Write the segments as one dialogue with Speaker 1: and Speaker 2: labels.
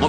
Speaker 1: Mon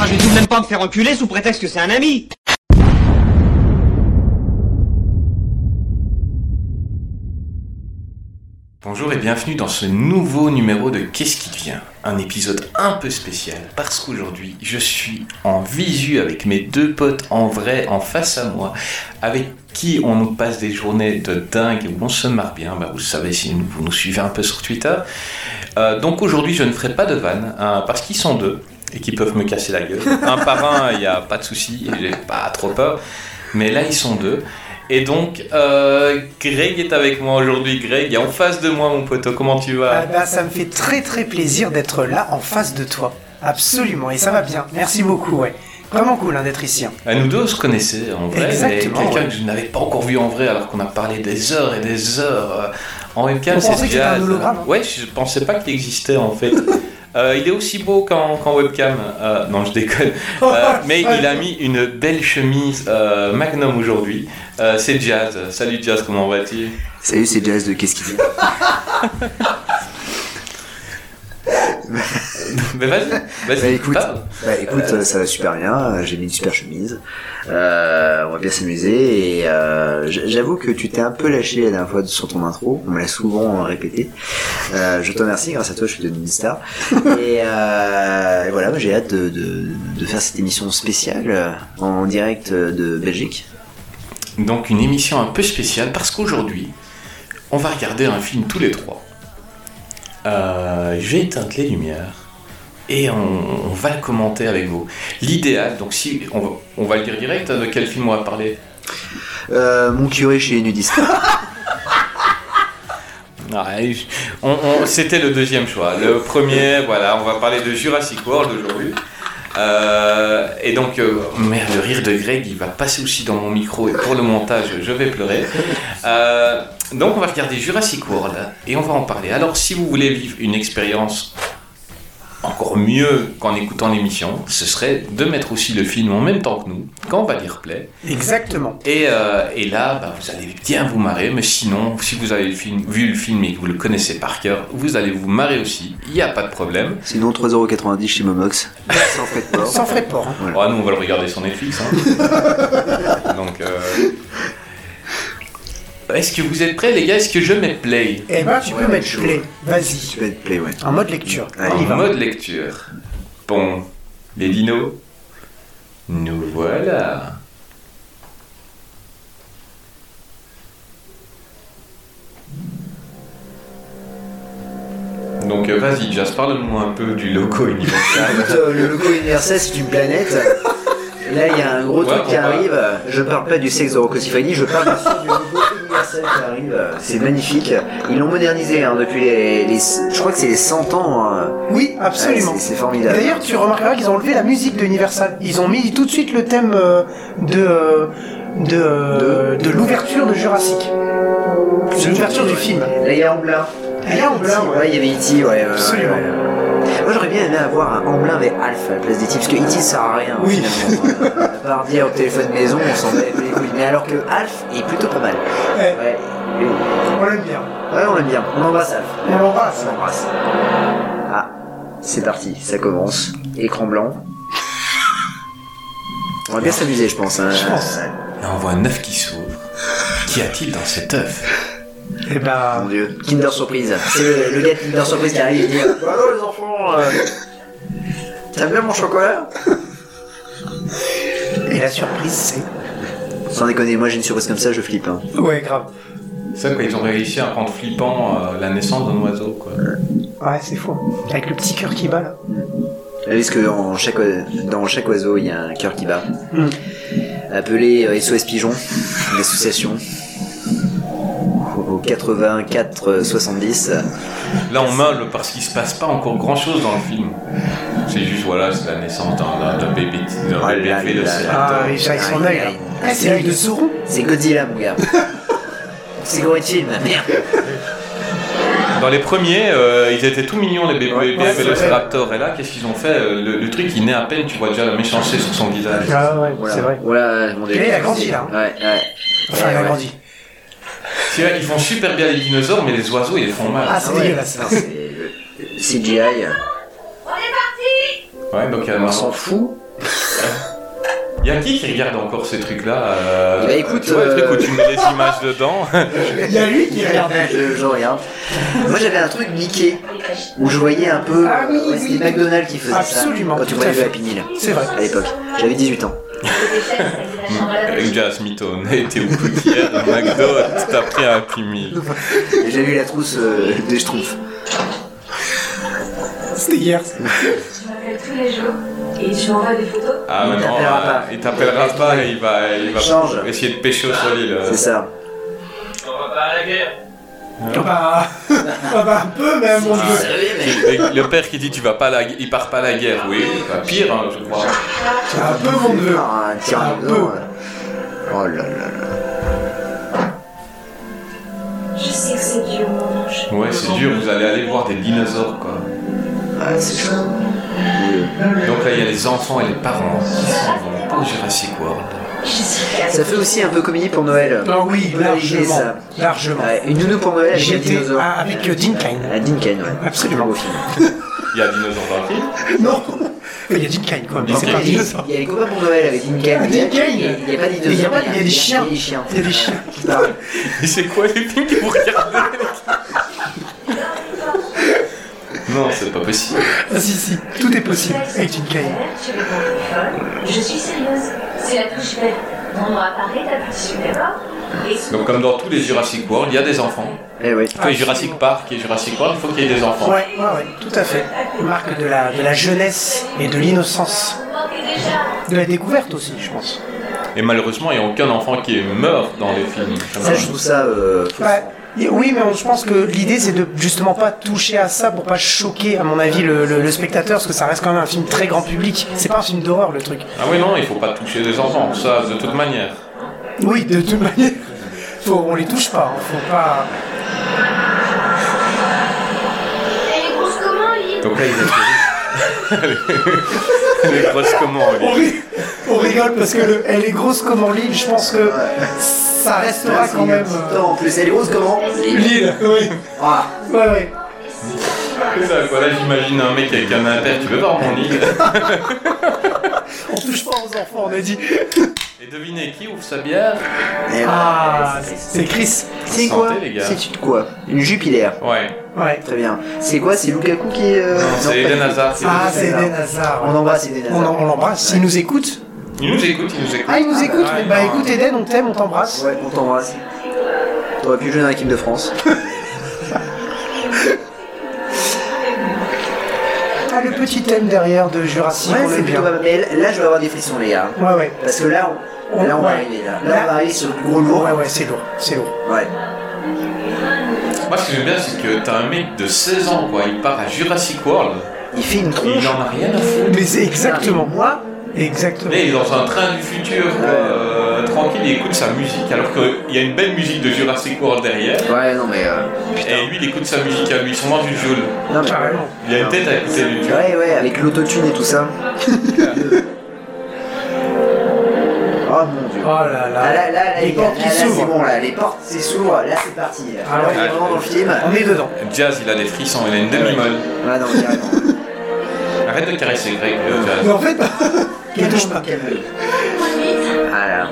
Speaker 2: Ah, je vais tout de même pas me faire enculer sous prétexte que c'est un ami
Speaker 3: Bonjour et bienvenue dans ce nouveau numéro de Qu'est-ce qui vient Un épisode un peu spécial parce qu'aujourd'hui je suis en visu avec mes deux potes en vrai en face à moi avec qui on nous passe des journées de dingue où on se marre bien. Bah, vous le savez si vous nous suivez un peu sur Twitter. Euh, donc aujourd'hui je ne ferai pas de vanne hein, parce qu'ils sont deux et qu'ils peuvent me casser la gueule. Un par un, il n'y a pas de souci, j'ai pas trop peur. Mais là ils sont deux. Et donc, euh, Greg est avec moi aujourd'hui. Greg est en face de moi, mon poteau. Comment tu vas
Speaker 4: Ah bah, ça me fait très très plaisir d'être là en face de toi. Absolument, et ça va bien. Merci beaucoup, ouais. Vraiment cool hein, d'être ici. hein.
Speaker 3: Ah, Nous deux, on se connaissait en vrai. mais
Speaker 4: Exactement,
Speaker 3: Quelqu'un
Speaker 4: ouais.
Speaker 3: que je n'avais pas encore vu en vrai, alors qu'on a parlé des heures et des heures. euh, en webcam,
Speaker 4: On
Speaker 3: c'est
Speaker 4: pensait que c'était
Speaker 3: jazz.
Speaker 4: un hologramme, hein.
Speaker 3: Ouais, je pensais pas qu'il existait en fait. Euh, il est aussi beau qu'en qu'en webcam. Euh, non, je déconne. Euh, mais il a mis une belle chemise euh, Magnum aujourd'hui. Euh, c'est Jazz. Salut Jazz, comment vas-tu
Speaker 5: Salut, c'est Jazz de Qu'est-ce qu'il dit
Speaker 3: Mais vas-y, vas-y,
Speaker 5: Bah écoute,
Speaker 3: parle.
Speaker 5: bah, écoute euh, ça va super bien, euh, j'ai mis une super chemise, euh, on va bien s'amuser et euh, j- j'avoue que tu t'es un peu lâché la dernière fois sur ton intro, on me l'a souvent euh, répété, euh, je te remercie, grâce à toi je suis devenu une star et, euh, et voilà, moi, j'ai hâte de, de- de faire cette émission spéciale euh, en direct euh, de Belgique.
Speaker 3: Donc une émission un peu spéciale parce qu'aujourd'hui, on va regarder un film tous les trois. Euh, je vais éteindre les lumières et on, on va le commenter avec vous. L'idéal, donc si on, va- on va le dire direct, hein, de quel film on va parler
Speaker 5: Euh, mon curé chez les nudistes.
Speaker 3: Ouais, je- on- on- C'était le deuxième choix. Le premier, voilà, on va parler de Jurassic World aujourd'hui. Euh, et donc, euh, merde, le rire de Greg, il va passer aussi dans mon micro et pour le montage, je vais pleurer. Euh, donc, on va regarder Jurassic World et on va en parler. Alors, si vous voulez vivre une expérience encore mieux qu'en écoutant l'émission, ce serait de mettre aussi le film en même temps que nous, quand on va dire play.
Speaker 4: Exactement.
Speaker 3: Et, euh, et là, bah, vous allez bien vous marrer, mais sinon, si vous avez le film- vu le film et que vous le connaissez par cœur, vous allez vous marrer aussi, il n'y a pas de problème.
Speaker 5: Sinon 3,90€ chez Momox, sans frais de port.
Speaker 4: Sans frais de port. hein.
Speaker 3: Bon, Ah, nous, on va le regarder sur Netflix. hein. Donc, euh, est-ce que vous êtes prêts, les gars Est-ce que je mets play
Speaker 4: Eh ben, tu peux
Speaker 5: Ouais,
Speaker 4: mettre
Speaker 5: chaud.
Speaker 4: play. Vas-y.
Speaker 5: Tu vas être play, ouais.
Speaker 4: En mode lecture.
Speaker 5: Allez.
Speaker 4: On Ah, y
Speaker 3: En
Speaker 4: va.
Speaker 3: mode lecture. Bon, les dinos, nous voilà. Donc euh, vas-y, Jas, parle-moi un peu du logo Universal.
Speaker 5: Écoute, euh, le logo universel, c'est une planète. Et là, il y a un gros
Speaker 3: Ouais,
Speaker 5: truc qui
Speaker 3: on va-
Speaker 5: arrive. Je parle pas du sexe de Rocco Siffredi, je parle bien sûr du logo universel qui arrive. C'est magnifique. Ils l'ont modernisé hein, depuis les, les- Je crois que c'est les 100 ans. hein.
Speaker 4: Oui, absolument.
Speaker 5: Ouais, c'est- c'est
Speaker 4: Et
Speaker 5: formidable.
Speaker 4: D'ailleurs, tu remarqueras qu'ils ont enlevé la musique de Universal. Ils ont mis tout de suite le thème euh, de euh, de, euh, de l'ouverture de Jurassic. C'est l'ouverture du film.
Speaker 5: Là, il y a Amblin.
Speaker 4: Il y a Amblin,
Speaker 5: E.T.,
Speaker 4: ouais.
Speaker 5: Ouais, il y avait E.T., ouais, ouais. ouais,
Speaker 4: Absolument.
Speaker 5: ouais, ouais. Moi, j'aurais bien aimé avoir un Amblin avec Alf à la place des types, parce que E.T. sert à rien.
Speaker 4: Oui.
Speaker 5: finalement. Euh, à part dire au téléphone maison, on s'en bat les couilles. Mais alors que Alf est plutôt pas mal.
Speaker 4: Ouais.
Speaker 5: Ouais.
Speaker 4: On l'aime bien.
Speaker 5: Ouais, on l'aime bien. On embrasse Alf.
Speaker 4: On l'embrasse.
Speaker 5: On l'embrasse. Ah, c'est parti, ça commence. Écran blanc. On va bien s'amuser, je pense. hein.
Speaker 4: Je pense.
Speaker 3: Là on voit un œuf qui s'ouvre. Qu'y a-t-il dans cet œuf
Speaker 4: Eh
Speaker 5: Mon
Speaker 4: ben,
Speaker 5: dieu. Kinder Surprise. C'est le, le gars de Kinder Surprise qui arrive et dit Allô les enfants euh, T'aimes bien mon chocolat
Speaker 4: et la surprise, c'est.
Speaker 5: Sans déconner, moi j'ai une surprise comme ça, je flippe. hein.
Speaker 4: Ouais, grave.
Speaker 3: Ça quoi, ils ont réussi à rendre flippant euh, la naissance d'un oiseau quoi.
Speaker 4: Ouais, c'est fou. Avec le petit cœur qui bat là.
Speaker 5: Vous savez, Parce que en chaque, dans chaque oiseau, il y a un cœur qui bat.
Speaker 4: Mm.
Speaker 5: Appelé euh, SOS Pigeon, l'association. Au, au 84 euh, 70. euh,
Speaker 3: Là, on meurt parce qu'il se passe pas encore grand chose dans le film. C'est juste, voilà, c'est la naissance d'un- d'un d'un bébé, d'un
Speaker 5: Ouais,
Speaker 3: bébé
Speaker 5: Ah là, là,
Speaker 3: vélociraptor.
Speaker 4: Ah, il avec son
Speaker 5: Aïe,
Speaker 4: œil. là.
Speaker 5: aïe.
Speaker 4: Ah, c'est l'œil de Sauron.
Speaker 5: C'est Godzilla, mon gars. C'est Godzilla, ma merde.
Speaker 3: Dans les premiers, euh, ils étaient tout mignons, les bébés, bébés
Speaker 4: ouais,
Speaker 3: vélociraptor. Et là, qu'est-ce qu'ils ont fait Euh, le, le truc, il naît à peine, tu vois déjà la méchanceté sur son visage.
Speaker 4: Ah ouais, Ah,
Speaker 5: Voilà.
Speaker 4: c'est vrai.
Speaker 5: Voilà, mon dieu.
Speaker 4: Mais il a grandi, là.
Speaker 5: Ouais, ouais.
Speaker 4: Enfin, il
Speaker 5: Ouais,
Speaker 4: a
Speaker 5: ouais.
Speaker 4: grandi.
Speaker 3: C'est vrai, ils font super bien les dinosaures, mais les oiseaux, ils les font mal.
Speaker 4: Ah, c'est
Speaker 5: Ouais,
Speaker 4: dégueulasse.
Speaker 5: non, c'est le CGI, euh, Ah.
Speaker 3: Ouais, donc euh,
Speaker 5: on s'en fout.
Speaker 3: il y a qui qui regarde encore ces trucs-là euh,
Speaker 5: Bah, écoute,
Speaker 3: tu vois, le truc
Speaker 5: euh,
Speaker 3: où tu mets les images dedans.
Speaker 4: Il y a lui qui regarde.
Speaker 5: Je, je regarde. Moi j'avais un truc Mickey où je voyais un peu.
Speaker 4: Ah oui,
Speaker 5: ouais, c'était
Speaker 4: oui.
Speaker 5: McDonald's qui faisait
Speaker 4: Absolument,
Speaker 5: ça. Quand tu
Speaker 4: tout
Speaker 5: voyais
Speaker 4: à
Speaker 5: le
Speaker 4: fait.
Speaker 5: Happy Meal.
Speaker 4: C'est vrai.
Speaker 5: À l'époque. J'avais 18 ans.
Speaker 3: Avec Jazz Smithon, t'es au cookier de McDo, t'as pris un Happy Meal.
Speaker 5: Et J'avais eu la trousse euh, des Schtroumpfs.
Speaker 4: C'était hier.
Speaker 6: Tu m'appelles tous les jours et tu m'envoies des photos.
Speaker 3: Ah, maintenant,
Speaker 5: t'appellera
Speaker 3: euh,
Speaker 5: pas.
Speaker 3: il t'appellera pas et il va, il va
Speaker 5: Change.
Speaker 3: essayer de pécho sur l'île.
Speaker 5: C'est ça.
Speaker 4: Ah bah, ah bah, un peu même, mon dieu.
Speaker 3: Et Le père qui dit tu vas pas à la, gu- il part pas à la guerre, oui, bah, pire, hein, je crois.
Speaker 4: Un peu, mon dieu.
Speaker 5: Ah, un tir
Speaker 4: Un
Speaker 5: en
Speaker 4: peu.
Speaker 5: dedans, là. Oh là là là.
Speaker 6: Je sais que c'est dur, mon ange.
Speaker 3: Ouais, c'est dur, vous allez aller voir des dinosaures, quoi.
Speaker 5: Ah, c'est chaud.
Speaker 3: Donc là, il y a les enfants et les parents qui s'en vont au Jurassic World.
Speaker 5: Ça fait aussi un peu comédie pour Noël.
Speaker 4: Ah oui, Ah,
Speaker 5: On peut alléger
Speaker 4: largement.
Speaker 5: ça.
Speaker 4: Largement.
Speaker 5: Ouais, une nounou pour Noël avec un
Speaker 4: J'étais
Speaker 5: dinosaure.
Speaker 4: ah, avec euh, Dean Klein.
Speaker 5: Un Dinken, ouais.
Speaker 4: Absolument.
Speaker 5: Beau film.
Speaker 3: Il y a un dinosaure dans le film.
Speaker 4: Non Il y a Dean Klein, quoi. Mais c'est pas un
Speaker 5: Il y a des-
Speaker 4: dinosaure.
Speaker 5: il y a les copains pour Noël avec Dinken.
Speaker 4: Dean Klein.
Speaker 5: Il y a- il y a pas
Speaker 4: Ah,
Speaker 5: de
Speaker 4: Il y a
Speaker 5: dinosaures.
Speaker 4: pas- il y a des chiens.
Speaker 5: Il y a des chiens.
Speaker 4: Il y a des chiens.
Speaker 5: qui parlent.
Speaker 3: Et c'est quoi les films que vous regardez Non, c'est pas possible.
Speaker 4: Ah, si, si, tout est possible avec Dean Klein.
Speaker 6: Tu veux qu'on te folle Je suis sérieuse. C'est la touche verte. On aura parlé de la touche d'accord Et souvent,
Speaker 3: Donc comme dans tous les Jurassic World, il y a des enfants.
Speaker 5: Eh oui.
Speaker 3: Enfin, Jurassic Park et Jurassic World, il faut qu'il y ait des enfants.
Speaker 4: Ouais, ouais, ouais, tout à fait. Marque de la, de la jeunesse et de l'innocence.
Speaker 6: on manquait déjà.
Speaker 4: De la découverte aussi, je pense.
Speaker 3: Et malheureusement, il n'y a aucun enfant qui meurt dans les films.
Speaker 5: Ça, je trouve ça. euh,
Speaker 4: Ouais. Et Bah, Oui, mais on- je pense que l'idée c'est de justement pas toucher à ça pour pas choquer, à mon avis, le, le- le spectateur, parce que ça reste quand même un film très grand public. C'est pas un film d'horreur, le truc.
Speaker 3: Ah oui, non, il faut pas toucher des enfants, ça, de toute manière.
Speaker 4: Oui, de toute manière, faut, on les touche pas, hein, faut pas.
Speaker 6: Elle est grosse comment, Lily
Speaker 3: Donc là, ils ont Les grosses comment,
Speaker 4: On,
Speaker 3: Olivier
Speaker 4: ri- on rigole parce que le- elle est grosse comme en Lille, je pense que ça restera quand même. euh,
Speaker 5: Attends, en plus, elle est rose comment
Speaker 4: Lille, oui.
Speaker 5: Ah,
Speaker 4: Ouais, ouais.
Speaker 3: C'est ça, quoi. Là, j'imagine un mec avec un inter, tu veux voir mon île
Speaker 4: On touche pas aux enfants, on a dit.
Speaker 3: Et devinez qui ouvre sa bière
Speaker 5: eh ben,
Speaker 4: Ah, c'est Chris.
Speaker 5: c'est
Speaker 3: santé,
Speaker 5: quoi
Speaker 3: les gars.
Speaker 5: C'est une quoi Une jupilaire.
Speaker 3: Ouais.
Speaker 4: Ouais.
Speaker 5: Très bien. C'est quoi C'est Lukaku qui est. euh,
Speaker 3: Non, c'est
Speaker 5: pas
Speaker 3: Eden
Speaker 5: du tout.
Speaker 3: Hazard.
Speaker 4: Ah, c'est Eden Hazard.
Speaker 5: On embrasse Eden
Speaker 4: On,
Speaker 5: Hazard.
Speaker 4: on l'embrasse, il nous écoute.
Speaker 3: Il nous écoute, il nous écoute.
Speaker 4: Ah, il nous écoute,
Speaker 3: ouais,
Speaker 4: mais bah
Speaker 3: non.
Speaker 4: écoute Eden, on t'aime, on t'embrasse.
Speaker 5: Ouais, on t'embrasse. T'aurais pu jouer dans l'équipe de France.
Speaker 4: Ah, le petit thème derrière de Jurassic,
Speaker 5: Ouais,
Speaker 4: on
Speaker 5: c'est
Speaker 4: l'aime bien.
Speaker 5: plutôt pas mal. Mais là, je vais avoir des frissons, les gars.
Speaker 4: Ouais, ouais.
Speaker 5: Parce que là, on, là, on va
Speaker 4: Ouais.
Speaker 5: arriver. Là. Là, on va arriver sur le gros lourd.
Speaker 4: Ouais, ouais, c'est lourd, c'est lourd.
Speaker 5: Ouais.
Speaker 3: Moi, ce que j'aime bien, c'est que t'as un mec de 16 ans, quoi. Il part à Jurassic World.
Speaker 5: Il fait
Speaker 3: Et
Speaker 5: une tronche.
Speaker 3: il en a rien à foutre.
Speaker 4: Mais c'est exactement.
Speaker 5: Moi,
Speaker 4: Exactement.
Speaker 3: Et il est dans un train du futur, quoi, euh, tranquille, il écoute sa musique, alors qu'il y a une belle musique de Jurassic World derrière.
Speaker 5: Ouais, non, mais. euh,
Speaker 3: Et lui, il écoute sa musique à lui, ils sont dans du Joule.
Speaker 5: Non, mais.
Speaker 4: Carrément.
Speaker 3: Il a une tête à écouter du Joule.
Speaker 5: Ouais, ouais, avec l'autotune et tout ça. oh mon dieu.
Speaker 4: Oh là
Speaker 5: Ah,
Speaker 4: là.
Speaker 5: là, là, là,
Speaker 4: Les
Speaker 5: gars,
Speaker 4: portes
Speaker 5: là,
Speaker 4: qui
Speaker 5: là, c'est
Speaker 4: s'ouvrent.
Speaker 5: bon, là, les portes c'est s'ouvrent, là c'est parti. Là,
Speaker 4: Ah ouais.
Speaker 5: Là, on est vraiment dans le film.
Speaker 4: On est dedans.
Speaker 3: Jazz, il a des frissons, il a une demi-molle.
Speaker 5: Ah non, carrément.
Speaker 3: Arrête de caresser Greg, euh, Jazz.
Speaker 4: Mais en fait, ne touche pas.
Speaker 5: Calme-le.
Speaker 6: Vite.
Speaker 5: Ah là.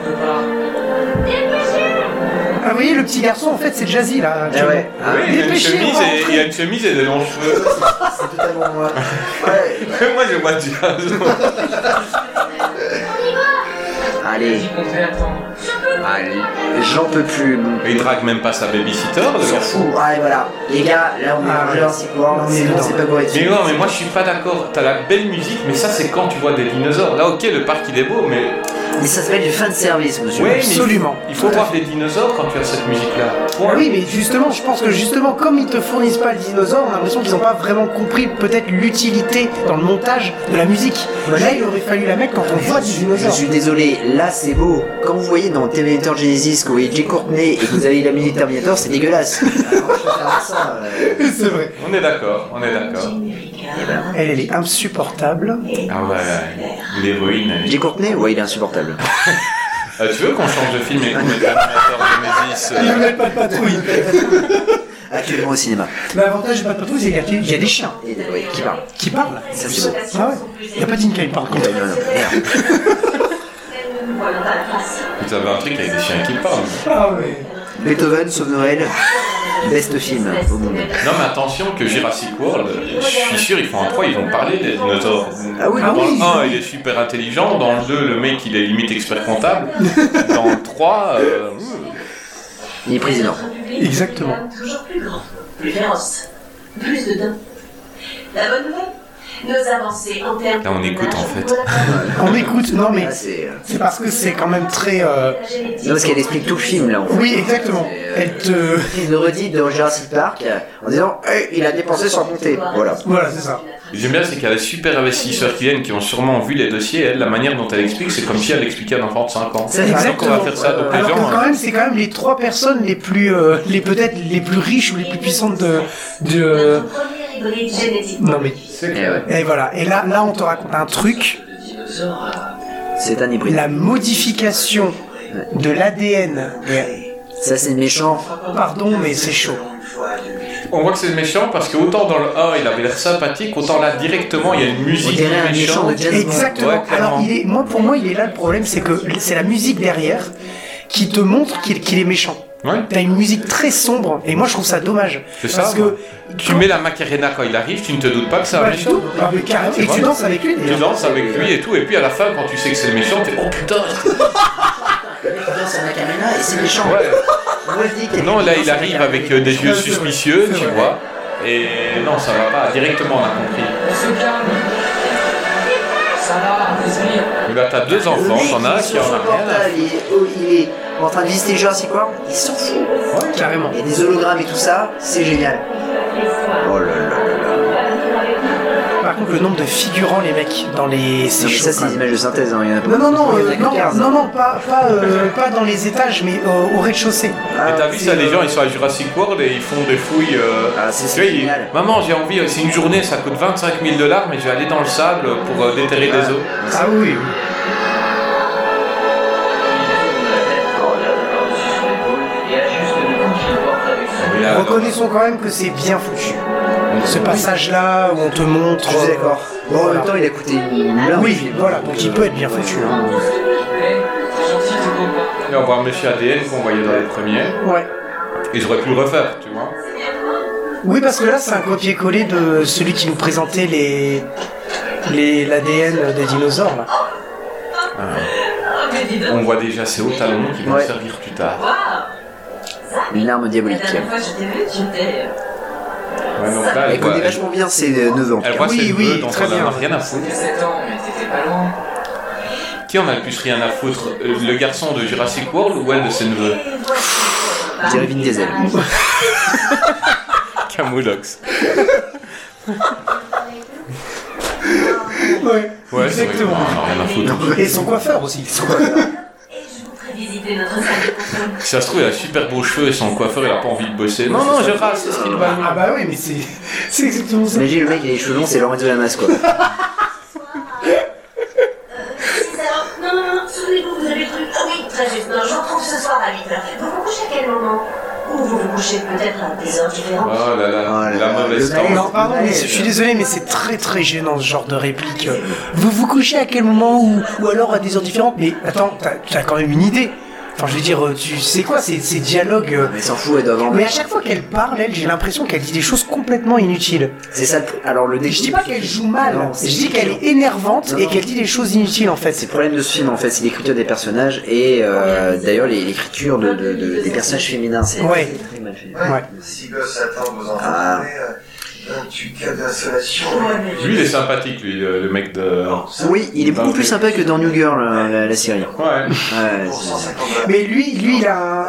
Speaker 4: Ah, vous voyez, le petit garçon, en fait, c'est Jazzy là.
Speaker 5: Ah ouais.
Speaker 4: actuellement.
Speaker 5: Ah,
Speaker 3: Oui, il a une
Speaker 4: Dépêchez-moi,
Speaker 3: chemise et,
Speaker 4: entrez.
Speaker 3: il a une chemise et des longs cheveux.
Speaker 5: c'est totalement moi. Ouais.
Speaker 3: Moi, je vois Jazz.
Speaker 5: Allez. Allez. J'en peux plus.
Speaker 3: Il drague même pas sa babysitter,
Speaker 7: On
Speaker 3: le
Speaker 7: s'en
Speaker 3: garçon.
Speaker 7: fout. Ah, et voilà. Les gars, là, on est
Speaker 4: Ah,
Speaker 7: en
Speaker 4: ouais.
Speaker 7: Jurassic World,
Speaker 4: On est
Speaker 7: sinon,
Speaker 4: dedans.
Speaker 7: c'est pas pour être
Speaker 3: Mais non, mais moi je suis pas d'accord. T'as la belle musique, mais ça c'est quand tu vois des dinosaures. Là, ok, le parc il est beau, mais.
Speaker 7: Mais ça s'appelle du fan service, monsieur.
Speaker 3: Ouais, mais
Speaker 4: absolument.
Speaker 3: Il faut, il faut voir des dinosaures quand tu as cette musique-là.
Speaker 4: Ah
Speaker 3: Point.
Speaker 4: Oui, mais justement, je pense que justement, comme ils te fournissent pas le dinosaure, on a l'impression qu'ils n'ont pas vraiment compris peut-être l'utilité dans le montage de la musique. Là, il aurait fallu la mettre quand on voit du
Speaker 5: Je
Speaker 4: dinosaure.
Speaker 5: suis désolé, là c'est beau. Quand vous voyez dans Terminator Genesis que vous voyez Jay Courtney et que vous avez la musique Terminator, c'est dégueulasse. Alors, je préfère ça, euh,
Speaker 4: C'est vrai.
Speaker 3: On est d'accord, on est d'accord.
Speaker 4: Elle, elle est insupportable.
Speaker 3: Ah ouais, l'héroïne. elle est-
Speaker 5: Jay Courtney, ouais, il est insupportable.
Speaker 3: Euh, tu veux qu'on change de film et qu'on mette l'animateur Genesis
Speaker 4: Il
Speaker 3: euh,
Speaker 4: met pas de patrouille.
Speaker 5: Actuellement au cinéma.
Speaker 4: L'avantage du pas de patrouille, c'est qu'il y a des chiens
Speaker 5: Et, euh, ouais, qui parle
Speaker 4: qui parlent.
Speaker 5: Ça c'est beau.
Speaker 4: Ah ouais. Il n'y a pas d'Incaï par contre.
Speaker 5: Ouais, non, non, merde.
Speaker 3: Vous avez un truc avec des chiens qui parlent.
Speaker 4: Ah ouais.
Speaker 5: Beethoven, Sauve Noël, best film au monde.
Speaker 3: Non, mais attention que Jurassic World, je suis sûr, ils font un 3, ils vont parler des dinosaures.
Speaker 5: Ah oui,
Speaker 3: dans
Speaker 5: bah oui.
Speaker 3: le 1, il est super intelligent. Dans le 2, le mec, il est limite expert comptable. Dans le 3, euh,
Speaker 5: Il est président.
Speaker 4: Exactement.
Speaker 6: Toujours plus grand, plus féroce, plus de dents. La bonne nouvelle nos avancées en termes
Speaker 3: Là, on
Speaker 6: de
Speaker 3: écoute,
Speaker 6: ménage,
Speaker 3: en fait.
Speaker 6: voilà.
Speaker 4: On écoute, non mais
Speaker 5: Là c'est. euh,
Speaker 4: c'est parce que c'est quand même très. euh,
Speaker 6: La génétique,
Speaker 5: Non, parce qu'elle explique tout le film là en fait. euh,
Speaker 4: Oui, exactement. Elle te.
Speaker 5: Prise de redite dans Jurassic Park euh, en disant Eh, il a dépensé sans compter. Voilà.
Speaker 4: Voilà, c'est ça.
Speaker 3: J'aime bien, c'est qu'elle a super investisseurs qui viennent, qui ont sûrement vu les dossiers. Elle, la manière dont elle explique, c'est comme si elle expliquait à un enfant de 5 ans.
Speaker 5: C'est
Speaker 3: Donc on va faire ça. Donc les
Speaker 4: Alors que
Speaker 3: gens,
Speaker 4: quand
Speaker 3: euh,
Speaker 4: même, c'est quand même les trois personnes les plus, euh, les peut-être les plus riches ou les plus puissantes de, de...
Speaker 6: notre premier hybride génétiquement
Speaker 4: Non mais
Speaker 5: Eh ouais.
Speaker 4: et voilà. Et là, là, on te raconte un truc.
Speaker 5: C'est un hybride.
Speaker 4: La modification de l'ADN.
Speaker 5: Ça c'est méchant.
Speaker 4: Pardon, mais c'est chaud.
Speaker 3: on voit que c'est méchant parce que autant dans le 1, il avait l'air sympathique, autant là, directement, il y a une
Speaker 5: On
Speaker 3: musique
Speaker 5: dirait un méchant
Speaker 3: méchante.
Speaker 5: de James Bond.
Speaker 4: Exactement.
Speaker 3: Ouais, clairement.
Speaker 4: Alors, il est, moi, pour moi, il est là le problème, c'est que c'est la musique derrière qui te montre qu'il qu'il est méchant.
Speaker 3: Ouais.
Speaker 4: T'as une musique très sombre, et moi, je trouve ça dommage.
Speaker 3: C'est ça,
Speaker 4: Parce
Speaker 3: moi.
Speaker 4: que
Speaker 3: Tu mets la Macarena quand il arrive, tu ne te doutes pas que c'est un
Speaker 4: pas du
Speaker 3: méchant.
Speaker 4: tout. Ah, mais carrément. Et
Speaker 3: vrai.
Speaker 4: tu danses avec lui.
Speaker 3: Tu
Speaker 4: d'ailleurs.
Speaker 3: danses avec lui et tout, et puis à la fin, quand tu sais que c'est le méchant, t'es oh putain!
Speaker 5: C'est Macarena et c'est méchant.
Speaker 3: Ouais.
Speaker 5: Moi, je dis qu'elle-
Speaker 3: Non, là, il arrive avec euh, des yeux suspicieux, tu vois. Et non, ça va pas, directement, on a compris. Et Là, Eh ben, t'as deux
Speaker 5: Le
Speaker 3: enfants,
Speaker 5: mec,
Speaker 3: t'en
Speaker 5: il
Speaker 3: as un
Speaker 5: est
Speaker 3: qui
Speaker 5: sur
Speaker 3: en
Speaker 5: son
Speaker 3: a rien à
Speaker 5: portable, il est, oh, il est en train de visiter Jurassic World, il s'en fout.
Speaker 4: Carrément.
Speaker 5: Il y a des hologrammes et tout ça, c'est génial. Oh là là là là.
Speaker 4: Par contre, le nombre de figurants, les mecs, dans les.
Speaker 5: Non, mais
Speaker 4: chaud,
Speaker 5: ça,
Speaker 4: quand
Speaker 5: c'est des
Speaker 4: même.
Speaker 5: images de synthèse, hein, il y en a pas
Speaker 4: Non, non, non,
Speaker 5: Il y en
Speaker 4: euh, non,
Speaker 5: a 15,
Speaker 4: non,
Speaker 5: hein.
Speaker 4: non, pas, pas, euh, pas dans les étages, mais euh, au rez-de-chaussée.
Speaker 5: Ah,
Speaker 3: Et t'as vu
Speaker 5: c'est,
Speaker 3: ça, les
Speaker 5: euh,
Speaker 3: gens ils sont à Jurassic World et ils font des fouilles. euh,
Speaker 5: Ah, c'est
Speaker 3: tu vois, ils-
Speaker 5: génial.
Speaker 3: Maman, j'ai envie, euh, c'est une journée, ça coûte 25 000 dollars, mais je vais aller dans le sable pour euh, déterrer des os.
Speaker 4: Ah oui.
Speaker 3: Et là,
Speaker 4: Reconnaissons quand même que c'est bien foutu. Ce passage-là où on te montre. euh, oh,
Speaker 5: Je suis d'accord. Bon, en
Speaker 4: Voilà.
Speaker 5: même temps, il a coûté une blinde, le
Speaker 4: Oui,
Speaker 5: film.
Speaker 4: voilà, donc il peut être bien foutu. hein.
Speaker 3: Et on voit un monsieur ADN qu'on voyait dans les premiers.
Speaker 4: Ouais.
Speaker 3: Ils auraient pu le refaire, tu vois.
Speaker 4: Oui, parce que là, c'est un copier-coller de celui qui nous présentait les. les l'ADN des dinosaures, là.
Speaker 3: On voit déjà ces hauts talons qui vont
Speaker 5: Ouais.
Speaker 3: servir plus tard.
Speaker 5: Une larme
Speaker 6: La
Speaker 5: diabolique.
Speaker 6: dernière fois que je t'ai euh, vu, tu étais.
Speaker 3: Ah, Ouais, donc là,
Speaker 5: Elle
Speaker 3: elle voit,
Speaker 5: connaît
Speaker 3: elle,
Speaker 5: vachement bien ses 9 ans.
Speaker 3: elle voit
Speaker 4: Oui,
Speaker 3: ses
Speaker 4: oui,
Speaker 3: neveux dont
Speaker 4: très
Speaker 3: on en
Speaker 4: bien.
Speaker 3: a rien à foutre. Qui en a le plus rien à foutre euh, Le garçon de Jurassic World ou elle de ses neveux
Speaker 5: Je dirais Vin Diesel.
Speaker 3: Camoulox. Ouais, c'est vrai qu'on en a rien à foutre.
Speaker 4: Et son coiffeur aussi.
Speaker 6: Et je voudrais visiter notre salle de contrôle.
Speaker 3: Si ça se trouve, il a super beaux cheveux et son coiffeur, il a pas envie de bosser. Non, non, je rase, c'est ce qu'il va
Speaker 4: Ah bah oui, mais c'est. C'est exactement ça.
Speaker 5: Imagine le mec, il a les cheveux longs, c'est Lorenzo Lamas, quoi.
Speaker 6: C'est ça. Non, non, non, souvenez-vous, vous avez le truc. Ah oui, très juste. Non, je retrouve ce soir à 8h. Vous vous couchez à quel moment Ou vous vous couchez peut-être à des heures différentes.
Speaker 3: Oh là là,
Speaker 5: Oh là
Speaker 3: la
Speaker 5: là,
Speaker 3: mauvaise
Speaker 5: le malaise.
Speaker 3: tante.
Speaker 4: Non, pardon, mais je suis désolé, mais c'est très très gênant ce genre de réplique. Vous vous couchez à quel moment ou, ou alors à des heures différentes Mais attends, t'as t'as quand même une idée. Enfin, je veux dire, euh, tu sais quoi, ces, ces dialogues. euh,
Speaker 5: Mais s'en fout, elle doit vendre.
Speaker 4: Mais à chaque fois qu'elle parle, elle, j'ai l'impression qu'elle dit des choses complètement inutiles.
Speaker 5: C'est ça. le pr- Alors le
Speaker 4: Et je dis pas qu'elle joue mal,
Speaker 5: Non,
Speaker 4: je
Speaker 5: c'est-
Speaker 4: dis qu'elle est énervante
Speaker 5: Non,
Speaker 4: et
Speaker 5: non.
Speaker 4: qu'elle dit des choses inutiles en fait.
Speaker 5: C'est le problème de ce film en fait, c'est l'écriture des personnages et euh, d'ailleurs les- l'écriture de, de- de- des personnages féminins, c'est
Speaker 4: Ouais.
Speaker 5: c'est très mal fait.
Speaker 4: Ouais.
Speaker 8: Si gosse attend vos enfants,
Speaker 5: Ah.
Speaker 8: euh, tu cales d'insolation.
Speaker 3: Lui, il est sympathique, lui, le, le mec de.
Speaker 5: Oui, il est beaucoup plus sympa que dans New Girl, euh, la, la série.
Speaker 3: Ouais.
Speaker 5: Ouais,
Speaker 8: Pour
Speaker 5: c'est-
Speaker 8: 150 dollars.
Speaker 4: Mais lui, lui, il a un-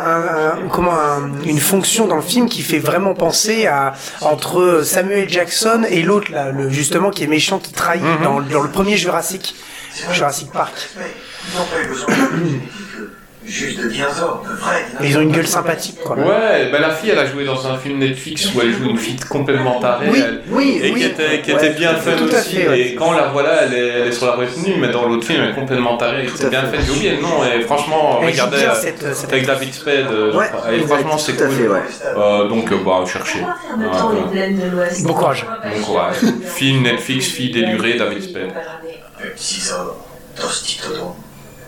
Speaker 4: un- un- comment, un- une fonction dans le film qui fait vraiment penser à entre Samuel Jackson et l'autre là, le, justement qui est méchant, qui trahit dans, dans le premier Jurassic, Jurassic Park.
Speaker 8: Mais ils n'ont pas eu besoin de génétique, euh, juste de dinosaures, de vrais
Speaker 4: Mais ils ont une gueule sympathique quoi.
Speaker 3: Ouais, bah la fille, elle a joué dans un film Netflix où elle joue une fille complètement tarée.
Speaker 4: Oui,
Speaker 3: elle-
Speaker 4: oui,
Speaker 3: et
Speaker 4: oui.
Speaker 3: qui était, qui
Speaker 5: Ouais,
Speaker 3: était bien fun
Speaker 4: tout à
Speaker 3: aussi.
Speaker 4: fait, ouais.
Speaker 3: Et quand on la voilà, elle est, elle est sur la retenue, mais dans l'autre film, elle est complètement tarée.
Speaker 5: à
Speaker 3: C'était bien
Speaker 5: fait.
Speaker 3: fait. J'ai oublié le nom, et franchement,
Speaker 4: Elle joue
Speaker 3: regardez.
Speaker 4: bien,
Speaker 3: euh,
Speaker 4: cette- cette
Speaker 3: Avec David Spade, euh, je
Speaker 5: Ouais,
Speaker 3: crois. Et
Speaker 5: exact,
Speaker 3: franchement, c'est
Speaker 5: tout à
Speaker 3: cool.
Speaker 5: fait, ouais.
Speaker 3: Euh, donc, euh, bah, cherchez.
Speaker 6: Pourquoi faire de
Speaker 3: Ouais,
Speaker 6: temps les
Speaker 3: ouais.
Speaker 6: plaines de l'Ouest
Speaker 4: Bon courage.
Speaker 3: Bon courage. Film Netflix, fille délurée, David Spade.
Speaker 8: Les petits hommes, Euh, Tostitodon.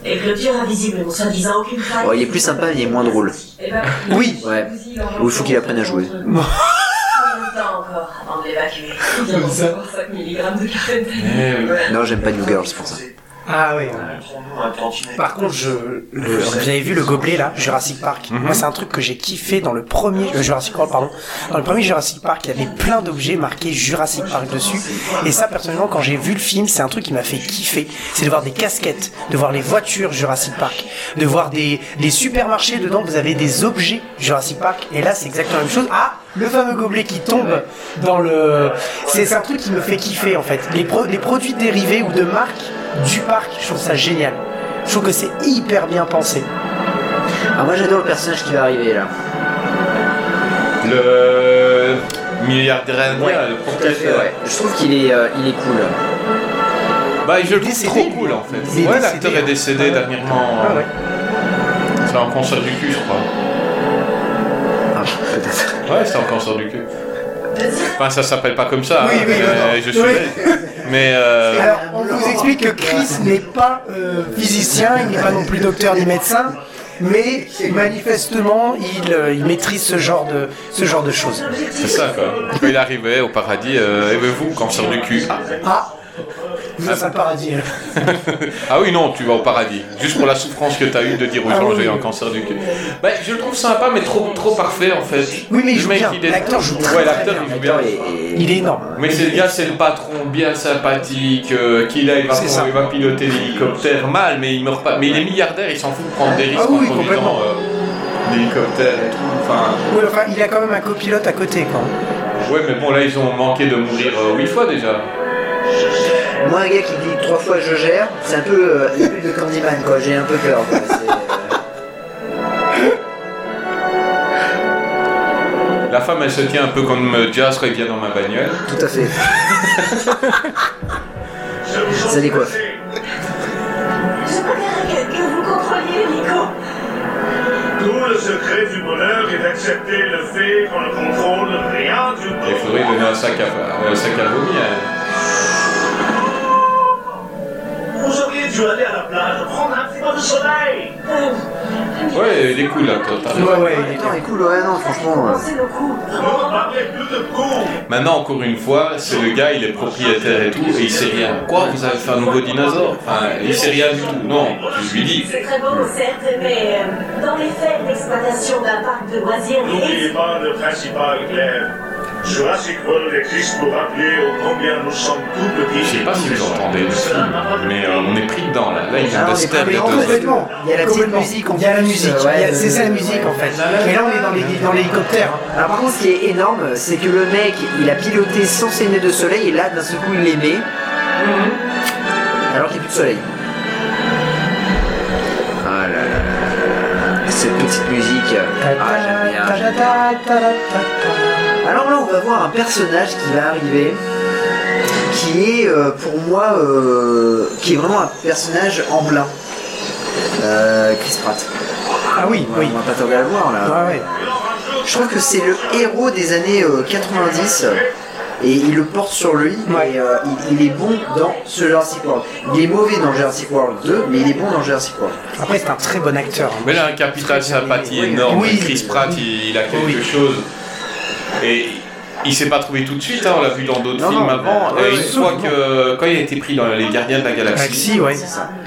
Speaker 6: Et clôture invisible, mon soi-disant aucune faille.
Speaker 5: Bon, il est plus sympa, il est moins drôle.
Speaker 6: Eh ben,
Speaker 4: Oui.
Speaker 5: Ouais. Ou il faut qu'il apprenne à jouer.
Speaker 6: Combien de temps encore avant de l'évacuer Il vient d'en recevoir 5 mg de carène.
Speaker 3: Eh oui.
Speaker 5: Non, j'aime pas New Girl, c'est pour ça.
Speaker 4: Ah oui.
Speaker 8: Montrons-nous un tantinet.
Speaker 4: Par contre, je, le- Euh, Mhm. vous avez vu le gobelet là, Jurassic Park. Moi, c'est un truc que j'ai kiffé dans le premier euh, Jurassic World, pardon. Dans le premier Jurassic Park, il y avait plein d'objets marqués Jurassic Park dessus. Et ça, personnellement, quand j'ai vu le film, c'est un truc qui m'a fait kiffer. C'est de voir des casquettes, de voir les voitures Jurassic Park, de voir des, des supermarchés dedans. Vous avez des objets Jurassic Park. Et là, c'est exactement la même chose. Ah, le fameux gobelet qui tombe dans le. C'est c'est un truc qui me fait kiffer en fait. Les, pro- les produits dérivés ou de marques du parc, je trouve ça génial. Je trouve que c'est hyper bien pensé.
Speaker 5: Ah, moi j'adore le personnage qui va arriver là.
Speaker 3: Le milliardaire, le
Speaker 5: tout à fait,
Speaker 3: propriétaire.
Speaker 5: ouais. Je trouve qu'il est, euh, il est cool.
Speaker 3: Bah, je le trouve
Speaker 4: Décédé.
Speaker 3: trop cool en
Speaker 4: Il
Speaker 3: fait.
Speaker 4: est
Speaker 3: Ouais,
Speaker 4: décédé,
Speaker 3: l'acteur est
Speaker 4: hein.
Speaker 3: décédé
Speaker 4: Ouais.
Speaker 3: dernièrement. euh,
Speaker 4: Ah ouais.
Speaker 3: C'est un cancer du cul, je crois.
Speaker 5: Ah, peut-être.
Speaker 3: Ouais, c'est un cancer du cul. Enfin, ça s'appelle pas comme ça,
Speaker 4: Oui,
Speaker 3: hein,
Speaker 4: oui,
Speaker 3: mais
Speaker 4: non, non.
Speaker 3: je suis
Speaker 4: Oui. Ah,
Speaker 3: bête. Mais euh,
Speaker 4: Alors, on vous explique que Chris n'est pas euh, physicien, il n'est pas non plus docteur ni médecin, mais manifestement, il, euh, il maîtrise ce genre de, ce genre de choses.
Speaker 3: c'est ça quoi. Quand il arrivait au paradis, euh, aimez-vous cancer du cul ah.
Speaker 4: Ah Vous êtes un paradis. alors.
Speaker 3: Ah oui, non, tu vas au paradis. Juste pour la souffrance que t'as eue de dire aux
Speaker 4: Ah
Speaker 3: gens
Speaker 4: oui.
Speaker 3: j'ai un cancer du cul. Bah, je le trouve sympa, mais trop, trop parfait en fait.
Speaker 4: Oui, mais il
Speaker 3: Le
Speaker 4: joue
Speaker 3: mec,
Speaker 4: bien.
Speaker 3: il est-
Speaker 4: L'acteur joue très,
Speaker 3: Ouais,
Speaker 4: très
Speaker 3: l'acteur,
Speaker 4: bien.
Speaker 3: il joue bien.
Speaker 4: Il est énorme.
Speaker 3: Mais c'est le gars, c'est le patron bien sympathique, euh, qui là, il va,
Speaker 4: C'est ça.
Speaker 3: il va piloter l'hélicoptère mal, mais il meurt pas. Mais il est milliardaire, il s'en fout de prendre des risques
Speaker 4: Ah oui,
Speaker 3: en conduisant
Speaker 4: complètement.
Speaker 3: euh, l'hélicoptère et tout. Enfin,
Speaker 4: Ouais, enfin, il a quand même un copilote à côté, quoi.
Speaker 3: ouais, mais bon, là, ils ont manqué de mourir euh, huit fois déjà.
Speaker 5: Moi, un gars qui dit trois fois je gère, c'est un peu euh, une pute de Candyman quoi, j'ai un peu peur. quoi. C'est,
Speaker 3: La femme, elle se tient un peu comme euh, Jazz quand il vient dans ma bagnole.
Speaker 5: euh, tout à fait. Ça décoiffe.
Speaker 6: Je préfère que, que vous contrôliez Nico.
Speaker 9: Tout le secret du bonheur est d'accepter le fait qu'on ne contrôle rien du
Speaker 3: Et il
Speaker 9: tout.
Speaker 3: faudrait donner un sac à, un sac à vomi. à-
Speaker 9: Vous auriez dû aller à la plage, prendre un petit peu de soleil.
Speaker 3: Ouais, il est cool, là, toi, t'as raison.
Speaker 4: Ouais, ouais,
Speaker 5: Ouais,
Speaker 4: il est-
Speaker 5: L'acteur est cool, ouais, non, franchement. euh,
Speaker 6: Pensez le coup.
Speaker 9: Ne reparlez plus de cours.
Speaker 3: Maintenant, encore une fois, c'est le gars, il est propriétaire et tout, et il sait rien. Quoi, vous avez fait un nouveau dinosaure Enfin, il sait rien du tout. Non, je lui dis.
Speaker 6: C'est très beau, certes, mais euh, dans les faits, l'exploitation d'un parc de loisirs
Speaker 9: N'oubliez
Speaker 6: est...
Speaker 9: pas le principal clair. Jurassic World existe pour rappeler au combien nous sommes tout petits.
Speaker 3: Je sais pas si vous entendez le film, mais euh, on est pris dedans là. Là, il vient
Speaker 5: Ah,
Speaker 3: de
Speaker 5: on
Speaker 3: se
Speaker 5: est pris
Speaker 3: taire les
Speaker 5: dedans,
Speaker 3: deux.
Speaker 5: complètement. Il y a la petite
Speaker 4: Complètement.
Speaker 5: musique, en
Speaker 4: Il y a la
Speaker 5: plus,
Speaker 4: musique.
Speaker 5: euh, ouais,
Speaker 4: il y a-
Speaker 5: de-
Speaker 4: c'est ça la musique en fait. Mais là on est dans les- dans l'hélicoptère. hein.
Speaker 5: Alors par contre, ce qui est énorme, c'est que le mec, il a piloté sans ses nez de soleil et là, d'un seul coup, il les met. Alors qu'il n'y a plus de soleil. Ah là là là là là. Cette petite musique. euh, Ah, j'aime bien. j'aime bien. Alors là, on va voir un personnage qui va arriver, qui est euh, pour moi, euh, qui est vraiment un personnage en blanc. Euh, Chris Pratt.
Speaker 4: Ah oui,
Speaker 5: Ouais,
Speaker 4: oui.
Speaker 5: On va pas tarder à le voir là.
Speaker 4: Ouais, ouais.
Speaker 5: Je trouve que c'est le héros des années euh, 90. et il le porte sur lui et euh, il, il est bon dans ce Jurassic World. Il est mauvais dans Jurassic World 2, mais il est bon dans Jurassic World.
Speaker 4: Après, c'est un très bon acteur. hein.
Speaker 3: Mais là, un capital sympathie
Speaker 5: oui.
Speaker 3: énorme.
Speaker 5: Oui.
Speaker 3: Chris Pratt, il, il a quelque chose. Et il s'est pas trouvé tout de suite, hein, on l'a vu dans d'autres
Speaker 5: Non,
Speaker 3: films
Speaker 5: non, euh,
Speaker 3: avant.
Speaker 5: ouais,
Speaker 3: et une
Speaker 5: ouais,
Speaker 3: fois que. Quand il a été pris dans Les Gardiens de la Galaxie,
Speaker 4: Taxi, Euh, ouais.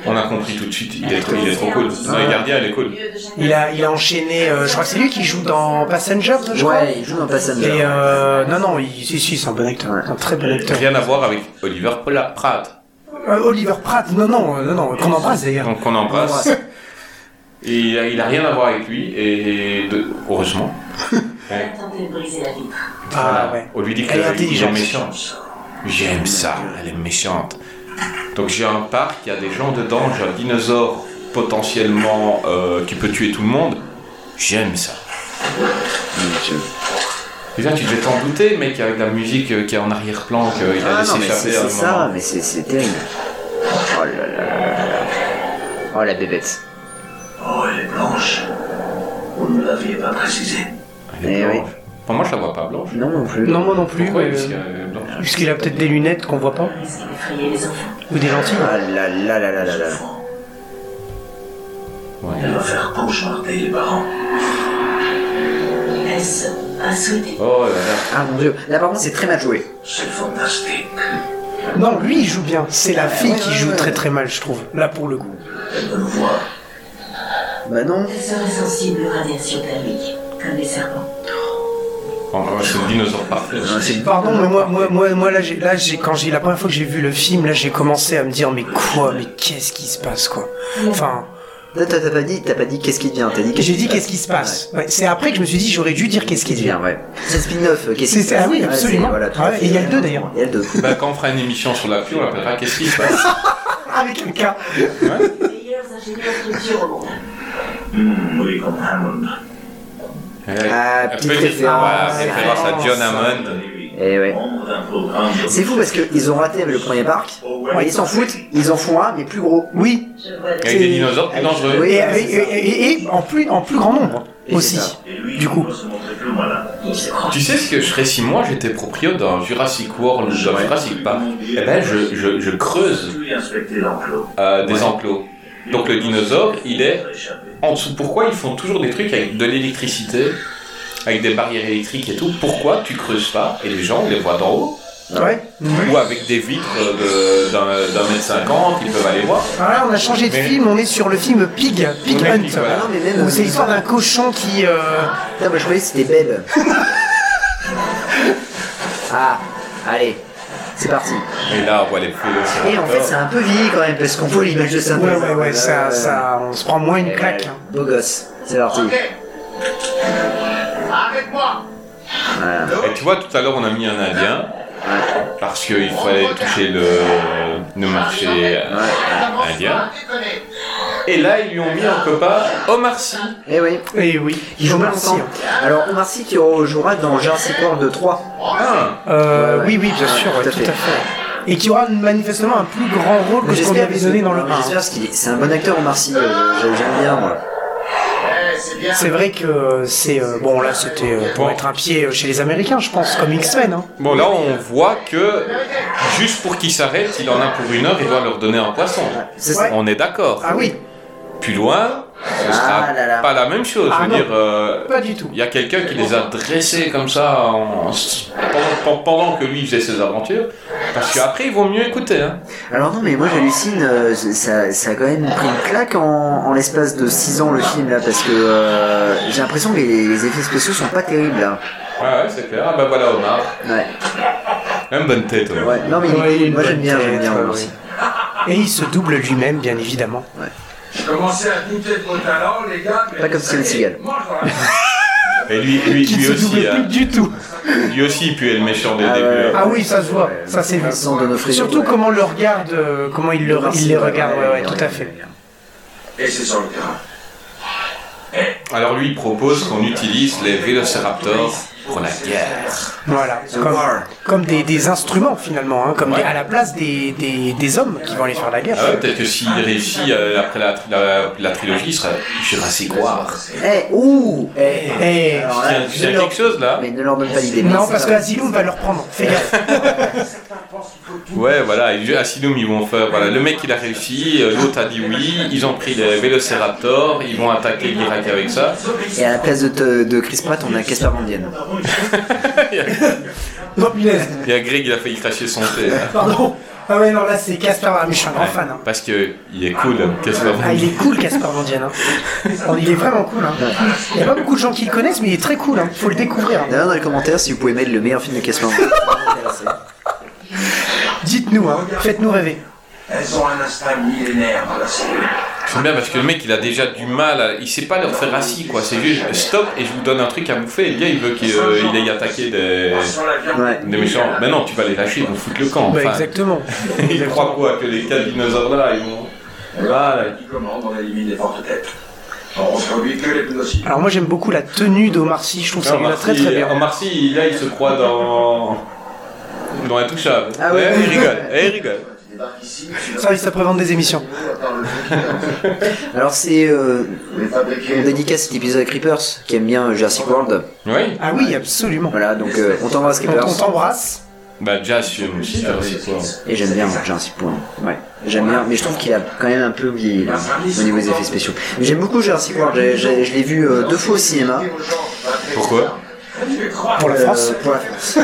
Speaker 3: on a compris tout de suite, il est trop, il est trop cool. Dans Les Gardiens, il est cool.
Speaker 4: Il a, il a enchaîné, euh, je crois que c'est lui qui joue dans Passengers, je crois.
Speaker 5: Ouais, il joue dans Passenger.
Speaker 4: Et euh, non, non, il, si, si, c'est un bon acteur, un très bon acteur.
Speaker 3: Rien à voir avec Oliver Pla- Pratt,
Speaker 4: Euh, Oliver Pratt, non, non, euh, non, non, qu'on embrasse d'ailleurs.
Speaker 3: donc on embrasse. Et il a, il a rien à voir avec lui, et, et de- heureusement.
Speaker 6: Attendez de briser la vitre.
Speaker 4: Ah ouais.
Speaker 3: On lui dit
Speaker 4: Elle est
Speaker 3: qu'elle est
Speaker 4: intelligente.
Speaker 3: méchante. J'aime ça, elle est méchante. Donc j'ai un parc, il y a des gens dedans, j'ai un dinosaure potentiellement euh, qui peut tuer tout le monde. J'aime ça. Déjà, tu devais t'en douter, mec, avec la musique euh, qui est en arrière-plan, qu'il a
Speaker 5: Ah non,
Speaker 3: laissé
Speaker 5: mais c'est
Speaker 3: échapper à
Speaker 5: c'est
Speaker 3: un
Speaker 5: ça,
Speaker 3: moment.
Speaker 5: mais c'est c'est terrible. Oh là là là là là. Oh la bébête.
Speaker 8: Oh, elle est blanche. Vous ne l'aviez pas précisé.
Speaker 3: Elle est
Speaker 5: Eh oui.
Speaker 3: blanche. Enfin, moi, je la vois pas blanche.
Speaker 5: Non, non plus.
Speaker 4: Non, moi non plus.
Speaker 3: Pourquoi
Speaker 4: euh,
Speaker 3: Parce qu'elle est blanche.
Speaker 4: parce qu'il a peut-être des lunettes qu'on voit pas,
Speaker 6: Est-ce qu'il effrayait les enfants
Speaker 4: ou des lentilles.
Speaker 5: Ah là là là là là là.
Speaker 8: Elle va faire cauchemarder les parents.
Speaker 6: Est-ce à souhaiter
Speaker 3: Oh là là.
Speaker 5: Ah mon dieu. Là par contre, c'est très mal joué.
Speaker 8: C'est fantastique.
Speaker 4: Non, lui, il joue bien. C'est la fille qui joue très très mal, je trouve. Là, pour le coup.
Speaker 8: Elle me voit.
Speaker 5: Bah non.
Speaker 6: Elle serait sensible aux radiations thermiques, comme les serpents.
Speaker 3: Enfin, c'est le dinosaure parfait.
Speaker 5: Non, c'est-
Speaker 4: Pardon, mais moi, moi, moi, moi là, j'ai, là, j'ai, quand j'ai, la première fois que j'ai vu le film, là, j'ai commencé à me dire, mais quoi, mais qu'est-ce qui se passe, quoi. Enfin,
Speaker 5: T'as t'as- t'as pas dit, t'as pas dit qu'est-ce qui vient. T'as dit.
Speaker 4: j'ai dit qu'est-ce qui se passe. Ouais, c'est après que je me suis dit, j'aurais dû dire qu'est-ce qui
Speaker 5: Qu'est-ce qui
Speaker 4: devient.
Speaker 5: vient, ouais. C'est un spin-off. euh, Qu'est-ce
Speaker 4: C'est-
Speaker 5: qui se
Speaker 4: c'est-
Speaker 5: passe
Speaker 4: ah oui,
Speaker 5: Ouais, c'est-
Speaker 4: absolument.
Speaker 5: voilà, tout à
Speaker 4: Ouais,
Speaker 5: fait.
Speaker 4: et il y a le deux, d'ailleurs.
Speaker 5: Il y a le deux.
Speaker 3: Bah, quand on fera une émission sur la pluie, on l'appellera Qu'est-ce qui se passe
Speaker 4: Avec un cas.
Speaker 6: Les meilleurs ingénieurs structurels au monde.
Speaker 8: Hmm, oui, comme Hammond.
Speaker 5: Ah,
Speaker 3: Elle
Speaker 5: petite
Speaker 3: peut dire-
Speaker 5: référence.
Speaker 3: ouais, référence à John Hammond.
Speaker 5: Eh ouais.
Speaker 8: Membre d'un programme de-
Speaker 5: C'est fou parce qu'ils ont raté le premier parc.
Speaker 8: Ouais.
Speaker 5: ils s'en foutent. Ils en font un, mais plus gros.
Speaker 4: Oui.
Speaker 6: Je vois
Speaker 3: Avec des dinosaures plus dangereux.
Speaker 5: Oui.
Speaker 4: Et, avec- et- et- et en plus, en plus grand nombre.
Speaker 5: Et
Speaker 4: aussi.
Speaker 5: c'est ça.
Speaker 8: Et lui,
Speaker 4: Du
Speaker 8: il
Speaker 4: coup.
Speaker 8: doit se montrer plus malin.
Speaker 6: Il se croit.
Speaker 3: Tu sais ce que je ferais si moi j'étais proprio d'un Jurassic World ou d'un Jurassic Park Eh ben je, je, je creuse
Speaker 8: Lui inspecter l'enclos.
Speaker 3: euh, des enclos. Donc le dinosaure, il est en dessous. Pourquoi ils font toujours des trucs avec de l'électricité, avec des barrières électriques et tout Pourquoi tu creuses pas et les gens on les voient d'en haut
Speaker 4: Ouais.
Speaker 3: Ou avec des vitres de- d'un d'un mètre cinquante, ils peuvent aller voir.
Speaker 4: Ah, là, on a changé de
Speaker 3: Mais-
Speaker 4: film, on est sur le film Pig, Pig
Speaker 3: Ouais,
Speaker 4: Hunt.
Speaker 3: Pig, voilà.
Speaker 5: Ah non, mais même.
Speaker 4: Où c'est l'histoire d'un cochon qui. euh,
Speaker 5: Putain, moi je croyais que c'était Belle. ah, allez, c'est parti.
Speaker 3: Et là on voit les plus.
Speaker 5: Et en fait, c'est un peu vieilli quand même, parce qu'on voit l'image de ça.
Speaker 4: Ouais, ouais, ouais, ça, ça, on se prend moins une
Speaker 5: Ouais,
Speaker 4: claque. hein.
Speaker 5: Beau gosse, c'est parti.
Speaker 9: Arrête-moi
Speaker 3: Et tu vois, tout à l'heure, on a mis un Indien parce qu'il fallait toucher le, le marché euh, indien. Et là, ils lui ont mis en copain Omar Sy.
Speaker 5: Eh oui,
Speaker 4: Et oui.
Speaker 5: il joue
Speaker 4: Omar
Speaker 5: mal
Speaker 4: Sy,
Speaker 5: ensemble.
Speaker 4: hein.
Speaker 5: Alors, Omar Sy qui rejouera dans Jurassic World 3.
Speaker 3: Ah,
Speaker 4: Euh,
Speaker 5: Ouais, ouais.
Speaker 4: Oui, oui, bien sûr, ouais, tout, à fait. Et qui aura manifestement un plus grand rôle que ce qu'on lui avait donné dans le 1.
Speaker 5: J'espère parce qu'il est- c'est un bon acteur, Omar Sy. euh, je- J'aime bien, moi.
Speaker 4: C'est vrai que euh, c'est. euh, bon, là, c'était euh, pour
Speaker 3: Bon.
Speaker 4: être un pied euh, chez les Américains, je pense, comme X-Men. Hein.
Speaker 3: Bon, là, on voit que juste pour qu'il s'arrête, il en a pour une heure, il doit leur donner un poisson.
Speaker 5: C'est ça.
Speaker 3: On est d'accord.
Speaker 4: Ah oui,
Speaker 3: Plus loin, ce sera
Speaker 5: Ah là là.
Speaker 3: pas la même chose.
Speaker 4: Ah
Speaker 3: Je veux
Speaker 4: non.
Speaker 3: dire, euh,
Speaker 4: pas du tout.
Speaker 3: il y a quelqu'un qui les a dressés comme ça en- pendant, pendant que lui faisait ses aventures. Parce qu'après, ils vont mieux écouter. hein.
Speaker 5: Alors non mais moi j'hallucine, euh, ça, ça a quand même pris une claque en, en l'espace de 6 ans le film là parce que euh, j'ai l'impression que les, les effets spéciaux sont pas terribles là.
Speaker 3: Ouais, ouais, c'est clair. Ah, bah voilà, Omar.
Speaker 5: Ouais.
Speaker 3: Une bonne tête, Omar.
Speaker 5: ouais. Non mais il est
Speaker 4: Ouais,
Speaker 5: cool.
Speaker 4: il
Speaker 5: moi j'aime bien,
Speaker 4: peut
Speaker 5: j'aime bien
Speaker 4: être,
Speaker 5: moi
Speaker 4: ouais.
Speaker 5: aussi.
Speaker 4: Et il se double lui-même, bien évidemment.
Speaker 9: Je commençais à douter de vos talents, les gars, mais...
Speaker 5: Pas comme Steven Seagal.
Speaker 9: Moi, j'aurais-
Speaker 3: Et lui, lui,
Speaker 4: Qui ne
Speaker 3: lui
Speaker 4: se double
Speaker 3: aussi,
Speaker 4: plus
Speaker 3: hein.
Speaker 4: du tout.
Speaker 3: lui aussi, il puait le méchant dès le
Speaker 5: Ah
Speaker 3: début.
Speaker 5: ouais.
Speaker 3: hein.
Speaker 4: Ah oui, ça se voit,
Speaker 5: Ouais,
Speaker 4: ça c'est vu.
Speaker 5: Vincent D'Onofrio,
Speaker 4: Surtout
Speaker 5: ouais.
Speaker 4: comment le regarde, euh, comment il, le, il les regarde, ouais, ouais, tout à fait.
Speaker 8: Et c'est sur le terrain.
Speaker 3: Alors lui, il propose qu'on utilise les vélociraptors pour la guerre.
Speaker 4: Voilà, comme, comme des, des instruments finalement, hein, comme des- à la place des, des, des hommes qui vont aller faire la guerre.
Speaker 3: Ah ouais, peut-être que s'il réussit euh, après la, la, la trilogie, il sera Jurassic War.
Speaker 7: Eh, ouh Eh,
Speaker 4: Eh,
Speaker 7: alors là,
Speaker 3: Tiens, tu sais
Speaker 7: ne leur-
Speaker 3: quelque chose là
Speaker 7: Mais ne leur donne pas l'idée.
Speaker 4: non, parce que Asylum va leur prendre. Fais gaffe.
Speaker 3: Ouais, voilà, et à Silum, ils vont faire. Voilà, le mec il a réussi, euh, l'autre a dit oui, ils ont pris le Vélociraptor, ils vont attaquer l'Irak avec ça.
Speaker 5: Et à la place de, te- de Chris Pratt, on a Casper Van Dien.
Speaker 4: Non, punaise.
Speaker 3: Il y a Greg, il a failli cracher son thé. là.
Speaker 4: Pardon. Ah ouais, non, là c'est Casper, mais je suis un grand
Speaker 3: Ouais,
Speaker 4: fan. hein.
Speaker 3: Parce que il est cool, qu'est-ce que
Speaker 4: Ah, il est cool, Casper Van Dien, hein. Bon, Il est vraiment cool. hein. Il n'y a pas beaucoup de gens qui le connaissent, mais il est très cool. hein. Faut le découvrir.
Speaker 5: D'ailleurs, dans les commentaires, si vous pouvez mettre le meilleur film de Casper Van Dien.
Speaker 4: Dites-nous, hein. faites-nous rêver.
Speaker 8: Elles ont un instinct millénaire dans la cellule.
Speaker 3: J'aime bien parce que le mec il a déjà du mal, à- il sait pas leur faire assis quoi, c'est juste stop et je vous donne un truc à bouffer et le gars il veut qu'il euh, il aille attaquer des,
Speaker 8: Sans la viande,
Speaker 5: Ouais.
Speaker 3: des méchants. Mais non, tu vas les lâcher, ils vont foutre le camp.
Speaker 4: Bah,
Speaker 3: Enfin,
Speaker 4: exactement.
Speaker 3: il croit quoi que les quatre dinosaures là ils vont. Voilà.
Speaker 8: qui commande, on élimine les fortes têtes. On reproduit que les plus nocifs.
Speaker 4: Alors moi j'aime beaucoup la tenue d'Omar Sy, je trouve ça lui va
Speaker 3: Omar
Speaker 4: très
Speaker 3: Sy,
Speaker 4: très bien.
Speaker 3: Omar Sy, il- là il se croit dans. dans Intouchable.
Speaker 5: Ah ouais,
Speaker 3: Eh,
Speaker 5: ouais,
Speaker 3: il
Speaker 5: ouais.
Speaker 3: rigole, eh, il rigole.
Speaker 4: Service après-vente des émissions.
Speaker 5: Alors, c'est. Euh, on dédicace cet épisode à Creepers, qui aime bien euh, Jurassic World.
Speaker 3: Oui,
Speaker 4: Ah oui, absolument.
Speaker 5: Voilà, donc euh, on t'embrasse,
Speaker 4: On on
Speaker 5: Creepers.
Speaker 4: t'embrasse.
Speaker 3: bah déjà sur aussi, alors, c'est quoi
Speaker 5: Et j'aime bien Jurassic World. Ouais, j'aime bien, mais je trouve qu'il a quand même un peu vieilli là, au niveau des effets spéciaux. Mais j'aime beaucoup Jurassic World. J'ai- j'ai- je l'ai vu euh, deux fois au cinéma.
Speaker 3: Pourquoi
Speaker 4: Pour la
Speaker 5: Euh,
Speaker 4: France.
Speaker 5: pour la France.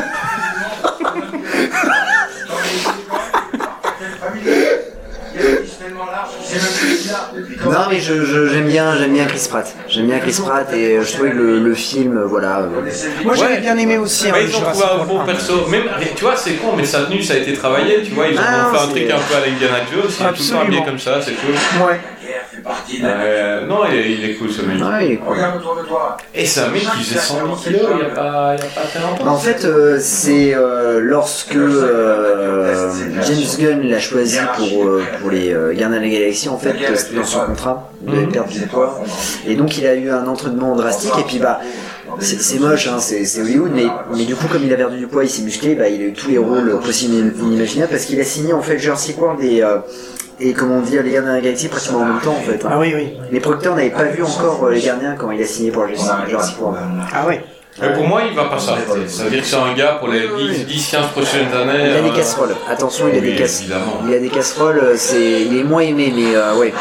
Speaker 5: Non mais je- je- j'aime bien j'aime bien Chris Pratt j'aime bien Chris Pratt et euh, je trouvais que le, le film euh, voilà euh,
Speaker 4: Moi j'avais
Speaker 3: Ouais.
Speaker 4: bien aimé aussi. hein,
Speaker 3: Mais
Speaker 4: le
Speaker 3: ils ont trouvé
Speaker 4: Jurassic
Speaker 3: un
Speaker 4: World
Speaker 3: bon
Speaker 4: 1.
Speaker 3: perso. Même, tu vois, c'est con, mais sa tenue, ça a été travaillé. Tu vois, ils ont
Speaker 5: Ah,
Speaker 3: fait un
Speaker 5: c'est-
Speaker 3: truc un peu à la Indiana Jones. Il est tout le temps habillé
Speaker 4: Absolument.
Speaker 3: comme ça, c'est cool.
Speaker 4: Ouais.
Speaker 3: Euh, non, il est, il est cool ce mec.
Speaker 5: ouais, il est cool.
Speaker 8: Regarde autour de toi.
Speaker 3: Et c'est un mec qui faisait 100 kilos il y a pas, il y a pas très
Speaker 5: Bah,
Speaker 3: longtemps.
Speaker 5: en fait euh, c'est euh, lorsque euh, James Gunn l'a choisi pour euh, pour les euh, Gardiens de la Galaxie en fait euh, c'était dans son contrat
Speaker 4: Mhm.
Speaker 5: de perdre du poids et donc il a eu un entraînement drastique et puis bah C'est c'est moche, hein, c'est c'est Hollywood, mais, mais du coup, comme il a perdu du poids, il s'est musclé, bah, il a eu tous les rôles possibles et inimaginables parce qu'il a signé en fait Jurassic World et, euh, et comment dire, Les Gardiens de la Galaxie pratiquement en même temps en fait. hein.
Speaker 4: Ah oui, oui.
Speaker 5: Les producteurs n'avaient pas vu encore euh, Les Gardiens quand il a signé pour Jurassic World.
Speaker 4: Ah ouais.
Speaker 3: Mais pour moi, il va pas s'arrêter. Ça veut dire que c'est un gars pour les 10, 10 15 prochaines années.
Speaker 5: Il a des
Speaker 3: euh,
Speaker 5: casseroles, attention, il a
Speaker 3: Oui,
Speaker 5: des casseroles.
Speaker 3: évidemment.
Speaker 5: Il a des casseroles, euh, c'est il est moins aimé, mais euh, ouais.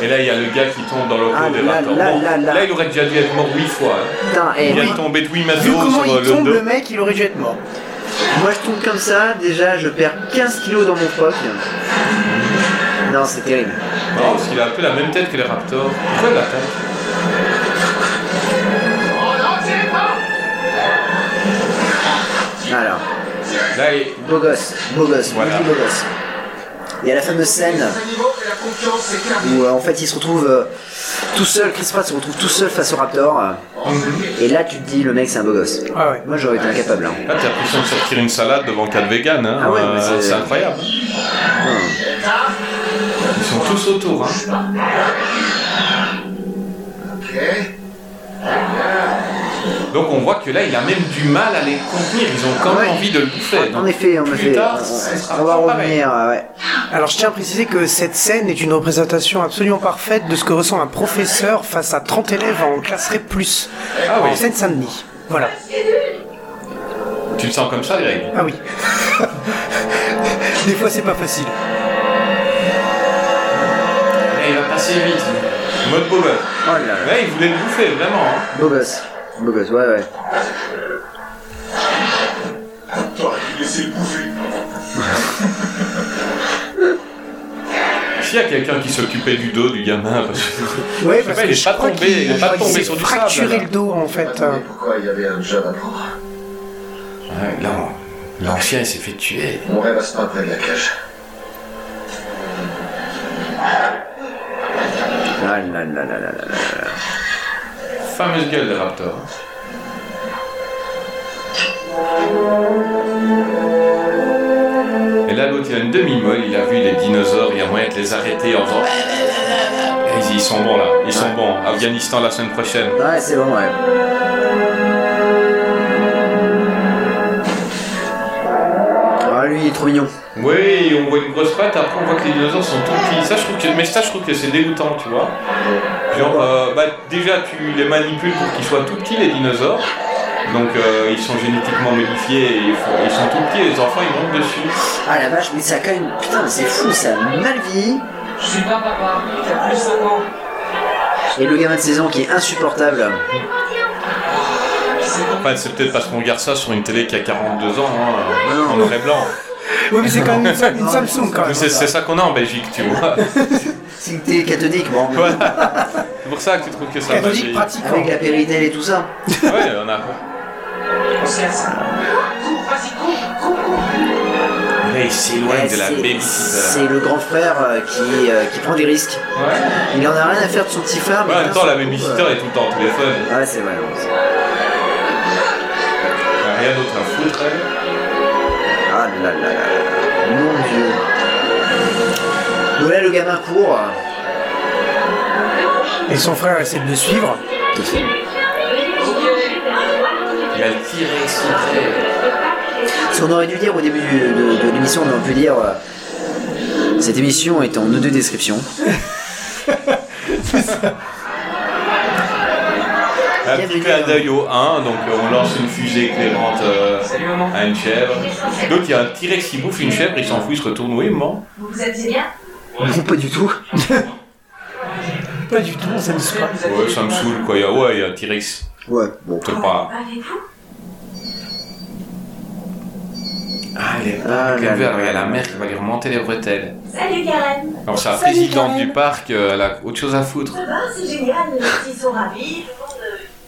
Speaker 3: Et là, il y a le gars qui tombe dans le
Speaker 5: Ah,
Speaker 3: dos des
Speaker 5: là,
Speaker 3: raptors.
Speaker 5: là,
Speaker 3: Bon,
Speaker 5: là, là.
Speaker 3: il aurait déjà dû être mort 8 fois. hein.
Speaker 5: Putain, eh,
Speaker 3: Il vient
Speaker 5: oui.
Speaker 3: de tomber de 8 mètres
Speaker 4: Vu
Speaker 3: de haut
Speaker 4: comment
Speaker 3: sur euh,
Speaker 4: il
Speaker 3: le
Speaker 4: tombe
Speaker 3: dos.
Speaker 4: le mec, il aurait dû être mort.
Speaker 5: Moi je tombe comme ça, déjà je perds 15 kilos dans mon froc. Non, c'est terrible.
Speaker 3: Non, parce qu'il a un peu la même tête que les raptors. Pourquoi il attaque
Speaker 5: Alors.
Speaker 3: Là, il...
Speaker 5: Beau gosse, beau gosse,
Speaker 3: Voilà.
Speaker 5: Woody beau gosse. Il y a la fameuse scène où euh, en fait il se retrouve euh, tout seul, Chris Pratt se retrouve tout seul face au Raptor. euh,
Speaker 3: Mm-hmm.
Speaker 5: et là tu te dis le mec c'est un beau gosse.
Speaker 4: Ah ouais.
Speaker 5: Moi j'aurais été incapable. hein.
Speaker 3: Là, Ah, t'as l'impression de sortir une salade devant quatre véganes, hein.
Speaker 5: Ah ouais, mais
Speaker 3: Euh,
Speaker 5: c'est- Ah.
Speaker 3: c'est incroyable. Ils sont tous autour, hein. Donc on voit que là, il a même du mal à les contenir. Ils ont quand même
Speaker 5: Ouais.
Speaker 3: envie de le bouffer.
Speaker 5: En
Speaker 3: Donc,
Speaker 5: effet, en
Speaker 3: plus
Speaker 5: effet,
Speaker 3: tard,
Speaker 5: on-
Speaker 3: ça sera
Speaker 5: on va
Speaker 3: pas pareil.
Speaker 5: revenir. euh, ouais.
Speaker 4: Alors je tiens à préciser que cette scène est une représentation absolument parfaite de ce que ressent un professeur face à 30 élèves en classe REP+,
Speaker 3: Ah oui.
Speaker 4: en Seine-Saint-Denis. Voilà.
Speaker 3: Tu le sens comme ça, Greg
Speaker 4: Ah oui. Des fois c'est pas facile.
Speaker 3: Là, Eh, il va passer vite. Mode beau gosse.
Speaker 5: Oh là là.
Speaker 3: Là, il voulait le bouffer, vraiment. hein.
Speaker 5: Beau gosse, beau gosse, ouais ouais.
Speaker 8: T'aurais dû laisser le bouffer.
Speaker 3: S'il y a quelqu'un qui s'occupait du dos du gamin, parce que...
Speaker 4: Ouais,
Speaker 3: pas, il est pas
Speaker 4: crois
Speaker 3: tombé-
Speaker 4: qu'il-
Speaker 3: il est pas
Speaker 4: je crois qu'il
Speaker 3: tombé
Speaker 4: s'est
Speaker 3: sur du sable,
Speaker 4: fracturé
Speaker 3: là.
Speaker 4: le dos en fait. hein.
Speaker 8: Mais pourquoi il y avait un job à prendre
Speaker 3: Ouais, là, on- l'ancien, il s'est fait tuer.
Speaker 8: Mon rêve à se pas près de la cage.
Speaker 5: Ah là là là là là là.
Speaker 3: Fameuse gueule des raptors. Et là, l'autre, il a une demi-molle, il a vu les dinosaures, il y a moyen de les arrêter en faisant... Et ils Vas-y, ils sont bons là. Ils sont bons. Afghanistan la semaine prochaine.
Speaker 5: Ouais, c'est bon, ouais. Ah, lui, il est trop mignon.
Speaker 3: Oui, on voit une grosse patte, après on voit que les dinosaures sont tout petits. Ça, je trouve que, mais ça, je trouve que c'est dégoûtant, tu vois. Genre, euh, bah, déjà, tu les manipules pour qu'ils soient tout petits, les dinosaures. Donc, euh, ils sont génétiquement modifiés et ils, font- ils sont tout petits et les enfants, ils montent dessus.
Speaker 5: Ah la vache, mais ça a quand même. Putain, mais c'est fou, ça a mal vieilli.
Speaker 10: Je suis pas papa, t'as plus 5 ans.
Speaker 5: Et le gamin de 16 ans qui est insupportable.
Speaker 3: Enfin, c'est peut-être parce qu'on regarde ça sur une télé qui a 42 ans, hein, en noir et blanc.
Speaker 4: Oui, mais c'est quand même une, Sam- une Samsung quand
Speaker 3: Mais
Speaker 4: même.
Speaker 3: C'est c'est ça qu'on a en Belgique, tu vois.
Speaker 5: C'est une télé cathodique, bon.
Speaker 3: Voilà. C'est pour ça que tu trouves que ça va
Speaker 4: Cathodique
Speaker 3: vieillir.
Speaker 4: pratique.
Speaker 5: Avec la périnelle et tout ça.
Speaker 3: Ouais, on a.
Speaker 10: On se casse. Cours, vas-y, cours, cours, cours.
Speaker 3: Là, il s'éloigne
Speaker 5: Ouais,
Speaker 3: de la
Speaker 5: c'est-
Speaker 3: baby.
Speaker 5: C'est le grand frère euh, qui, euh, qui prend des risques.
Speaker 3: Ouais.
Speaker 5: Il en a rien à faire de son petit frère. mais
Speaker 3: Ouais, en même temps, la
Speaker 5: putain,
Speaker 3: baby
Speaker 5: son-
Speaker 3: est tout le temps au téléphone.
Speaker 5: Ouais, c'est vrai.
Speaker 3: Elle a Rien d'autre à foutre, elle.
Speaker 5: Ah là là là là. Mon dieu. Donc là, le gamin court.
Speaker 4: Et son frère essaie de le suivre.
Speaker 3: Il a tiré son trait.
Speaker 5: Ce qu'on aurait dû dire au début de, de- de l'émission, on aurait pu dire. euh, cette émission est en audio description.
Speaker 3: Un petit clin d'œil au 1, donc euh, on lance une fusée éclairante euh,
Speaker 10: Salut maman.
Speaker 3: à une chèvre. L'autre, il y a un T-Rex qui bouffe une chèvre, il s'en fout, il se retourne, oui, il ment.
Speaker 6: Vous vous habillez bien
Speaker 5: Non, pas du tout.
Speaker 4: Pas du tout, ça me suit pas.
Speaker 3: Ouais, ça me saoule, quoi. Il y a, ouais, il y a un T-Rex.
Speaker 5: Ouais, bon.
Speaker 3: Je sais pas.
Speaker 6: Avez-vous
Speaker 3: Ah, elle est
Speaker 5: Ah, là,
Speaker 3: calvaire,
Speaker 5: là,
Speaker 3: regarde
Speaker 5: là.
Speaker 3: la mère qui va lui remonter les bretelles.
Speaker 6: Salut Karen
Speaker 3: Alors, c'est la présidente du parc, euh, elle a autre chose à foutre.
Speaker 6: Ça va, c'est génial, les petits sont ravis.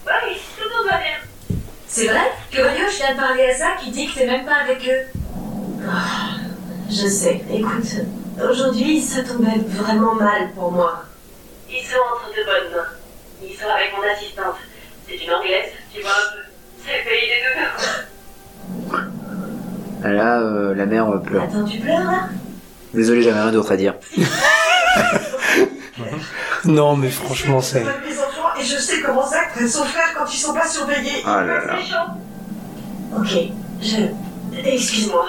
Speaker 6: Oui, tout le monde va bien. C'est vrai Curieux, je viens de parler à ça qui dit que t'es même pas avec eux. Oh, je sais, écoute, aujourd'hui ça tombait vraiment mal pour moi.
Speaker 11: Ils sont entre de bonnes mains. Ils sont avec mon assistante. C'est une anglaise, tu vois un peu. C'est le pays des douleurs.
Speaker 5: Ah Là, euh, la mère euh, pleure.
Speaker 6: Attends, tu pleures là
Speaker 5: Désolé, j'avais rien d'autre à dire.
Speaker 4: Non, mais franchement, c'est.
Speaker 10: Mes enfants, et je sais comment ça que sont faire quand ils sont pas surveillés.
Speaker 5: Ah là là.
Speaker 6: Ok, je. Excuse-moi.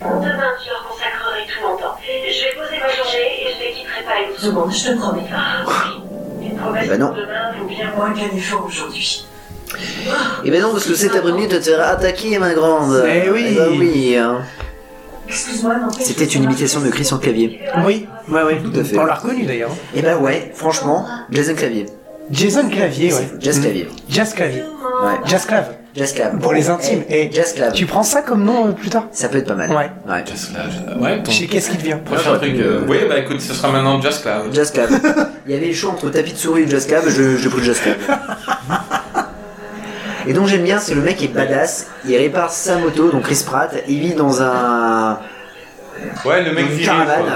Speaker 11: Demain, je leur consacrerai tout mon temps. Je vais poser ma journée et je ne les quitterai pas une seconde. Ah,
Speaker 6: Seconde, je te promets.
Speaker 11: Une promesse
Speaker 5: Bah non.
Speaker 11: pour demain, faut bien Ah,
Speaker 10: Moins qu'un effort aujourd'hui.
Speaker 5: Et ben non, parce que cet après-midi, tu te feras attaquer, ma grande.
Speaker 4: Eh oui.
Speaker 5: Eh ben oui. hein.
Speaker 6: Excuse-moi, n'empêche.
Speaker 5: C'était une imitation de Christian Clavier.
Speaker 4: Oui, ouais, ouais.
Speaker 5: Tout à fait.
Speaker 4: On l'a reconnu d'ailleurs.
Speaker 5: Et ben ouais, franchement, Jason Clavier.
Speaker 4: Jason Clavier, ouais. Mm.
Speaker 5: Jazz Clavier.
Speaker 4: Jazz Clavier.
Speaker 5: Ouais.
Speaker 4: Jazz Clav.
Speaker 5: Jazz Clav.
Speaker 4: Pour les intimes.
Speaker 5: Eh,
Speaker 4: Et
Speaker 5: Jazz Clav.
Speaker 4: tu prends ça comme nom euh, plus tard
Speaker 5: Ça peut être pas mal.
Speaker 4: Ouais.
Speaker 5: Ouais.
Speaker 3: Ouais, ton
Speaker 4: Chez qu'est-ce qu'il devient
Speaker 3: prochain truc. euh, Oui, bah écoute, ce sera maintenant Just Cloud.
Speaker 5: Jazz Clav. Il y avait le choix entre tapis de souris ou Jazz Clav, je, je pris le Jazz Clav. Et donc j'aime bien, c'est le mec qui est badass, il répare sa moto, donc Chris Pratt, il vit dans un...
Speaker 3: Ouais, le mec
Speaker 5: une
Speaker 3: viril, quoi.
Speaker 5: caravane.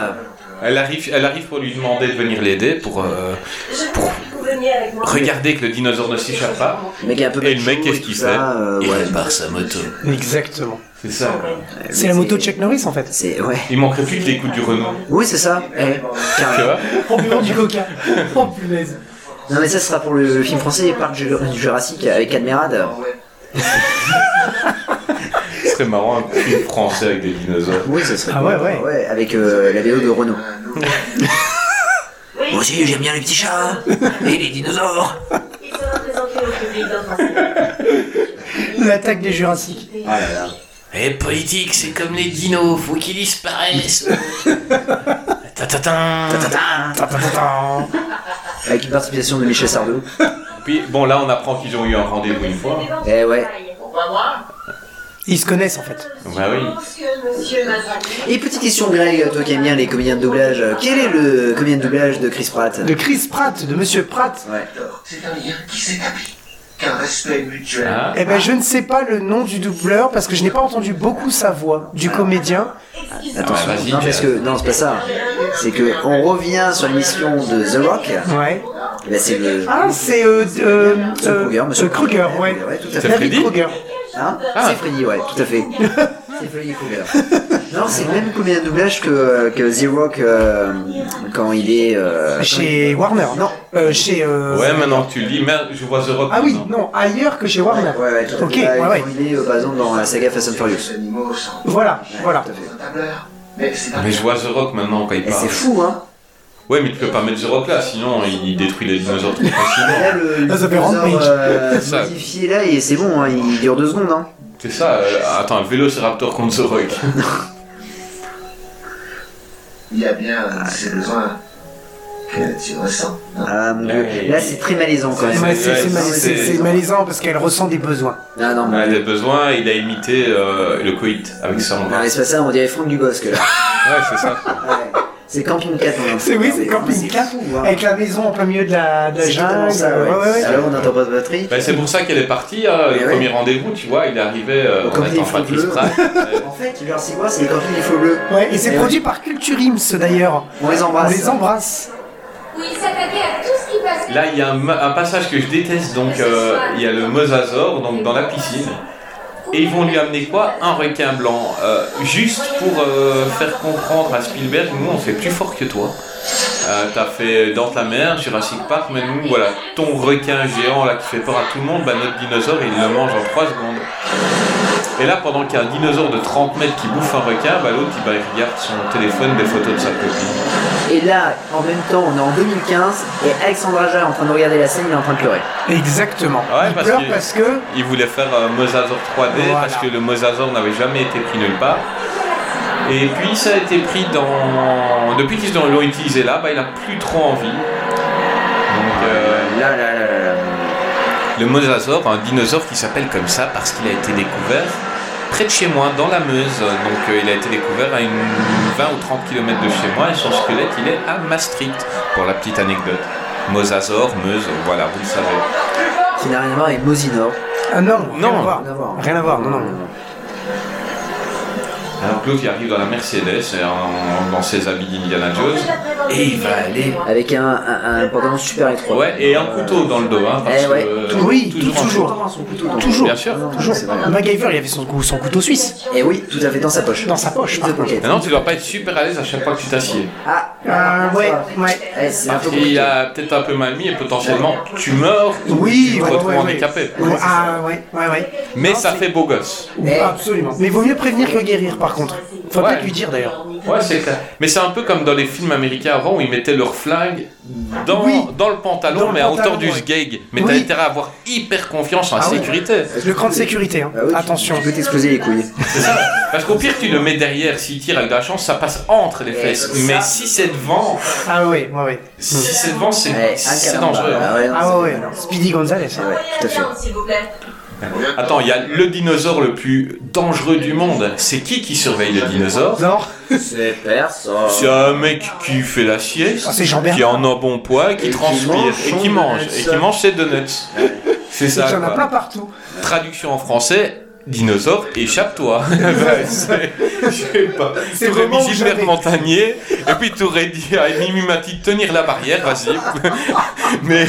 Speaker 3: Elle arrive, elle arrive pour lui demander de venir l'aider pour euh,
Speaker 6: Je vous venir avec moi.
Speaker 3: regarder que le dinosaure ne s'échappe pas.
Speaker 5: Le mec est un peu
Speaker 3: Et le mec,
Speaker 5: macho
Speaker 3: qu'est-ce
Speaker 5: tout
Speaker 3: qu'il
Speaker 5: ça,
Speaker 3: fait
Speaker 5: euh,
Speaker 3: Il
Speaker 5: ouais.
Speaker 3: répare sa moto.
Speaker 5: Eh
Speaker 4: Exactement.
Speaker 3: C'est ça.
Speaker 4: C'est la moto de Chuck Norris en fait.
Speaker 5: C'est... Ouais.
Speaker 3: Il manquerait plus que les coups du Renault.
Speaker 5: Oui, c'est ça. Eh,
Speaker 3: Tu
Speaker 5: carrément.
Speaker 3: vois
Speaker 4: En buvant du coca. Oh punaise.
Speaker 5: Non mais ça sera pour le, film français Parc Ju- Jurassique avec Admirade.
Speaker 3: Ce serait marrant un film français avec des dinosaures.
Speaker 5: Oui, ça serait.
Speaker 4: Ah ouais, ouais.
Speaker 5: avec euh, la VO de Renault.
Speaker 6: Oui,
Speaker 5: Moi aussi, j'aime bien les petits chats et les dinosaures.
Speaker 6: il sera présenté au public dans un
Speaker 4: L'attaque des Jurassiques.
Speaker 5: Ah là là.
Speaker 3: Eh, politique, c'est comme les dinos, faut qu'ils disparaissent. Tatatin.
Speaker 4: Ta, ta, ta, ta.
Speaker 5: Avec une participation de Michel Sardou.
Speaker 3: Puis bon, là, on apprend qu'ils ont eu un rendez-vous une fois.
Speaker 5: Eh ouais.
Speaker 4: Ils se connaissent en fait.
Speaker 3: Bah oui.
Speaker 6: Monsieur Mazraki.
Speaker 5: Et petite question, Greg, toi qui aimes bien les comédiens de doublage, euh, quel est le comédien de doublage de Chris Pratt
Speaker 4: De Chris Pratt, de Monsieur Pratt.
Speaker 5: Ouais.
Speaker 8: C'est un lien qui s'établit. Qu'un respect mutuel.
Speaker 3: Ah.
Speaker 4: Eh ben je ne sais pas le nom du doubleur parce que je n'ai pas entendu beaucoup sa voix du comédien.
Speaker 5: Attention.
Speaker 3: Ah, vas-y,
Speaker 5: non, parce que non, c'est pas ça. C'est que on revient sur l'émission de The Rock.
Speaker 4: Ouais.
Speaker 5: Eh ben, c'est le.
Speaker 4: Ah c'est euh, euh,
Speaker 5: Kruger,
Speaker 4: euh,
Speaker 5: monsieur
Speaker 4: Kruger, ouais.
Speaker 5: Ouais, tout à fait.
Speaker 4: David
Speaker 3: Freddy
Speaker 4: Kruger.
Speaker 5: Hein c'est Freddy, ouais, tout à fait. c'est Freddy Krueger. Non, c'est le même combien de doublage que, que The Rock euh, quand il est. euh,
Speaker 4: Chez Warner, non euh, Chez. euh,
Speaker 3: Ouais, maintenant que tu le dis, merde, je vois The Rock.
Speaker 4: Ah oui,
Speaker 3: maintenant.
Speaker 4: non, ailleurs que chez Warner.
Speaker 5: Ouais, ouais, tout à fait.
Speaker 4: ok,
Speaker 5: Bah,
Speaker 4: ouais, ouais.
Speaker 5: Quand il est, euh, par exemple, dans la saga Fast and Furious.
Speaker 4: Voilà, voilà.
Speaker 8: Mais c'est
Speaker 3: Mais je vois The Rock maintenant quand il parle.
Speaker 5: C'est fou, hein
Speaker 3: Ouais, mais tu peux pas mettre The Rock là, sinon il il détruit les dinosaures trop facilement.
Speaker 5: Là, le
Speaker 4: Ah, ça fait
Speaker 5: dinosaure,
Speaker 4: rampage.
Speaker 5: euh,
Speaker 3: C'est ça.
Speaker 5: modifié là, et c'est bon, hein, il dure deux secondes. Hein.
Speaker 3: C'est ça, euh, attends, un vélociraptor contre The Rock.
Speaker 8: Il y a bien ces besoins que tu ressens. non
Speaker 5: Ah mon dieu.
Speaker 3: Ouais.
Speaker 5: Là, c'est très malaisant quand même.
Speaker 4: Ouais, c'est- c'est
Speaker 3: Ouais,
Speaker 4: mal-
Speaker 3: c'est-
Speaker 4: c'est- c'est malaisant parce qu'elle ressent des besoins.
Speaker 5: Non, non,
Speaker 3: On
Speaker 5: mais.
Speaker 3: a des besoins, Ah, il a imité euh, le coït avec ça on
Speaker 5: Non,
Speaker 3: va.
Speaker 5: mais c'est pas ça, on dirait Franck Dubosc là.
Speaker 3: Ouais, c'est ça.
Speaker 5: Ouais. C'est Camping 4 maintenant.
Speaker 4: C'est oui, c'est Camping
Speaker 5: C'est
Speaker 4: 4
Speaker 5: fou, hein.
Speaker 4: avec la maison en plein milieu de la, de la
Speaker 5: C'est totalement
Speaker 4: jungle.
Speaker 5: ça,
Speaker 4: ouais, ouais, ouais.
Speaker 5: Alors, on n'entend pas de batterie.
Speaker 3: Bah, c'est pour ça qu'elle est partie, hein, le
Speaker 5: Mais ouais.
Speaker 3: premier rendez-vous, tu vois, il arrivait euh,
Speaker 5: Comme
Speaker 3: en
Speaker 5: des
Speaker 3: étant
Speaker 5: fous
Speaker 3: Patrice
Speaker 5: bleus.
Speaker 3: Pratt.
Speaker 5: En fait, leur c'est quoi C'est les Camping des Faux Bleus.
Speaker 4: Ouais, et c'est
Speaker 5: Et
Speaker 4: produit par Culture Ims d'ailleurs.
Speaker 5: On les
Speaker 4: On
Speaker 5: embrasse.
Speaker 4: les embrasse.
Speaker 6: Où il s'attaquait à tout ce qui passait.
Speaker 3: Là, il y a un, ma- un passage que je déteste, donc euh, il y a le mosasaure, donc dans la piscine. Et ils vont lui amener quoi Un requin blanc. euh, juste pour euh, faire comprendre à Spielberg, nous on fait plus fort que toi. Euh, T'as fait Dans la mer, Jurassic Park, mais nous voilà, ton requin géant là qui fait peur à tout le monde, bah, notre dinosaure il le mange en 3 secondes. Et là, pendant qu'il y a un dinosaure de 30 mètres qui bouffe un requin, bah, l'autre il, bah, il regarde son téléphone des photos de sa copine.
Speaker 5: Et là, en même temps, on est en 2015 et Alexandra Aja est en train de regarder la scène, il est en train de pleurer.
Speaker 4: Exactement.
Speaker 3: Ouais,
Speaker 4: Ils
Speaker 3: parce
Speaker 4: pleurent
Speaker 3: que-
Speaker 4: parce que
Speaker 3: Il voulait faire euh, Mosasaur 3D
Speaker 4: Voilà.
Speaker 3: parce que le Mosasaur n'avait jamais été pris nulle part. Et puis ça a été pris dans. Depuis qu'ils l'ont utilisé là, bah, il a plus trop envie. Donc, euh,
Speaker 5: Là, là, là, là, là.
Speaker 3: le mosasaure, un dinosaure qui s'appelle comme ça parce qu'il a été découvert près de chez moi, dans la Meuse. Donc euh, il a été découvert à une 20 ou 30 km de chez moi et son squelette il est à Maastricht, pour la petite anecdote. Mosasaur, Meuse, voilà, vous le savez.
Speaker 5: Qui n'a rien à voir avec Mosinor.
Speaker 4: ah non, rien
Speaker 3: Non,
Speaker 4: à voir.
Speaker 5: Rien à voir.
Speaker 4: Rien à voir, non, non.
Speaker 3: Alors Claude il arrive dans la Mercedes euh, en- dans ses habits d'Indiana Jones. Et il va aller.
Speaker 5: Avec un, un, un pantalon super étroit.
Speaker 3: Ouais, et un couteau dans le dos, hein, parce
Speaker 5: Eh ouais.
Speaker 3: que, euh,
Speaker 4: Tou- oui,
Speaker 3: toujours
Speaker 4: tou-
Speaker 3: un
Speaker 4: toujours.
Speaker 3: couteau.
Speaker 4: Toujours.
Speaker 3: Bien sûr.
Speaker 4: Toujours.
Speaker 5: c'est vrai.
Speaker 4: MacGyver, il avait son, cou- son couteau suisse.
Speaker 5: Et oui, tout à fait dans sa poche.
Speaker 4: Dans sa poche,
Speaker 5: Dans sa
Speaker 4: par contre.
Speaker 5: pochette.
Speaker 3: Maintenant, tu dois pas être super à l'aise à chaque fois que tu t'assieds.
Speaker 5: Ah,
Speaker 4: Euh, ouais, ouais.
Speaker 5: Eh, c'est un peu
Speaker 3: Il
Speaker 5: compliqué.
Speaker 3: a peut-être un peu mal mis et potentiellement tu meurs ou
Speaker 4: Oui,
Speaker 3: tu te
Speaker 4: ouais,
Speaker 3: retrouves
Speaker 4: ouais, ouais.
Speaker 3: handicapé.
Speaker 4: Ouais, ah ouais, ouais, ouais.
Speaker 3: Mais ça fait beau gosse.
Speaker 5: Eh.
Speaker 4: Absolument. Mais il vaut mieux prévenir que guérir, par contre. Faut
Speaker 3: Ouais.
Speaker 4: peut-être lui dire d'ailleurs.
Speaker 3: Ouais, c'est clair. Mais c'est un peu comme dans les films américains avant où ils mettaient leur flingue dans,
Speaker 4: Oui.
Speaker 3: dans le pantalon,
Speaker 4: Dans le
Speaker 3: mais à
Speaker 4: pantalon,
Speaker 3: hauteur du
Speaker 4: ouais.
Speaker 3: sgeg. Mais t'as
Speaker 4: Oui.
Speaker 3: intérêt à avoir hyper confiance en la
Speaker 4: Ah oui.
Speaker 3: sécurité.
Speaker 4: Le cran de sécurité, hein.
Speaker 5: Ah oui, tu-
Speaker 4: attention.
Speaker 5: Tu peux t'exploser les couilles.
Speaker 3: Parce qu'au pire, tu le mets derrière. S'il tire avec de la chance, ça passe entre les
Speaker 5: Eh,
Speaker 3: fesses.
Speaker 5: ça-
Speaker 3: Mais si c'est devant,
Speaker 4: Ah ouais, ouais, ouais.
Speaker 3: si c'est devant, c'est
Speaker 5: Eh, un
Speaker 3: c'est
Speaker 5: calambar.
Speaker 3: dangereux. hein.
Speaker 5: Ah ouais, non,
Speaker 4: Ah ouais,
Speaker 5: c'est-
Speaker 4: ouais. Speedy Gonzalez. hein.
Speaker 5: Ouais, tout à fait.
Speaker 6: s'il vous plaît.
Speaker 3: Attends, il y a le dinosaure le plus dangereux du monde. C'est qui qui surveille le dinosaure
Speaker 4: Non,
Speaker 5: C'est personne.
Speaker 3: C'est un mec qui fait la sieste,
Speaker 4: Ah, c'est Jean-Bernard.
Speaker 3: qui est en un bon poids, qui
Speaker 5: Et qui
Speaker 3: transpire,
Speaker 5: mange
Speaker 3: et
Speaker 5: son
Speaker 3: qui mange,
Speaker 5: donuts.
Speaker 3: et qui mange ses donuts. C'est
Speaker 4: il y
Speaker 3: ça.
Speaker 4: en a
Speaker 3: quoi.
Speaker 4: plein partout.
Speaker 3: Traduction en français. Dinosaure, échappe-toi. C'est- Je sais pas.
Speaker 4: C'est
Speaker 3: T'aurais
Speaker 4: vraiment
Speaker 3: mis Gilbert
Speaker 4: jamais.
Speaker 3: Montagnier, et puis t'aurais dit à Amy Mimati de tenir la barrière, vas-y. Mais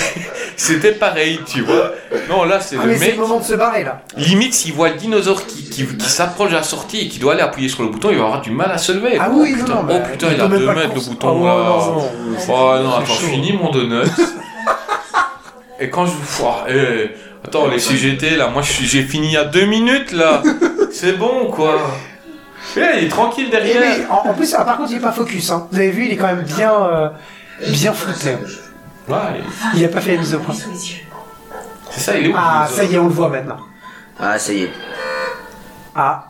Speaker 3: c'était pareil, tu vois. Non, là, c'est
Speaker 4: Ah,
Speaker 3: le
Speaker 4: mais c'est
Speaker 3: mec.
Speaker 4: le moment de se barrer là.
Speaker 3: Limite, s'il voit le dinosaure qui, qui, qui s'approche de la sortie et qui doit aller appuyer sur le bouton, il va avoir du mal à se lever.
Speaker 4: Ah
Speaker 3: Oh,
Speaker 4: oui, non,
Speaker 3: putain,
Speaker 4: non,
Speaker 3: oh
Speaker 4: bah,
Speaker 3: putain,
Speaker 4: il
Speaker 3: il
Speaker 4: peut
Speaker 3: a
Speaker 4: même
Speaker 3: deux
Speaker 4: pas
Speaker 3: mètres le
Speaker 4: cons-
Speaker 3: bouton.
Speaker 4: Ah ouais,
Speaker 3: là.
Speaker 4: non, non.
Speaker 3: Oh non, attends,
Speaker 4: chaud.
Speaker 3: je finis mon donut. et quand je vous. Oh, eh, attends, les CGT là, moi je suis- j'ai fini à deux minutes là. C'est bon quoi. Eh, il est tranquille
Speaker 4: Et
Speaker 3: derrière.
Speaker 4: lui, en, en plus, ah, par contre, il est pas focus. Hein. Vous avez vu, il est quand même bien, euh, bien flouté.
Speaker 3: Ouais,
Speaker 4: Il a pas fait la mise au point.
Speaker 3: c'est ça, il est où
Speaker 4: Ah,
Speaker 3: le
Speaker 4: ça y est, on le voit maintenant.
Speaker 5: Ah, ça y est.
Speaker 4: Ah.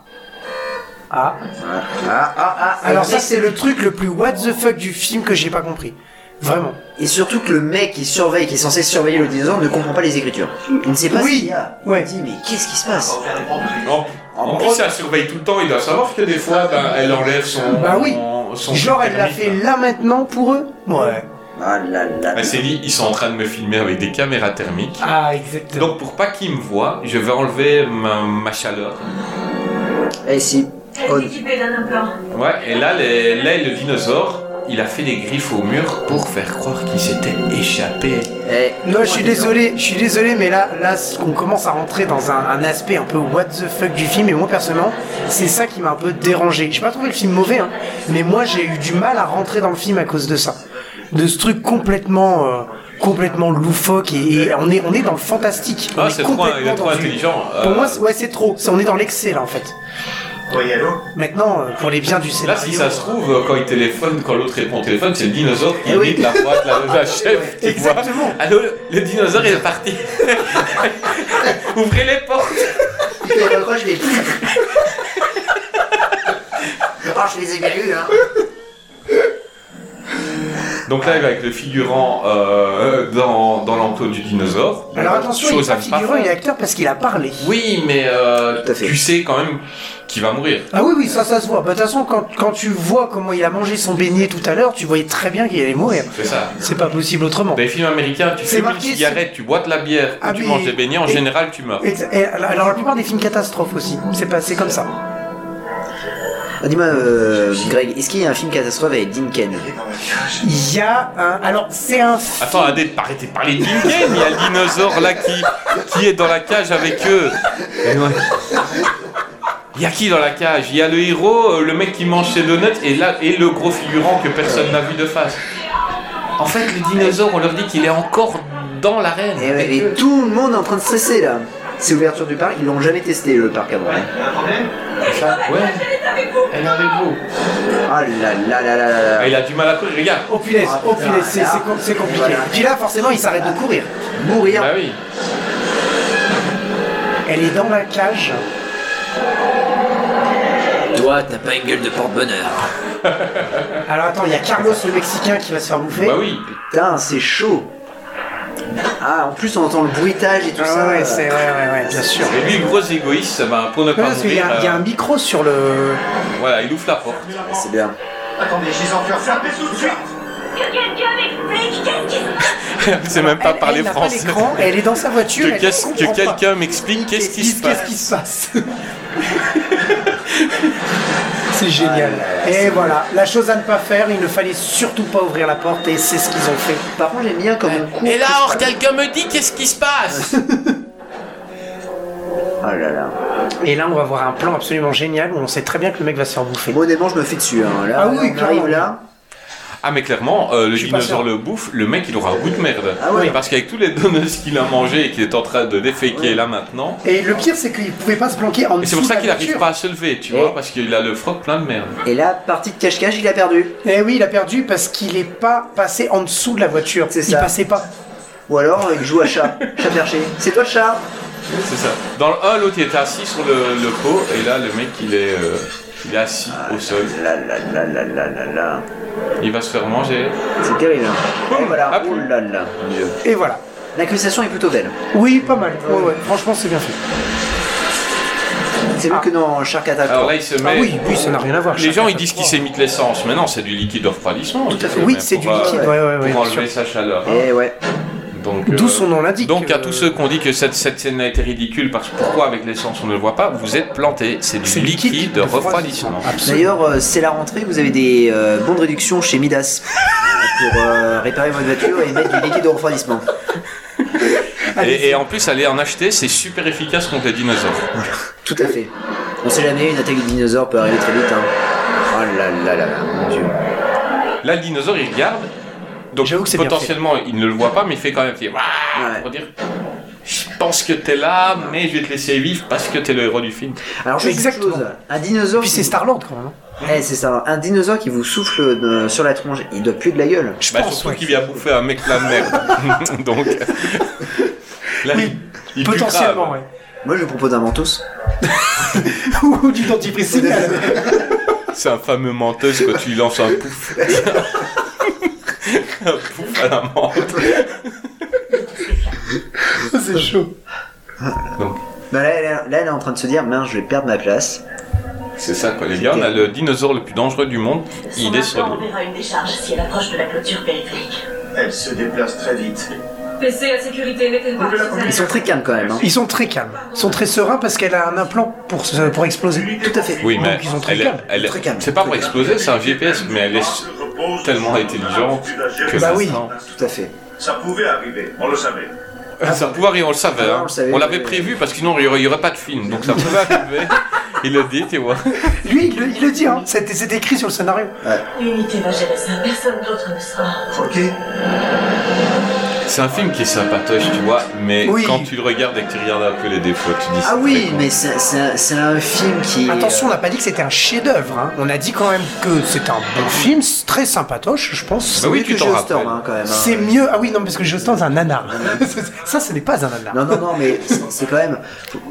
Speaker 4: Ah.
Speaker 5: Ah, ah, ah, ah.
Speaker 4: Alors ça, c'est le truc le plus what the fuck du film que j'ai pas compris. Vraiment.
Speaker 5: Et surtout que le mec qui surveille, qui est censé surveiller le dinosaure, ne comprend pas les écritures. Il ne sait pas
Speaker 4: Oui.
Speaker 5: ce qu'il y a.
Speaker 4: Ouais.
Speaker 5: Il dit, mais qu'est-ce qui se passe
Speaker 3: dinosaure En- En plus, ça surveille tout le temps. Il doit savoir que des fois, ben, elle enlève son.
Speaker 4: Bah oui.
Speaker 3: son
Speaker 4: Genre, elle l'a
Speaker 3: thermique,
Speaker 4: fait
Speaker 3: là.
Speaker 4: là maintenant pour eux Ouais.
Speaker 5: Ah là là.
Speaker 3: Elle s'est dit, Bah, ils sont en train de me filmer avec des caméras thermiques.
Speaker 4: Ah, exactement.
Speaker 3: Donc pour pas qu'ils me voient, je vais enlever ma, ma chaleur.
Speaker 5: Eh si.
Speaker 6: Elle
Speaker 5: Oh,
Speaker 6: est équipée d'un implant.
Speaker 3: Ouais, et là, les- là, le dinosaure, il a fait des griffes au mur pour faire croire qu'il s'était échappé.
Speaker 5: Eh.
Speaker 4: non, je suis désolé, je suis désolé, mais là, là, on commence à rentrer dans un, un aspect un peu what the fuck du film, et moi personnellement, c'est ça qui m'a un peu dérangé. J'ai pas trouvé le film mauvais, hein, mais moi j'ai eu du mal à rentrer dans le film à cause de ça, de ce truc complètement, euh, complètement loufoque, et, et on est, on est dans le fantastique.
Speaker 3: Ah,
Speaker 4: On est
Speaker 3: c'est trop,
Speaker 4: complètement
Speaker 3: il est trop
Speaker 4: dans du-
Speaker 3: intelligent.
Speaker 4: Pour
Speaker 3: Euh,
Speaker 4: moi, c'est- ouais, c'est trop. C'est- On est dans l'excès là, en fait.
Speaker 8: Oui, allô
Speaker 4: Maintenant, euh, pour les biens du
Speaker 3: Là,
Speaker 4: scénario.
Speaker 3: si ça se trouve, quand il téléphone, quand l'autre répond au téléphone, c'est le dinosaure qui
Speaker 4: Eh oui.
Speaker 3: imite la voix de la, la chef. tu vois. Allô, le dinosaure est parti. Ouvrez les portes.
Speaker 7: Pourquoi je les Ah, je les ai bien lus, hein.
Speaker 3: Donc là, avec le figurant euh, dans, dans l'entour du dinosaure.
Speaker 4: Alors attention, il
Speaker 3: chose
Speaker 4: est pas
Speaker 3: à ne pas
Speaker 4: figurant, il est acteur parce qu'il a parlé.
Speaker 3: Oui, mais euh, tu sais quand même qu'il va mourir.
Speaker 4: Ah oui, oui, ça, ça se voit. Bah, De toute façon, quand, quand tu vois comment il a mangé son beignet tout à l'heure, tu voyais très bien qu'il allait mourir.
Speaker 3: C'est ça.
Speaker 4: C'est pas possible autrement.
Speaker 3: Dans les films américains, tu
Speaker 4: C'est
Speaker 3: fumes une
Speaker 4: marqué,
Speaker 3: cigarette, tu bois de la bière,
Speaker 4: Ah,
Speaker 3: ou tu
Speaker 4: mais-
Speaker 3: manges des beignets, en
Speaker 4: et-
Speaker 3: général, tu meurs.
Speaker 4: Et- et- alors la plupart des films catastrophes aussi, c'est passé comme ça.
Speaker 5: Ah, Dis-moi, euh, Greg, est-ce qu'il y a un film catastrophe avec Dean Ken
Speaker 4: Il y a un... Alors c'est un...
Speaker 3: Attends, Adèle, arrêtez de parler de Jim Game, il y a le dinosaure là qui, qui est dans la cage avec eux. Il y a qui dans la cage Il y a le héros, euh, le mec qui mange ses donuts, et là, et le gros figurant que personne n'a vu de face. En fait, le dinosaure, on leur dit qu'il est encore dans l'arène.
Speaker 5: Et, Eh ouais, et tout le monde est en train de stresser là. C'est l'ouverture du parc, ils l'ont jamais testé le parc avant. hein.
Speaker 3: Ça, ouais. Elle est avec vous.
Speaker 5: Ah là là là là là.
Speaker 3: Ah, il a du mal à courir, regarde.
Speaker 4: Oh punaise, oh punaise, c'est- c'est com- c'est compliqué. Puis là, forcément, il s'arrête de courir.
Speaker 5: Mourir.
Speaker 3: Bah oui.
Speaker 4: Elle est dans la cage.
Speaker 1: Toi, t'as pas une gueule de porte-bonheur.
Speaker 4: Alors attends, il y a Carlos le Mexicain qui va se faire bouffer.
Speaker 3: Bah oui.
Speaker 5: Putain, c'est chaud. Ah, en plus on entend le bruitage et tout ça.
Speaker 4: Ah ouais, c'est- ouais, ouais, ouais, bien sûr.
Speaker 3: Et lui, gros égoïste, ça va pour ne
Speaker 4: Non,
Speaker 3: pas
Speaker 4: parce qu'il y,
Speaker 3: mourir.
Speaker 4: a il y a
Speaker 3: euh,
Speaker 4: un micro sur le...
Speaker 3: Voilà, il ouvre la porte.
Speaker 5: Ah, C'est bien.
Speaker 8: Attendez, je les enferme. Fermez tout de suite
Speaker 6: Que quelqu'un m'explique qu'est-ce qui se passe
Speaker 3: C'est même pas parler
Speaker 4: elle n'a pas
Speaker 3: français.
Speaker 4: d'écran, elle est dans sa voiture,
Speaker 3: Que,
Speaker 4: elle
Speaker 3: qu'est-ce-
Speaker 4: comprend
Speaker 3: que
Speaker 4: pas.
Speaker 3: quelqu'un m'explique qu'est-ce qui se passe.
Speaker 4: Qu'est-ce qui se passe C'est
Speaker 3: Ah
Speaker 4: génial. et voilà, la chose à ne pas faire, il ne fallait surtout pas ouvrir la porte et c'est ce qu'ils ont fait.
Speaker 5: Par contre, j'aime bien comme on court.
Speaker 3: Et là, or, quelqu'un me dit qu'est-ce qui se passe
Speaker 5: Oh là là.
Speaker 4: Et là, on va voir un plan absolument génial où on sait très bien que le mec va se faire bouffer.
Speaker 5: Moi, honnêtement, je me fais dessus. hein. Là,
Speaker 4: Ah oui,
Speaker 5: on
Speaker 4: clairement.
Speaker 5: arrive là.
Speaker 3: Ah mais clairement, euh, le
Speaker 4: suis pas
Speaker 3: dinosaure
Speaker 4: sûr.
Speaker 3: le bouffe, le mec il aura un goût de merde.
Speaker 5: Ah ouais.
Speaker 3: Parce qu'avec tous les donuts qu'il a mangé et qu'il est en train de déféquer là maintenant.
Speaker 4: Et le pire, c'est qu'il pouvait pas se planquer en
Speaker 3: Et
Speaker 4: dessous
Speaker 3: c'est pour ça
Speaker 4: de
Speaker 3: qu'il
Speaker 4: la
Speaker 3: arrive
Speaker 4: voiture.
Speaker 3: pas à se lever, tu
Speaker 5: Ouais.
Speaker 3: vois, parce qu'il a le froc plein de merde.
Speaker 5: Et là, partie de cache-cache, il a perdu.
Speaker 4: Eh oui, il a perdu parce qu'il est pas passé en dessous de la voiture.
Speaker 5: C'est
Speaker 4: Il
Speaker 5: ça.
Speaker 4: passait pas.
Speaker 5: Ou alors, euh, il joue à chat. chat perché. C'est toi le chat
Speaker 3: C'est ça. Dans le 1, l'autre il était assis sur le, le pot et là le mec il est, euh, il est assis au sol.
Speaker 5: Là là là là là là là.
Speaker 3: Il va se faire manger.
Speaker 5: C'est terrible. hein. Et voilà.
Speaker 3: Ah,
Speaker 5: Oh là là. mon Dieu.
Speaker 4: Et voilà.
Speaker 5: L'accusation est plutôt belle.
Speaker 4: Oui, pas mal. Ouais, ouais. Franchement, c'est bien fait.
Speaker 5: C'est mieux que dans Shark Attack.
Speaker 3: Alors là il se met...
Speaker 4: Ah oui, oui, ça n'a rien à voir.
Speaker 3: Les gens ils disent qu'il s'est mis de l'essence, mais non c'est du liquide de refroidissement. Tout
Speaker 4: à fait. Oui, c'est du liquide, ouais, ouais, ouais,
Speaker 3: Pour
Speaker 4: bien
Speaker 3: enlever sa chaleur.
Speaker 5: Et Eh ouais.
Speaker 3: Donc,
Speaker 4: D'où
Speaker 3: euh,
Speaker 4: son nom l'indique.
Speaker 3: Donc à
Speaker 4: Euh,
Speaker 3: tous ceux qui ont dit que cette, cette scène a été ridicule parce que pourquoi avec l'essence on ne le voit pas, vous êtes plantés. C'est du
Speaker 4: C'est
Speaker 3: liquide, de refroidissement.
Speaker 5: D'ailleurs, euh, c'est la rentrée, vous avez des euh, bons de réduction chez Midas pour euh, réparer votre voiture et mettre du liquide de refroidissement.
Speaker 3: Et, et en plus aller en acheter, c'est super efficace contre les dinosaures.
Speaker 5: Tout à fait. On sait jamais, une attaque de dinosaure peut arriver très vite. Hein. Oh là là là là, mon dieu.
Speaker 3: Là le dinosaure il regarde, donc
Speaker 4: J'avoue que c'est bien
Speaker 3: potentiellement il ne le voit pas mais il fait quand même il fait, Waouh
Speaker 5: Ouais.
Speaker 3: pour dire je pense que t'es là mais je vais te laisser vivre parce que t'es le héros du film.
Speaker 5: Alors, juste une
Speaker 4: Exactement.
Speaker 5: chose, un dinosaure.
Speaker 4: Puis c'est
Speaker 5: qui-
Speaker 4: Starland quand même. hein.
Speaker 5: Eh, c'est ça. Un dinosaure qui vous souffle euh, sur la tronche, il doit plus de la gueule.
Speaker 4: Je
Speaker 3: Bah,
Speaker 4: pense.
Speaker 3: surtout
Speaker 4: ouais.
Speaker 3: qu'il vient bouffer un mec la merde. donc là,
Speaker 4: Oui,
Speaker 3: il- il pue
Speaker 4: Potentiellement,
Speaker 3: grave.
Speaker 4: ouais.
Speaker 5: Moi, je vous propose un mentos.
Speaker 4: Ou du dentifrice. signal.
Speaker 3: C'est un fameux menteuse quand tu lui lances un pouf. un pouf à la menthe.
Speaker 4: c'est chaud.
Speaker 5: Bah, là, là, là, elle est en train de se dire, mince, je vais perdre ma place.
Speaker 3: C'est ça quoi les gars, on a le dinosaure le plus dangereux du monde, il est sur
Speaker 6: Son
Speaker 3: l'île.
Speaker 6: enverra une décharge si elle approche de la clôture périphérique.
Speaker 8: Elle se déplace très vite.
Speaker 11: PC à sécurité, mettez-le par
Speaker 5: Ils sont très calmes quand même. Hein.
Speaker 4: Ils sont très calmes. Ils sont très sereins parce qu'elle a un implant pour, se- pour exploser.
Speaker 5: Tout à fait.
Speaker 3: Oui mais
Speaker 4: Donc, ils sont très
Speaker 3: elle, est-
Speaker 4: calmes,
Speaker 3: elle est-
Speaker 5: très calmes.
Speaker 3: c'est pas pour exploser, c'est un GPS mais elle est
Speaker 9: propose.
Speaker 3: Tellement intelligente que
Speaker 5: Bah oui,
Speaker 3: maintenant-
Speaker 5: tout à fait.
Speaker 9: Ça pouvait arriver, on le savait.
Speaker 4: Ah,
Speaker 3: Ça pouvait arriver, on le savait. hein.
Speaker 5: on le savait,
Speaker 3: On l'avait
Speaker 5: mais-
Speaker 3: prévu parce que sinon il n'y aurait, il y aurait pas de film. Donc ça pouvait arriver. Il l'a dit, tu vois.
Speaker 4: Lui, il le, il le dit, hein. C'était- c'est écrit sur le scénario.
Speaker 6: L'unité va gérer ça, personne d'autre ne sera.
Speaker 9: Ok.
Speaker 3: C'est un film qui est sympatoche, tu vois. Mais
Speaker 5: Oui.
Speaker 3: quand tu le regardes et que tu regardes un peu les défauts, tu dis. c'est
Speaker 5: Ah
Speaker 3: très
Speaker 5: oui,
Speaker 3: con.
Speaker 5: mais c'est- c'est un- c'est un film qui. euh, est,
Speaker 3: euh,
Speaker 4: Attention, on n'a pas dit que c'était un chef-d'œuvre. hein. On a dit quand même que c'était un bon film, c'est très sympatoche, je pense.
Speaker 3: Bah oui,
Speaker 5: mieux
Speaker 3: tu
Speaker 5: que
Speaker 3: t'en
Speaker 5: Geostorm,
Speaker 3: rappelles.
Speaker 5: hein, quand même. hein.
Speaker 4: C'est mieux. Ah oui, non, parce que Jostin c'est un nanar. Ça, ce n'est pas un nanar.
Speaker 5: Non, non, non, mais c'est- c'est quand même.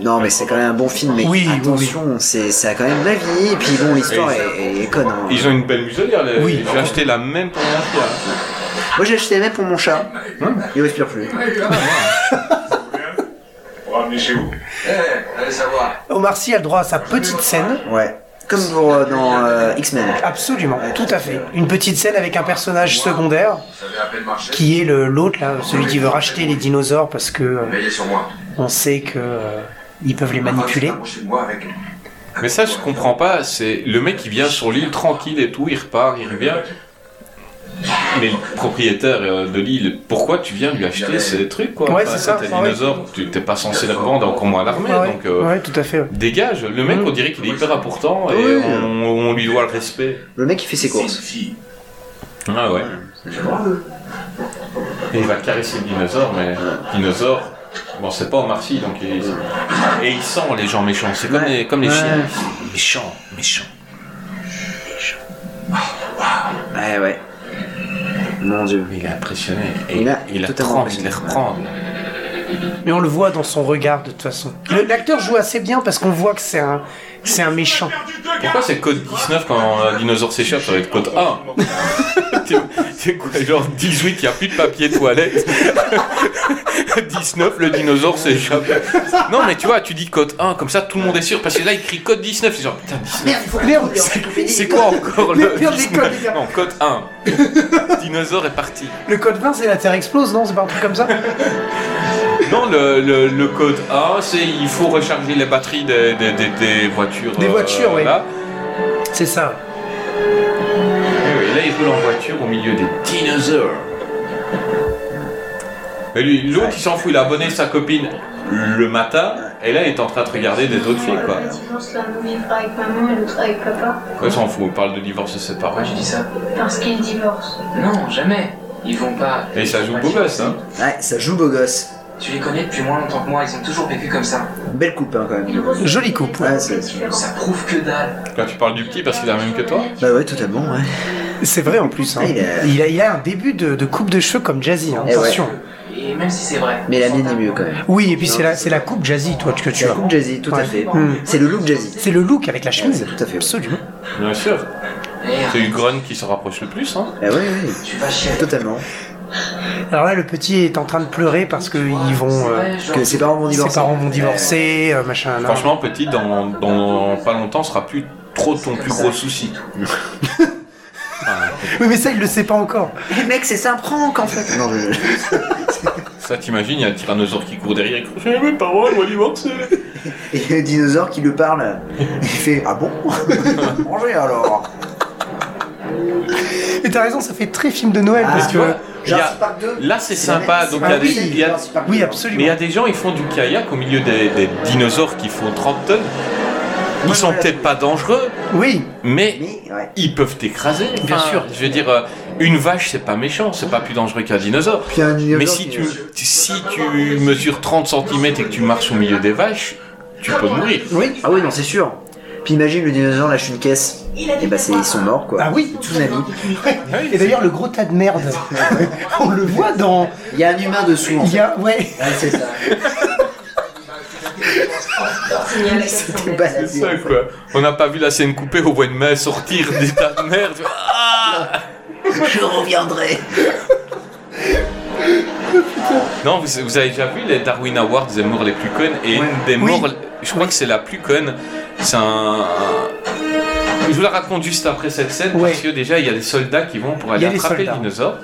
Speaker 5: Non, mais c'est quand même un bon film. Mais
Speaker 4: Oui, oui,
Speaker 5: attention, c'est ça a quand même la vie. Et puis bon, l'histoire
Speaker 3: Et
Speaker 5: est, est conne. hein.
Speaker 3: Ils ont une belle muselière. les-
Speaker 4: Oui.
Speaker 3: J'ai acheté la même pour mon chat.
Speaker 5: Moi, j'ai acheté même pour mon chat. Il respire plus.
Speaker 9: Pour ramener chez vous.
Speaker 10: Eh, allez savoir.
Speaker 4: Omar Sy a le droit à sa petite scène.
Speaker 5: Ouais. Comme pour euh, dans euh, X-Men.
Speaker 4: Absolument, tout à fait. Une petite scène avec un personnage secondaire
Speaker 10: Vous savez à peine marcher.
Speaker 4: qui est le- l'autre là, celui qui veut racheter les dinosaures parce que euh,
Speaker 10: Veillez sur moi.
Speaker 4: on sait que euh, ils peuvent les manipuler.
Speaker 10: Approchez de moi avec.
Speaker 3: Mais ça, je comprends pas. C'est le mec qui vient sur l'île tranquille et tout, il repart, il revient. Mais le propriétaire euh, de l'île, pourquoi tu viens lui acheter ces trucs quoi
Speaker 4: Ouais, c'est ça,
Speaker 3: T'es
Speaker 4: ah ouais. Ah
Speaker 3: dinosaure, tu t'es pas censé les revendre, encore moins à l'armée.
Speaker 4: Ouais,
Speaker 3: donc, euh,
Speaker 4: ouais, tout à fait. ouais.
Speaker 3: Dégage, le mec
Speaker 4: Mm.
Speaker 3: on dirait qu'il est hyper important et
Speaker 5: Oui.
Speaker 3: on, on lui doit le respect.
Speaker 5: Le mec, il fait ses
Speaker 9: C'est une
Speaker 5: courses.
Speaker 9: fille.
Speaker 3: Ah ouais. Et il va caresser le dinosaure, mais le dinosaure, bon c'est pas en Marcy donc il... Et il sent les gens méchants, c'est comme
Speaker 5: Ouais.
Speaker 3: les, comme les
Speaker 5: Ouais.
Speaker 3: chiens. Méchants, méchants.
Speaker 5: Ouais, ouais. Mon dieu.
Speaker 3: Il est impressionné et
Speaker 5: Il
Speaker 3: il
Speaker 5: a
Speaker 3: a, il a
Speaker 5: totalement
Speaker 3: trop envie de les
Speaker 5: raison.
Speaker 3: reprendre.
Speaker 4: Mais on le voit dans son regard de toute façon. Le- L'acteur joue assez bien parce qu'on voit que c'est un, c'est un méchant.
Speaker 3: Pourquoi c'est code 19 quand un dinosaure s'échappe, ça va être code 1 T'es- C'est quoi, genre 18, il n'y a plus de papier toilette 19, le dinosaure s'échappe. Non, mais tu vois, tu dis code 1, comme ça tout le monde est sûr, parce que là il crie code 19, c'est genre putain, 19.
Speaker 4: Merde, merde, c'est-
Speaker 3: C'est quoi encore
Speaker 4: Mais
Speaker 3: le.
Speaker 4: merde, les
Speaker 3: 19?
Speaker 4: codes, les gars.
Speaker 3: Non, code 1. Dinosaure est parti.
Speaker 4: Le code 20 c'est la Terre explose, non C'est pas un truc comme ça
Speaker 3: Non, le, le- le code 1, c'est il faut recharger les batteries des, des- des- des voitures. euh,
Speaker 4: Des voitures, oui.
Speaker 3: là.
Speaker 4: C'est ça. ouais.
Speaker 3: Et oui, là, il roule en voiture au milieu des dinosaures. Et lui, l'autre, il s'en fout, il a abonné sa copine le matin, et là, il est en train de regarder des autres filles, quoi.
Speaker 6: La différence, l'un vivra avec maman et l'autre avec papa,
Speaker 3: Quoi, il s'en fout, il parle de divorce de ses parents.
Speaker 10: Pourquoi je dis ça
Speaker 6: parce qu'ils divorcent.
Speaker 10: Non, jamais. Ils vont pas.
Speaker 3: Et ça joue beau gosse, hein
Speaker 5: Ouais, ça joue beau gosse.
Speaker 10: Tu les connais depuis moins longtemps que moi, ils ont toujours vécu comme ça.
Speaker 5: Belle coupe, hein, quand
Speaker 6: Ils
Speaker 5: même.
Speaker 6: reçoivent
Speaker 4: Jolie coupe,
Speaker 6: des
Speaker 5: ouais, c'est-
Speaker 6: différents.
Speaker 10: Ça prouve que dalle.
Speaker 3: Quand tu parles du petit, parce qu'il a la même que toi
Speaker 5: Bah ouais, totalement, ouais.
Speaker 4: C'est vrai en plus. hein.
Speaker 5: Ah, il a-
Speaker 4: Il, a, il a un début de, de coupe de cheveux comme Jazzy, hein,
Speaker 5: Eh ouais.
Speaker 4: attention.
Speaker 10: Et même si c'est vrai.
Speaker 5: Mais la mienne est mieux, quand même.
Speaker 4: Oui, et puis c'est la, c'est la coupe Jazzy, toi, que tu
Speaker 5: La
Speaker 4: as.
Speaker 5: coupe jazzy, tout à
Speaker 4: Ouais.
Speaker 5: fait.
Speaker 4: Mm.
Speaker 5: C'est le look jazzy.
Speaker 4: C'est le look avec la chemise.
Speaker 5: Tout à fait.
Speaker 4: Absolument.
Speaker 3: Bien sûr.
Speaker 10: Merde,
Speaker 3: C'est Ugron qui se rapproche le plus, hein
Speaker 5: Ah ouais, ouais,
Speaker 10: tu vas chier.
Speaker 5: totalement.
Speaker 4: Alors là, le petit est en train de pleurer parce que ils vont. euh,
Speaker 5: Que ses parents vont
Speaker 4: ses
Speaker 5: divorcer.
Speaker 4: parents vont divorcer, euh, machin. là.
Speaker 3: Franchement, petit, dans, dans pas longtemps, sera plus trop ton plus gros souci.
Speaker 4: Oui, mais ça, il le sait pas encore.
Speaker 5: Eh mec, c'est ça un prank en fait. Non, je-
Speaker 3: Ça, t'imagines, il y a un tyrannosaure qui court derrière. et qui- Mes parents, ils vont divorcer
Speaker 5: Et le dinosaure qui lui parle, il fait Ah bon Mangez alors
Speaker 4: Mais t'as raison, ça fait très film de Noël
Speaker 5: Ah,
Speaker 4: parce
Speaker 3: tu
Speaker 4: que.
Speaker 3: vois, il y a-
Speaker 5: Jurassic Park 2
Speaker 3: là, c'est sympa, donc il y a des- il y a-
Speaker 4: Oui,
Speaker 3: Mais il y
Speaker 4: absolument.
Speaker 3: a des gens, ils font du kayak au milieu des, des dinosaures qui font 30 tonnes. Ils
Speaker 5: Moi,
Speaker 3: sont
Speaker 5: j'aurais
Speaker 3: peut-être pas dangereux,
Speaker 4: Oui,
Speaker 3: mais
Speaker 5: Mais ouais.
Speaker 3: ils peuvent t'écraser.
Speaker 4: Bien sûr.
Speaker 3: Je veux dire, euh, une vache, c'est pas méchant, c'est pas plus dangereux qu'un dinosaure.
Speaker 5: Puis il y a un dinosaure
Speaker 3: Mais si
Speaker 5: qui-
Speaker 3: tu, si tu mesures 30 cm et que tu marches au milieu des vaches, tu peux mourir.
Speaker 5: Oui. Ah oui, non, c'est sûr. Puis imagine le dinosaure lâche une caisse. Et bah, c'est- ils sont morts quoi.
Speaker 4: Ah oui.
Speaker 5: Tsunami.
Speaker 4: Et d'ailleurs, le gros tas de merde, on le voit dans.
Speaker 5: Il y a un humain dessous en
Speaker 4: Il
Speaker 5: fait.
Speaker 4: y a. Ouais.
Speaker 5: Ouais, c'est ça.
Speaker 6: Signal à 400
Speaker 5: T'es
Speaker 6: mètres.
Speaker 5: pas
Speaker 3: C'est ça, quoi. On n'a pas vu la scène coupée au mois de mai sortir des tas de merde. Ah
Speaker 5: Je reviendrai.
Speaker 3: Non, vous, vous avez déjà vu les Darwin Awards des morts les plus connes et
Speaker 5: Ouais.
Speaker 3: une des
Speaker 4: Oui.
Speaker 3: morts, je crois que c'est la plus conne. C'est un. Je vous la raconte juste après cette scène
Speaker 4: Ouais.
Speaker 3: parce que déjà il y a des soldats qui vont pour aller
Speaker 4: y a des
Speaker 3: attraper les
Speaker 4: soldats.
Speaker 3: dinosaures.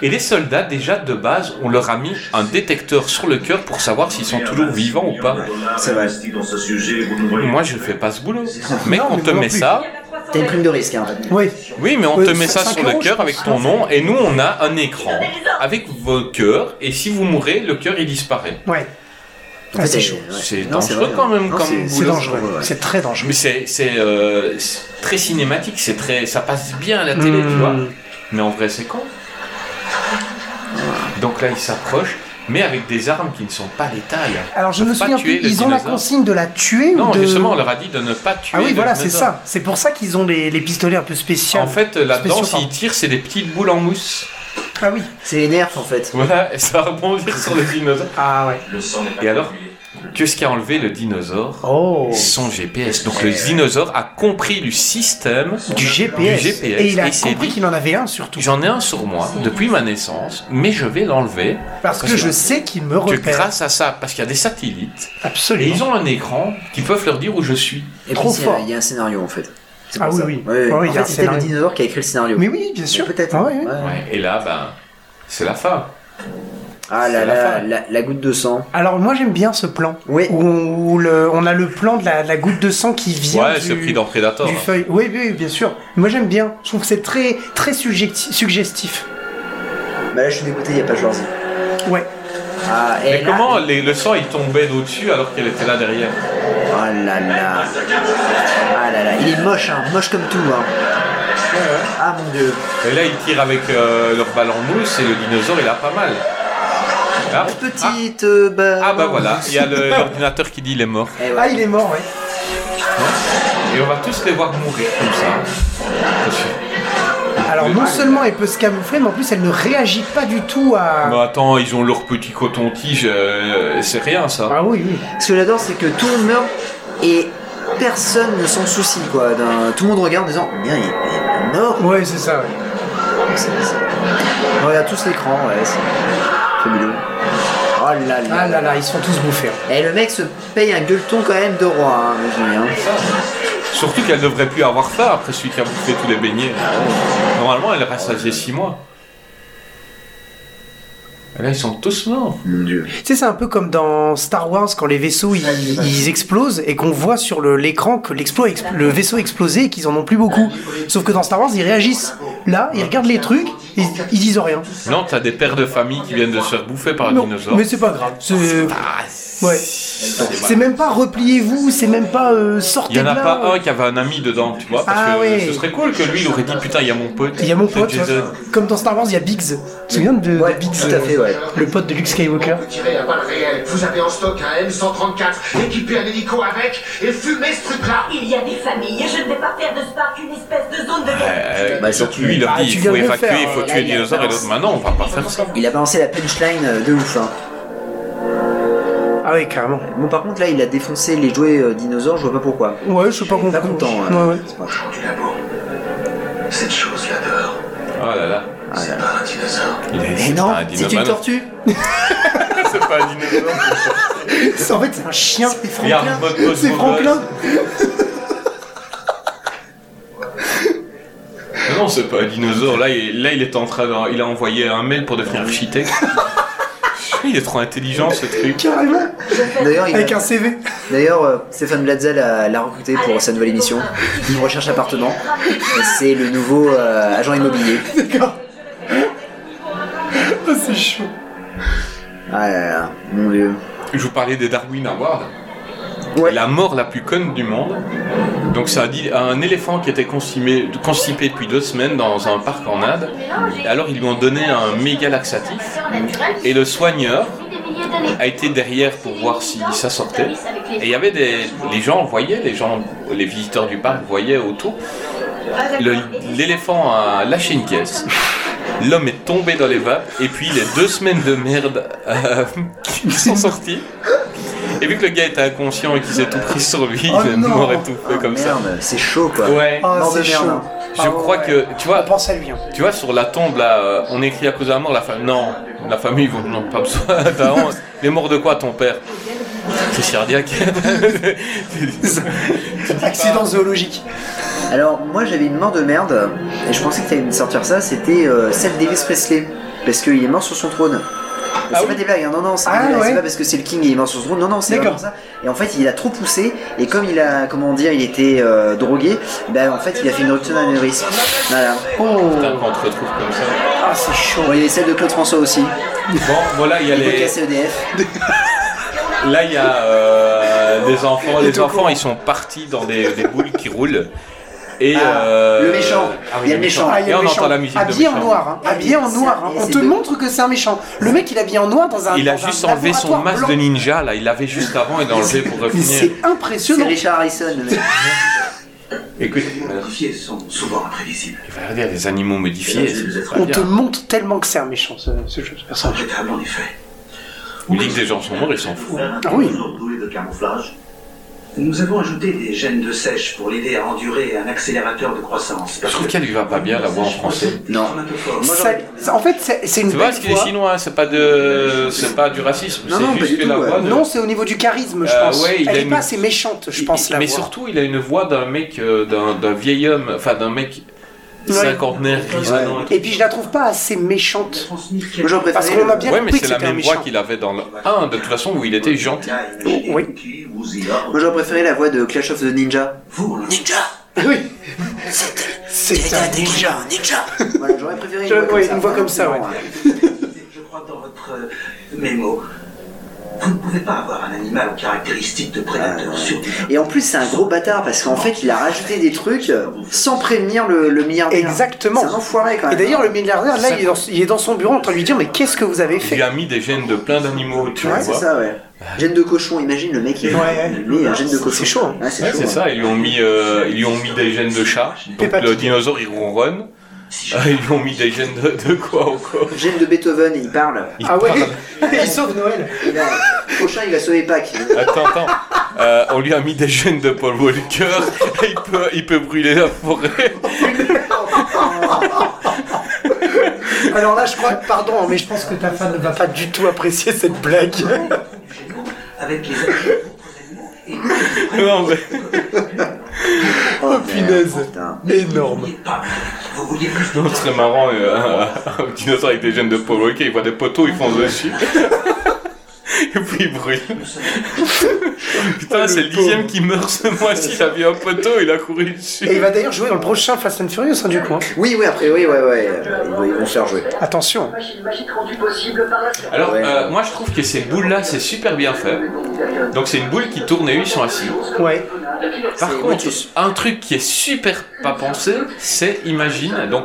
Speaker 3: Et les soldats, déjà de base, on leur a mis un détecteur sur le cœur pour savoir s'ils sont toujours vivants ou pas.
Speaker 5: C'est vrai.
Speaker 9: Investis dans ce sujet, vous ne voyez
Speaker 3: Moi je fais pas ce boulot. Mais
Speaker 4: Non,
Speaker 3: on
Speaker 4: mais
Speaker 3: te
Speaker 4: moi non
Speaker 3: met
Speaker 4: plus.
Speaker 3: ça,
Speaker 5: T'as une prime de risque, hein, en fait.
Speaker 4: Oui.
Speaker 3: Oui, mais on
Speaker 4: Euh,
Speaker 3: te met ça
Speaker 4: cinq
Speaker 3: sur le
Speaker 4: euros,
Speaker 3: cœur
Speaker 4: je
Speaker 3: avec
Speaker 4: pense.
Speaker 3: ton nom et nous on a un écran avec vos cœurs et si vous mourrez, le cœur il disparaît.
Speaker 4: Ouais. Ah, c'est chaud.
Speaker 3: C'est
Speaker 5: Non, c'est
Speaker 3: dangereux
Speaker 5: vrai,
Speaker 3: quand
Speaker 5: ouais.
Speaker 3: même
Speaker 5: Non,
Speaker 3: comme
Speaker 5: c'est-
Speaker 4: C'est
Speaker 3: boulot.
Speaker 4: dangereux. C'est très dangereux.
Speaker 3: Mais c'est c'est, euh, c'est très cinématique, c'est très ça passe bien à la télé,
Speaker 4: Hmm.
Speaker 3: tu vois. Mais en vrai, c'est con. Donc là, ils s'approchent mais avec des armes qui ne sont pas létales.
Speaker 4: Alors je
Speaker 3: Ils
Speaker 4: me
Speaker 3: peuvent pas
Speaker 4: souviens
Speaker 3: tuer
Speaker 4: plus,
Speaker 3: le
Speaker 4: ils ont la
Speaker 3: dinosaure.
Speaker 4: consigne de la tuer
Speaker 3: Non,
Speaker 4: ou de...
Speaker 3: justement, on leur a dit de ne pas tuer.
Speaker 4: Ah oui,
Speaker 3: le
Speaker 4: voilà, c'est
Speaker 3: dinosaure.
Speaker 4: ça. C'est pour ça qu'ils ont les, les pistolets un peu spéciaux.
Speaker 3: En fait, euh, là-dedans,
Speaker 4: Spéciaux,
Speaker 3: s'ils tirent, c'est des petites boules en mousse.
Speaker 4: pardon. Ah oui.
Speaker 5: C'est les nerfs, en fait.
Speaker 3: Voilà, et ça va rebondir sur le dinosaure.
Speaker 4: Ah ouais.
Speaker 10: Le sang n'est pas
Speaker 3: Et alors
Speaker 10: coagulé.
Speaker 3: Qu'est-ce qui a enlevé le dinosaure
Speaker 4: Oh.
Speaker 3: Son GPS. Donc le dinosaure a compris le système
Speaker 4: Du GPS.
Speaker 3: Du GPS.
Speaker 4: Et il a
Speaker 3: Et c'est
Speaker 4: compris
Speaker 3: dit-
Speaker 4: qu'il en avait un surtout.
Speaker 3: J'en ai un sur moi depuis ma naissance, mais je vais l'enlever
Speaker 4: Parce que je sais qu'il me
Speaker 3: que
Speaker 4: repère.
Speaker 3: grâce à ça, parce qu'il y a des satellites et
Speaker 4: Absolument.
Speaker 3: ils ont un écran qui peuvent leur dire où je suis.
Speaker 5: Et
Speaker 4: Trop
Speaker 5: puis, il y a-
Speaker 4: fort.
Speaker 5: Il y a un scénario, en fait. C'est
Speaker 4: Ah
Speaker 5: pour
Speaker 4: oui,
Speaker 5: ça.
Speaker 4: oui.
Speaker 5: Ouais, ouais.
Speaker 4: Ouais, il y a
Speaker 5: en
Speaker 4: un
Speaker 5: fait, c'était le
Speaker 4: scénario.
Speaker 5: dinosaure qui a écrit le scénario.
Speaker 4: Mais oui, bien sûr.
Speaker 5: Peut-être.
Speaker 4: Ah ouais, ouais.
Speaker 5: Ouais.
Speaker 3: Ouais, et là, ben, c'est la fin.
Speaker 5: Ah
Speaker 3: C'est
Speaker 5: là
Speaker 3: la
Speaker 5: là,
Speaker 3: fin.
Speaker 5: la, la goutte de sang.
Speaker 4: Alors moi j'aime bien ce plan.
Speaker 5: Oui.
Speaker 4: Où, on, où le- on a le plan de la, de la goutte de sang qui vient
Speaker 3: Ouais, c'est
Speaker 4: du,
Speaker 3: pris dans Predator.
Speaker 4: du
Speaker 3: hein.
Speaker 4: feuille. Oui, oui, bien sûr. Moi j'aime bien. Je trouve que c'est très, très suggestif. suggestif.
Speaker 5: Bah là, je suis dégoûté, il n'y a pas de Schwarzy.
Speaker 4: Ouais.
Speaker 5: Ah, et
Speaker 3: Mais
Speaker 5: là-
Speaker 3: comment les- le sang il tombait d'au-dessus alors qu'elle était là derrière
Speaker 5: Ah là là. Ah là là. Il est moche, hein. Moche comme tout, hein. Ah mon dieu.
Speaker 3: Et là, ils tirent avec euh, leur balle en mousse et le dinosaure il a pas mal. Ah, ah,
Speaker 5: Petite. euh, bah...
Speaker 3: ah, bah voilà, il y a le- l'ordinateur qui dit il est mort.
Speaker 5: Eh ouais.
Speaker 4: Ah il est mort, ouais.
Speaker 3: Et on va tous les voir mourir comme ça. Attention.
Speaker 4: Alors
Speaker 3: Ah,
Speaker 4: non seulement elle peut se camoufler, mais en plus elle ne réagit pas du tout à...
Speaker 3: Mais Bah, attends, ils ont leur petit coton-tige, euh, c'est rien ça.
Speaker 4: Ah oui, oui.
Speaker 5: Ce que j'adore, c'est que tout le monde meurt et personne ne s'en soucie, quoi. D'un- Tout le monde regarde en disant Bien, il est mort.
Speaker 4: Ouais, c'est ça. ouais.
Speaker 5: C'est- c'est- On regarde tous l'écran, ouais. C'est c'est mignon. Oh là là.
Speaker 4: Ah là là, ils sont tous bouffés. hein.
Speaker 5: Et le mec se paye un gueuleton quand même de roi, hein, le Jimmy, hein.
Speaker 3: Surtout qu'elle devrait plus avoir faim après celui qui a bouffé tous les beignets. Normalement, elle reste âgée 6 mois. Et là, ils sont tous morts.
Speaker 5: Mon dieu.
Speaker 4: Tu sais, c'est un peu comme dans Star Wars quand les vaisseaux ils, ils explosent et qu'on voit sur le- l'écran que l'explo- ex- le vaisseau a explosé et qu'ils en ont plus beaucoup. Sauf que dans Star Wars, ils réagissent. Là, ils regardent les trucs, ils, ils disent rien.
Speaker 3: Non, t'as des pères de famille qui viennent de se faire bouffer par un
Speaker 4: Non,
Speaker 3: dinosaure.
Speaker 4: mais c'est pas grave. C'est
Speaker 3: Ah,
Speaker 4: ouais.
Speaker 3: c'est-
Speaker 4: C'est même pas repliez-vous, c'est même pas euh, sortez
Speaker 3: Il y en
Speaker 4: de
Speaker 3: a
Speaker 4: là.
Speaker 3: pas un qui avait un ami dedans, tu vois, parce
Speaker 4: Ah
Speaker 3: que
Speaker 4: ouais.
Speaker 3: ce serait cool que lui, il aurait dit putain, il y a mon pote.
Speaker 4: Il y a mon
Speaker 3: C'est
Speaker 4: pote, tu vois.
Speaker 3: Jason.
Speaker 4: comme dans Star Wars, il y a Biggs. Tu te souviens de, de
Speaker 5: Ouais,
Speaker 4: Biggs euh,
Speaker 5: tout à fait, ouais.
Speaker 4: Le pote de Luke Skywalker.
Speaker 10: Tirez la balle réelle. Vous avez en stock un M134, équipez un hélico avec et fumez ce truc-là.
Speaker 6: Il y a des familles et je ne vais pas faire de Spark une espèce de zone de guerre.
Speaker 3: Euh,
Speaker 5: Bah,
Speaker 3: donc
Speaker 5: surtout,
Speaker 3: lui, il leur
Speaker 4: bah,
Speaker 3: dit
Speaker 4: tu
Speaker 3: il
Speaker 4: viens
Speaker 3: faut
Speaker 4: de le
Speaker 3: évacuer,
Speaker 4: faire,
Speaker 3: il faut
Speaker 4: euh,
Speaker 3: tuer les dinosaures, et l'autre, maintenant, on va pas faire ça.
Speaker 5: Il a balancé la punchline euh, de ouf. Hein.
Speaker 4: Ah oui, carrément.
Speaker 5: Bon, par contre, là, il a défoncé les jouets euh, dinosaures, je vois pas pourquoi.
Speaker 4: Ouais, je suis pas content.
Speaker 5: Pas content. hein.
Speaker 4: Ouais, ouais.
Speaker 5: C'est pas-
Speaker 9: Quand du labo. Cette chose là dehors,
Speaker 3: Oh là là.
Speaker 5: Ah,
Speaker 9: c'est pas un dinosaure.
Speaker 3: Il a dit,
Speaker 5: Mais
Speaker 3: c'est
Speaker 5: non,
Speaker 3: pas un
Speaker 5: c'est une
Speaker 3: dinosaure.
Speaker 5: tortue.
Speaker 3: C'est pas un dinosaure.
Speaker 4: C'est- En fait, c'est un chien.
Speaker 3: Regarde, mode pose,
Speaker 4: C'est
Speaker 3: mode
Speaker 4: Franklin.
Speaker 3: pose. Non, c'est pas un dinosaure. Là, il, là, il est en train de- Il a envoyé un mail pour devenir architecte. il est trop intelligent, ce truc.
Speaker 4: Carrément.
Speaker 5: D'ailleurs, il a-
Speaker 4: Avec un CV.
Speaker 5: D'ailleurs, euh, Stéphane Blatzel l'a l'a recruté pour sa nouvelle émission. Il recherche appartement. Et C'est le nouveau euh, agent immobilier.
Speaker 4: Ah, c'est chaud.
Speaker 5: Ah là là, mon dieu.
Speaker 3: Je vous parlais des Darwin Awards.
Speaker 5: Ouais.
Speaker 3: La mort la plus conne du monde. Donc c'est un, di- un éléphant qui était constipé, constipé depuis deux semaines dans un parc en Inde. Et Alors ils lui ont donné un méga laxatif. Et le soigneur a été derrière pour voir si ça sortait. Et il y avait des... Les gens voyaient, les gens, les visiteurs du parc voyaient autour. Euh, Le- L'éléphant a lâché une caisse. L'homme est tombé dans les vapes. Et puis les deux semaines de merde euh, qui sont sorties. Et vu que le gars était inconscient et qu'il s'est tout pris sur lui,
Speaker 4: Oh
Speaker 3: il est
Speaker 4: non.
Speaker 3: mort étouffé
Speaker 5: Ah,
Speaker 3: comme ça.
Speaker 5: merde, c'est chaud quoi.
Speaker 3: Ouais.
Speaker 4: Ah,
Speaker 5: Mort de
Speaker 4: c'est
Speaker 5: merde,
Speaker 4: chaud.
Speaker 5: hein.
Speaker 3: Je
Speaker 4: Ah,
Speaker 3: crois
Speaker 4: ouais.
Speaker 3: que, tu vois,
Speaker 4: On pense à lui. hein.
Speaker 3: tu vois, sur la tombe, là, euh, on écrit à cause de la mort, la famille. Non, la famille, ils vont non, pas besoin. T'as honte. Il est mort de quoi, ton père C'est cardiaque.
Speaker 4: Ah. Accident zoologique.
Speaker 5: Alors, moi j'avais une mort de merde. Et je pensais que t'allais me sortir ça. C'était euh, celle d'Elvis Presley. Parce qu'il est mort sur son trône. Mais c'est pas des blagues, hein, non, non, c'est
Speaker 4: Ah,
Speaker 5: des blagues, c'est
Speaker 4: ouais.
Speaker 5: pas parce que c'est le king et il est sur ce non, non, c'est
Speaker 4: D'accord.
Speaker 5: vraiment ça. Et en fait, il a trop poussé, et comme il a, comment dire, il était euh, drogué, ben en fait, il a fait une rupture d'anévrisme. Voilà.
Speaker 4: Oh
Speaker 3: on te retrouve comme ça.
Speaker 4: Ah, c'est chaud
Speaker 5: Bon, il y avait celle de Claude François aussi.
Speaker 3: Bon, voilà, il y a
Speaker 5: Il veut
Speaker 3: les.
Speaker 5: casser E EDF.
Speaker 3: Là, il y a euh, des enfants.
Speaker 5: Le
Speaker 3: Les
Speaker 5: tout
Speaker 3: enfants, ils sont partis dans des, des boules qui roulent. Et
Speaker 5: le méchant.
Speaker 3: ah oui,
Speaker 5: Il y a le méchant. Ah,
Speaker 4: il y
Speaker 3: Et
Speaker 4: a
Speaker 3: on
Speaker 4: le méchant.
Speaker 3: entend la musique de
Speaker 4: Habillé en
Speaker 3: méchant.
Speaker 4: noir, hein. habillé en noir. hein. On te montre que c'est un méchant. Le mec, il est habillé en noir dans un.
Speaker 3: Il a
Speaker 4: dans un
Speaker 3: juste enlevé son
Speaker 4: laboratoire
Speaker 3: masque
Speaker 4: blanc.
Speaker 3: de ninja là. Il l'avait juste avant et l'a enlevé pour
Speaker 4: Mais
Speaker 3: revenir.
Speaker 4: c'est impressionnant.
Speaker 5: C'est Richard Harrison, le mec.
Speaker 3: Écoute,
Speaker 8: modifiés sont souvent imprévisibles.
Speaker 3: il va y avoir des animaux modifiés. c'est pas
Speaker 4: On
Speaker 3: bien.
Speaker 4: te montre tellement que c'est un méchant, ce, ce jeu, ce personnage.
Speaker 8: Regrettable en effet.
Speaker 3: Il dit que des gens sont morts, ils s'en foutent.
Speaker 4: Ah oui.
Speaker 8: de camouflage. Nous avons ajouté des gènes de sèche pour l'aider à endurer un accélérateur de croissance.
Speaker 3: Je trouve qu'elle lui va pas bien la voix en français.
Speaker 5: Non.
Speaker 4: Ça- ça- en fait, c'est c'est une
Speaker 3: Tu vois,
Speaker 4: belle
Speaker 3: parce qu'il est
Speaker 4: voix.
Speaker 3: chinois, hein, c'est pas de, c'est pas du racisme,
Speaker 5: Non,
Speaker 3: c'est
Speaker 5: non, pas
Speaker 3: juste
Speaker 5: du
Speaker 3: que
Speaker 5: tout,
Speaker 3: la
Speaker 5: ouais.
Speaker 3: voix. de-
Speaker 4: Non, c'est au niveau du charisme, je
Speaker 3: Euh,
Speaker 4: pense.
Speaker 3: ouais, il
Speaker 4: Elle
Speaker 3: a
Speaker 4: est
Speaker 3: une-
Speaker 4: pas assez méchante, je pense, la
Speaker 3: mais
Speaker 4: voix.
Speaker 3: surtout, il a une voix d'un mec, euh, d'un d'un vieil homme, enfin d'un mec
Speaker 4: Ouais.
Speaker 3: cinquantenaire, grisonnant. et tout.
Speaker 4: Et puis je la trouve pas assez méchante.
Speaker 5: Moi, j'en
Speaker 4: Parce
Speaker 5: préférais
Speaker 4: qu'on a
Speaker 5: le-
Speaker 4: bien
Speaker 3: Ouais, mais
Speaker 4: compris que
Speaker 3: c'est la
Speaker 4: c'était un
Speaker 3: même voix
Speaker 4: méchant.
Speaker 3: qu'il avait dans le 1, de toute façon, où il était gentil.
Speaker 4: Oui.
Speaker 5: Oh, moi, j'aurais préféré la voix de Clash of the Ninja.
Speaker 4: Oui. C'est un ninja.
Speaker 5: Voilà, j'aurais préféré une
Speaker 4: Je-
Speaker 5: voix comme
Speaker 4: ouais,
Speaker 5: ça.
Speaker 4: une voix comme ça, ouais.
Speaker 8: Je crois dans votre euh, mémo, vous ne pouvez pas avoir un animal aux caractéristiques de prédateur sur
Speaker 5: Ah, Et en plus, c'est un gros bâtard parce qu'en fait, il a rajouté des trucs euh, sans prévenir le, le milliardaire.
Speaker 4: Exactement.
Speaker 5: C'est un enfoiré hein. quand
Speaker 4: Et
Speaker 5: même. hein.
Speaker 4: d'ailleurs, le milliardaire, là, il est, dans, il est dans son bureau en train de lui dire Mais qu'est-ce que vous avez
Speaker 3: Il lui
Speaker 4: fait
Speaker 3: a mis des gènes de plein d'animaux, tu
Speaker 5: Ouais, c'est
Speaker 3: vois.
Speaker 5: ça, ouais. Gène de cochon, imagine le mec, il
Speaker 4: Ouais.
Speaker 5: lui, un gène de cochon.
Speaker 4: C'est chaud, hein.
Speaker 5: Ouais, c'est
Speaker 3: Ouais,
Speaker 5: chaud,
Speaker 3: c'est
Speaker 5: hein.
Speaker 3: ça, ils lui ont mis, euh, ils lui ont mis des gènes de chat. Donc
Speaker 4: Peppa
Speaker 3: le
Speaker 4: Pig.
Speaker 3: dinosaure, il ronronne. Ah, ils lui ont mis des gènes de, de quoi encore
Speaker 5: Gène de Beethoven, il parle.
Speaker 3: Il
Speaker 4: Ah ouais
Speaker 3: parle.
Speaker 4: Il sauve Noël.
Speaker 5: Il a- Prochain, il va sauver Pâques.
Speaker 3: Attends, attends. Euh, on lui a mis des gènes de Paul Walker. Il peut, il peut brûler la forêt.
Speaker 4: Alors là, je crois, pardon, mais je pense que ta femme ne va pas du tout apprécier cette blague.
Speaker 8: avec les animaux.
Speaker 3: Non, mais...
Speaker 5: Oh,
Speaker 4: punaise.
Speaker 5: putain.
Speaker 4: Énorme.
Speaker 8: Vous vouliez plus de
Speaker 3: Non, ce serait marrant, euh, un, un dinosaure avec des gènes de Paul Walker, il voit des poteaux, il fonce dessus. Et puis il brûle. Putain, c'est le dixième qui meurt ce mois-ci, il avait un poteau, il a couru
Speaker 4: Et il
Speaker 3: dessus.
Speaker 4: va d'ailleurs jouer dans le prochain Fast and Furious, hein, du coup. hein.
Speaker 5: Oui, oui, après, oui, ouais, ouais. euh, Ils vont- ils vont se faire jouer.
Speaker 4: Attention.
Speaker 11: Machine magique rendue possible par la science.
Speaker 3: Alors,
Speaker 5: Ouais.
Speaker 3: euh, moi je trouve que ces boules-là, c'est super bien fait. Donc c'est une boule qui tourne et eux, ils sont assis.
Speaker 4: Ouais.
Speaker 3: Par
Speaker 5: C'est
Speaker 3: contre,
Speaker 5: Lotus.
Speaker 3: un truc qui est super pas pensé, c'est imagine, donc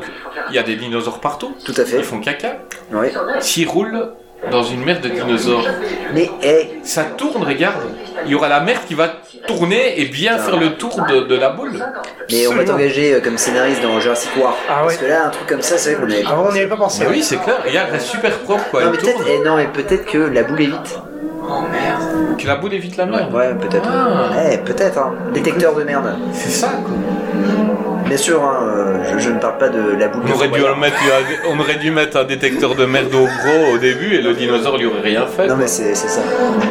Speaker 3: il y a des dinosaures partout,
Speaker 5: Tout à fait.
Speaker 3: ils font caca,
Speaker 5: Ouais.
Speaker 3: s'ils roulent dans une mer de dinosaures,
Speaker 5: Mais, hé,
Speaker 3: ça tourne, regarde, il y aura la mer qui va tourner et bien faire le tour de, de la boule.
Speaker 5: mais on va
Speaker 4: Absolument.
Speaker 5: t'engager euh, comme scénariste dans Jurassic World.
Speaker 4: Ah ouais.
Speaker 5: Parce que là, un truc comme ça, c'est vrai qu'on est.
Speaker 4: Ah, on n'y avait pas pensé.
Speaker 3: Mais Bah oui, c'est clair, regarde, elle est super propre quoi,
Speaker 5: Non, mais
Speaker 3: elle
Speaker 5: peut-être,
Speaker 3: tourne,
Speaker 5: eh, non, mais peut-être que la boule est vite.
Speaker 3: que la boule évite la mer.
Speaker 5: Ouais, peut-être.
Speaker 3: Ah.
Speaker 5: Eh, peut-être, hein. Détecteur de merde.
Speaker 3: C'est ça quoi.
Speaker 5: Bien sûr, hein, euh, je, je ne parle pas de la boule.
Speaker 3: On aurait, dû en mettre, euh, on aurait dû mettre un détecteur de merde au gros au début et le dinosaure lui aurait rien fait.
Speaker 5: Non, mais c'est c'est ça.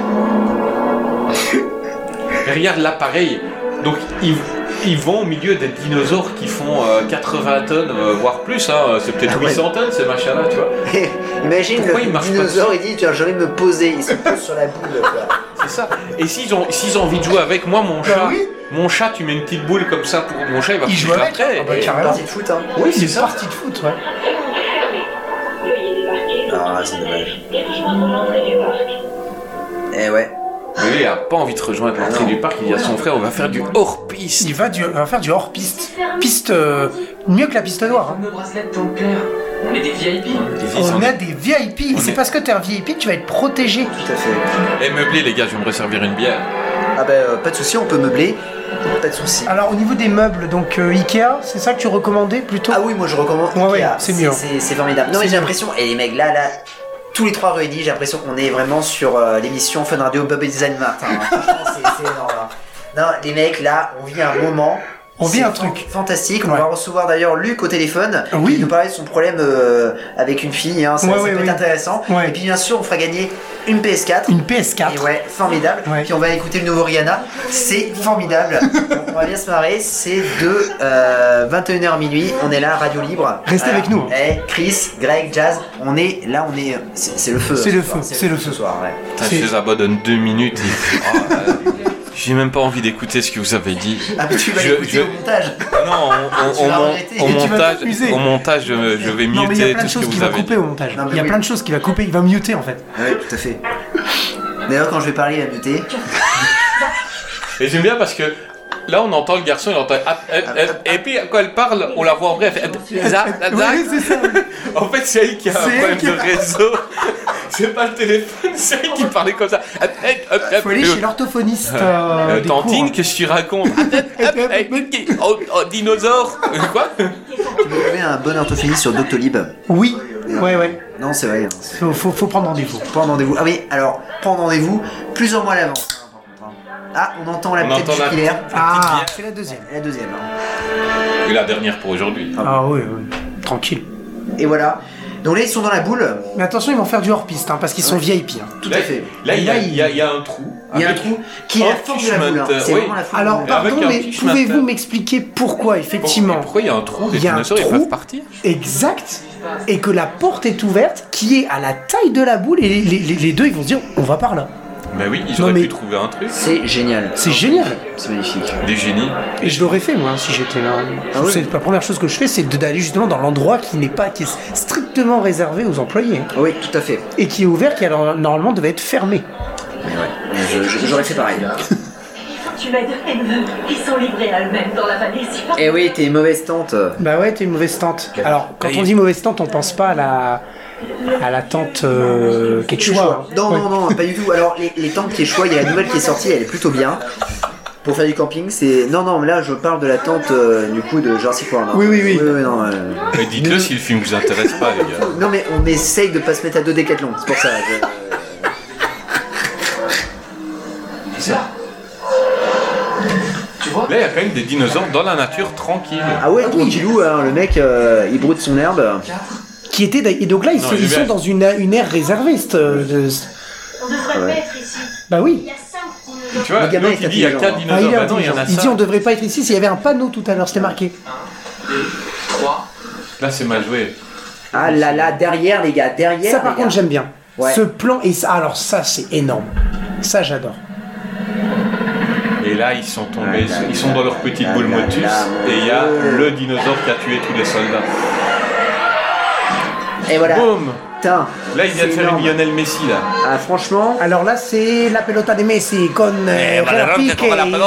Speaker 3: Mais regarde l'appareil. Donc ils, ils vont au milieu des dinosaures qui font euh, 80 tonnes, euh, voire plus. hein. C'est peut-être
Speaker 5: Ah ouais.
Speaker 3: 800 tonnes ces machins-là, tu vois.
Speaker 5: Imagine
Speaker 3: Pourquoi
Speaker 5: le
Speaker 3: il marche pas
Speaker 5: dinosaure, il dit Tu as jamais me poser. Il se pose sur la boule. quoi.
Speaker 3: C'est ça. Et s'ils ont, s'ils ont envie de jouer avec moi, mon chat, mon chat, tu mets une petite boule comme ça pour mon chat, il va
Speaker 4: Bah Il joue
Speaker 3: courir
Speaker 4: avec
Speaker 3: après.
Speaker 4: Ah bah,
Speaker 3: Et-
Speaker 4: carrément.
Speaker 5: Partie de foot, hein.
Speaker 3: Oui, c'est ça.
Speaker 4: Partie de foot, ouais.
Speaker 5: Ah, c'est dommage. Eh ouais.
Speaker 3: Mais lui, il a pas envie de rejoindre l'entrée
Speaker 5: Ah non.
Speaker 3: du parc. Il dit à son frère, on va faire du hors-piste.
Speaker 4: Il va, du- va faire du hors-piste. Piste. euh, mieux que la piste noire. hein.
Speaker 8: On est des VIP.
Speaker 4: On a des VIP.
Speaker 3: On
Speaker 4: C'est
Speaker 3: est-
Speaker 4: parce que t'es un VIP que tu vas être protégé.
Speaker 5: Tout à fait.
Speaker 3: Et Eh, meublé, les gars, je vais me resservir une bière.
Speaker 5: Ah bah, euh, pas de souci, on peut meubler. Pas de souci.
Speaker 4: Alors, au niveau des meubles, donc euh, Ikea, c'est ça que tu recommandais plutôt
Speaker 5: Ah oui, moi je recommande.
Speaker 4: Ouais, ouais,
Speaker 5: Ikea.
Speaker 4: c'est mieux.
Speaker 5: C'est c'est formidable. Non, mais
Speaker 4: C'est
Speaker 5: j'ai
Speaker 4: mieux.
Speaker 5: l'impression, et les mecs là, là, tous les trois réunis, j'ai l'impression qu'on est vraiment sur euh, l'émission Fun Radio Bob et Design Mart. hein. Franchement, c'est- c'est énorme. hein. Non, les mecs là, on vit un moment
Speaker 4: On vit
Speaker 5: C'est
Speaker 4: un
Speaker 5: fan-
Speaker 4: truc. Ah
Speaker 5: Fantastique. On va recevoir d'ailleurs Luc au téléphone. Oui. Il nous parlait de son problème euh, avec une fille. hein. Ça,
Speaker 4: Ouais,
Speaker 5: ça
Speaker 4: ouais,
Speaker 5: peut
Speaker 4: ouais.
Speaker 5: être intéressant.
Speaker 4: Ouais.
Speaker 5: Et puis bien sûr, on fera gagner une PS4.
Speaker 4: Une PS4.
Speaker 5: Et ouais, formidable. Puis on va écouter le nouveau Rihanna. C'est formidable. Donc, on va bien se marrer. C'est de euh, 21h minuit. On est là, radio libre.
Speaker 4: Restez avec nous.
Speaker 5: Eh, Chris, Greg, Jazz. On est là. On est. C'est c'est le feu.
Speaker 4: C'est
Speaker 5: ce
Speaker 4: le
Speaker 5: soir.
Speaker 4: feu, c'est le
Speaker 5: ce soir. ouais.
Speaker 3: Putain, je les abandonne deux minutes. et- Oh, euh, J'ai même pas envie d'écouter ce que vous avez dit.
Speaker 5: Ah, mais tu vas
Speaker 3: Je-
Speaker 5: l'écouter
Speaker 3: je-
Speaker 5: au montage.
Speaker 3: Non, on-
Speaker 5: Tu
Speaker 3: on-
Speaker 5: vas
Speaker 3: on-
Speaker 5: regretter.
Speaker 3: au
Speaker 5: Et tu vas
Speaker 3: montage,
Speaker 5: t'amuser.
Speaker 3: au montage, je, je vais
Speaker 4: Non, mais il y a
Speaker 3: muter
Speaker 4: plein
Speaker 3: tout ce
Speaker 4: de
Speaker 3: que
Speaker 4: choses qui
Speaker 3: vous
Speaker 4: va
Speaker 3: avez dit.
Speaker 4: couper au montage.
Speaker 5: Non, mais
Speaker 4: Il y a
Speaker 5: oui.
Speaker 4: plein de choses qui va couper, il va muter en fait.
Speaker 5: Ouais, tout à fait. D'ailleurs, quand je vais parler, E il va muter.
Speaker 3: Et j'aime bien parce que là, on entend le garçon, il entend. Ah, ah, ah, Et puis quand elle parle, on la voit en vrai. Elle fait. ah, zac, ah, zac. En fait, c'est elle qui a un
Speaker 4: C'est elle
Speaker 3: problème
Speaker 4: qui
Speaker 3: de
Speaker 4: a-
Speaker 3: réseau. C'est pas le téléphone, c'est elle qui parlait comme ça. Ah, ah, ah, ah,
Speaker 4: Faut aller
Speaker 3: euh,
Speaker 4: chez l'orthophoniste.
Speaker 3: euh,
Speaker 4: euh, des
Speaker 3: Tantine,
Speaker 4: cours.
Speaker 3: qu'est-ce que tu racontes Ah, ah, ah, ah, ah, oh, oh, Dinosaure Euh, Quoi
Speaker 5: Tu peux trouver un bon orthophoniste sur Doctolib.
Speaker 4: Oui, ouais, ouais.
Speaker 5: Non, c'est vrai. hein.
Speaker 4: Faut, faut, faut prendre rendez-vous.
Speaker 5: Prendre rendez-vous. Ah oui, alors, prendre rendez-vous plusieurs mois à l'avance. Ah, on entend la
Speaker 3: On
Speaker 5: petite
Speaker 3: entend la-
Speaker 5: jugulaire.
Speaker 4: Ah, c'est la deuxième.
Speaker 5: La deuxième. hein.
Speaker 3: Et la dernière pour aujourd'hui.
Speaker 4: Ah oui, oui. Tranquille.
Speaker 5: Et voilà. Donc là, ils sont dans la boule.
Speaker 4: Mais attention, ils vont faire du hors-piste hein, parce qu'ils sont VIP. hein.
Speaker 5: Tout
Speaker 3: Là,
Speaker 5: à fait.
Speaker 3: Là, il y a-
Speaker 4: Là,
Speaker 3: il y a- il y a un trou.
Speaker 5: Il y a un
Speaker 3: avec-
Speaker 5: trou qui est la foule de la boule. hein.
Speaker 3: Enrichment,
Speaker 5: C'est
Speaker 3: euh,
Speaker 5: vraiment
Speaker 3: oui.
Speaker 5: la foule. de
Speaker 4: Alors,
Speaker 5: la boule.
Speaker 4: pardon,
Speaker 3: un
Speaker 4: mais
Speaker 3: petit
Speaker 4: pouvez-vous
Speaker 3: schmatter.
Speaker 4: m'expliquer pourquoi, effectivement,
Speaker 3: Pourquoi il y a un trou Les
Speaker 4: Il y a un
Speaker 3: dinosaures, ils
Speaker 4: trou.
Speaker 3: peuvent partir
Speaker 4: exact, et que la porte est ouverte, qui est à la taille de la boule, et les, les- les- les deux, ils vont se dire, on va par là.
Speaker 3: Bah oui, ils
Speaker 4: Non,
Speaker 3: auraient
Speaker 4: mais-
Speaker 3: pu trouver un truc.
Speaker 5: C'est génial.
Speaker 4: C'est génial.
Speaker 5: C'est magnifique.
Speaker 3: Des génies.
Speaker 4: Et je l'aurais fait, moi, si j'étais là.
Speaker 5: Ah oui.
Speaker 4: C'est la première chose que je fais, c'est de- d'aller justement dans l'endroit qui n'est pas, qui est strictement réservé aux employés, hein,
Speaker 5: Oui, tout à fait.
Speaker 4: et qui est ouvert, qui alors, normalement devait être fermé.
Speaker 5: Mais ouais. Mais je- je- J'aurais fait pareil.
Speaker 6: Il faut que tu m'aides, les neveux. Ils sont livrés à eux-mêmes dans la vallée. si-
Speaker 5: Eh oui, t'es une mauvaise tante.
Speaker 4: Bah ouais, t'es une mauvaise tante.
Speaker 3: Bah,
Speaker 4: Alors, quand on dit mauvaise tante, on pense pas à la, à la tante euh, quechua. hein.
Speaker 5: Non, non, non, pas du tout. Alors, les, les tentes qui est choix, il y a la nouvelle qui est sortie, elle est plutôt bien. Pour faire du camping, c'est. Non, non, mais là, je parle de la tente euh, du coup de Jurassic World. hein.
Speaker 4: Oui, oui, oui.
Speaker 5: non, euh,
Speaker 3: Mais dites-le si le film vous intéresse pas, les gars.
Speaker 5: non, mais on essaye de pas se mettre à deux décathlons, c'est pour ça. je-
Speaker 3: Là, il y a quand même des dinosaures dans la nature tranquille.
Speaker 5: Ah ouais, tranquillou, hein, le mec, euh, il broute son herbe.
Speaker 4: Qui était d'ailleurs- et donc là ils,
Speaker 3: Non,
Speaker 4: sont,
Speaker 3: je
Speaker 4: ils
Speaker 3: vais-
Speaker 4: sont dans une, une aire réservée. cette- de-
Speaker 6: On devrait le
Speaker 5: Ouais.
Speaker 6: mettre ici.
Speaker 4: bah
Speaker 6: Il
Speaker 4: oui.
Speaker 6: y a cinq
Speaker 3: Tu
Speaker 6: dinosaures.
Speaker 3: vois,
Speaker 5: Le gamin
Speaker 3: l'autre
Speaker 5: est
Speaker 3: il dit il y a
Speaker 5: intelligent,
Speaker 3: quatre
Speaker 4: Ah, il,
Speaker 3: dinosaures.
Speaker 4: est
Speaker 3: Bah non, il y en a
Speaker 4: intelligent. Il dit on
Speaker 3: cinq.
Speaker 4: devrait pas être ici s'il y avait un panneau tout à l'heure, c'était marqué.
Speaker 3: Là, c'est mal joué.
Speaker 5: Ah là là, derrière les gars, derrière.
Speaker 4: ça par
Speaker 5: les gars.
Speaker 4: contre j'aime bien.
Speaker 5: Ouais.
Speaker 4: Ce plan et ça, alors ça c'est énorme. Ça j'adore.
Speaker 3: Et là, ils sont tombés,
Speaker 5: Ouais, là,
Speaker 3: ils sont dans leur petite
Speaker 5: là,
Speaker 3: boule
Speaker 5: là,
Speaker 3: motus,
Speaker 5: là, Ah, mon
Speaker 3: et il y a
Speaker 5: Dieu.
Speaker 3: le dinosaure qui a tué tous les soldats.
Speaker 5: Et voilà.
Speaker 3: Boum
Speaker 5: Putain.
Speaker 3: Là, il vient de
Speaker 5: c'est
Speaker 3: faire
Speaker 5: énorme.
Speaker 3: une Lionel Messi, là.
Speaker 5: Ah, franchement.
Speaker 4: Alors là c'est la pelota de Messi con
Speaker 3: Eh,
Speaker 4: euh, Gerard Piqué et Barcelona.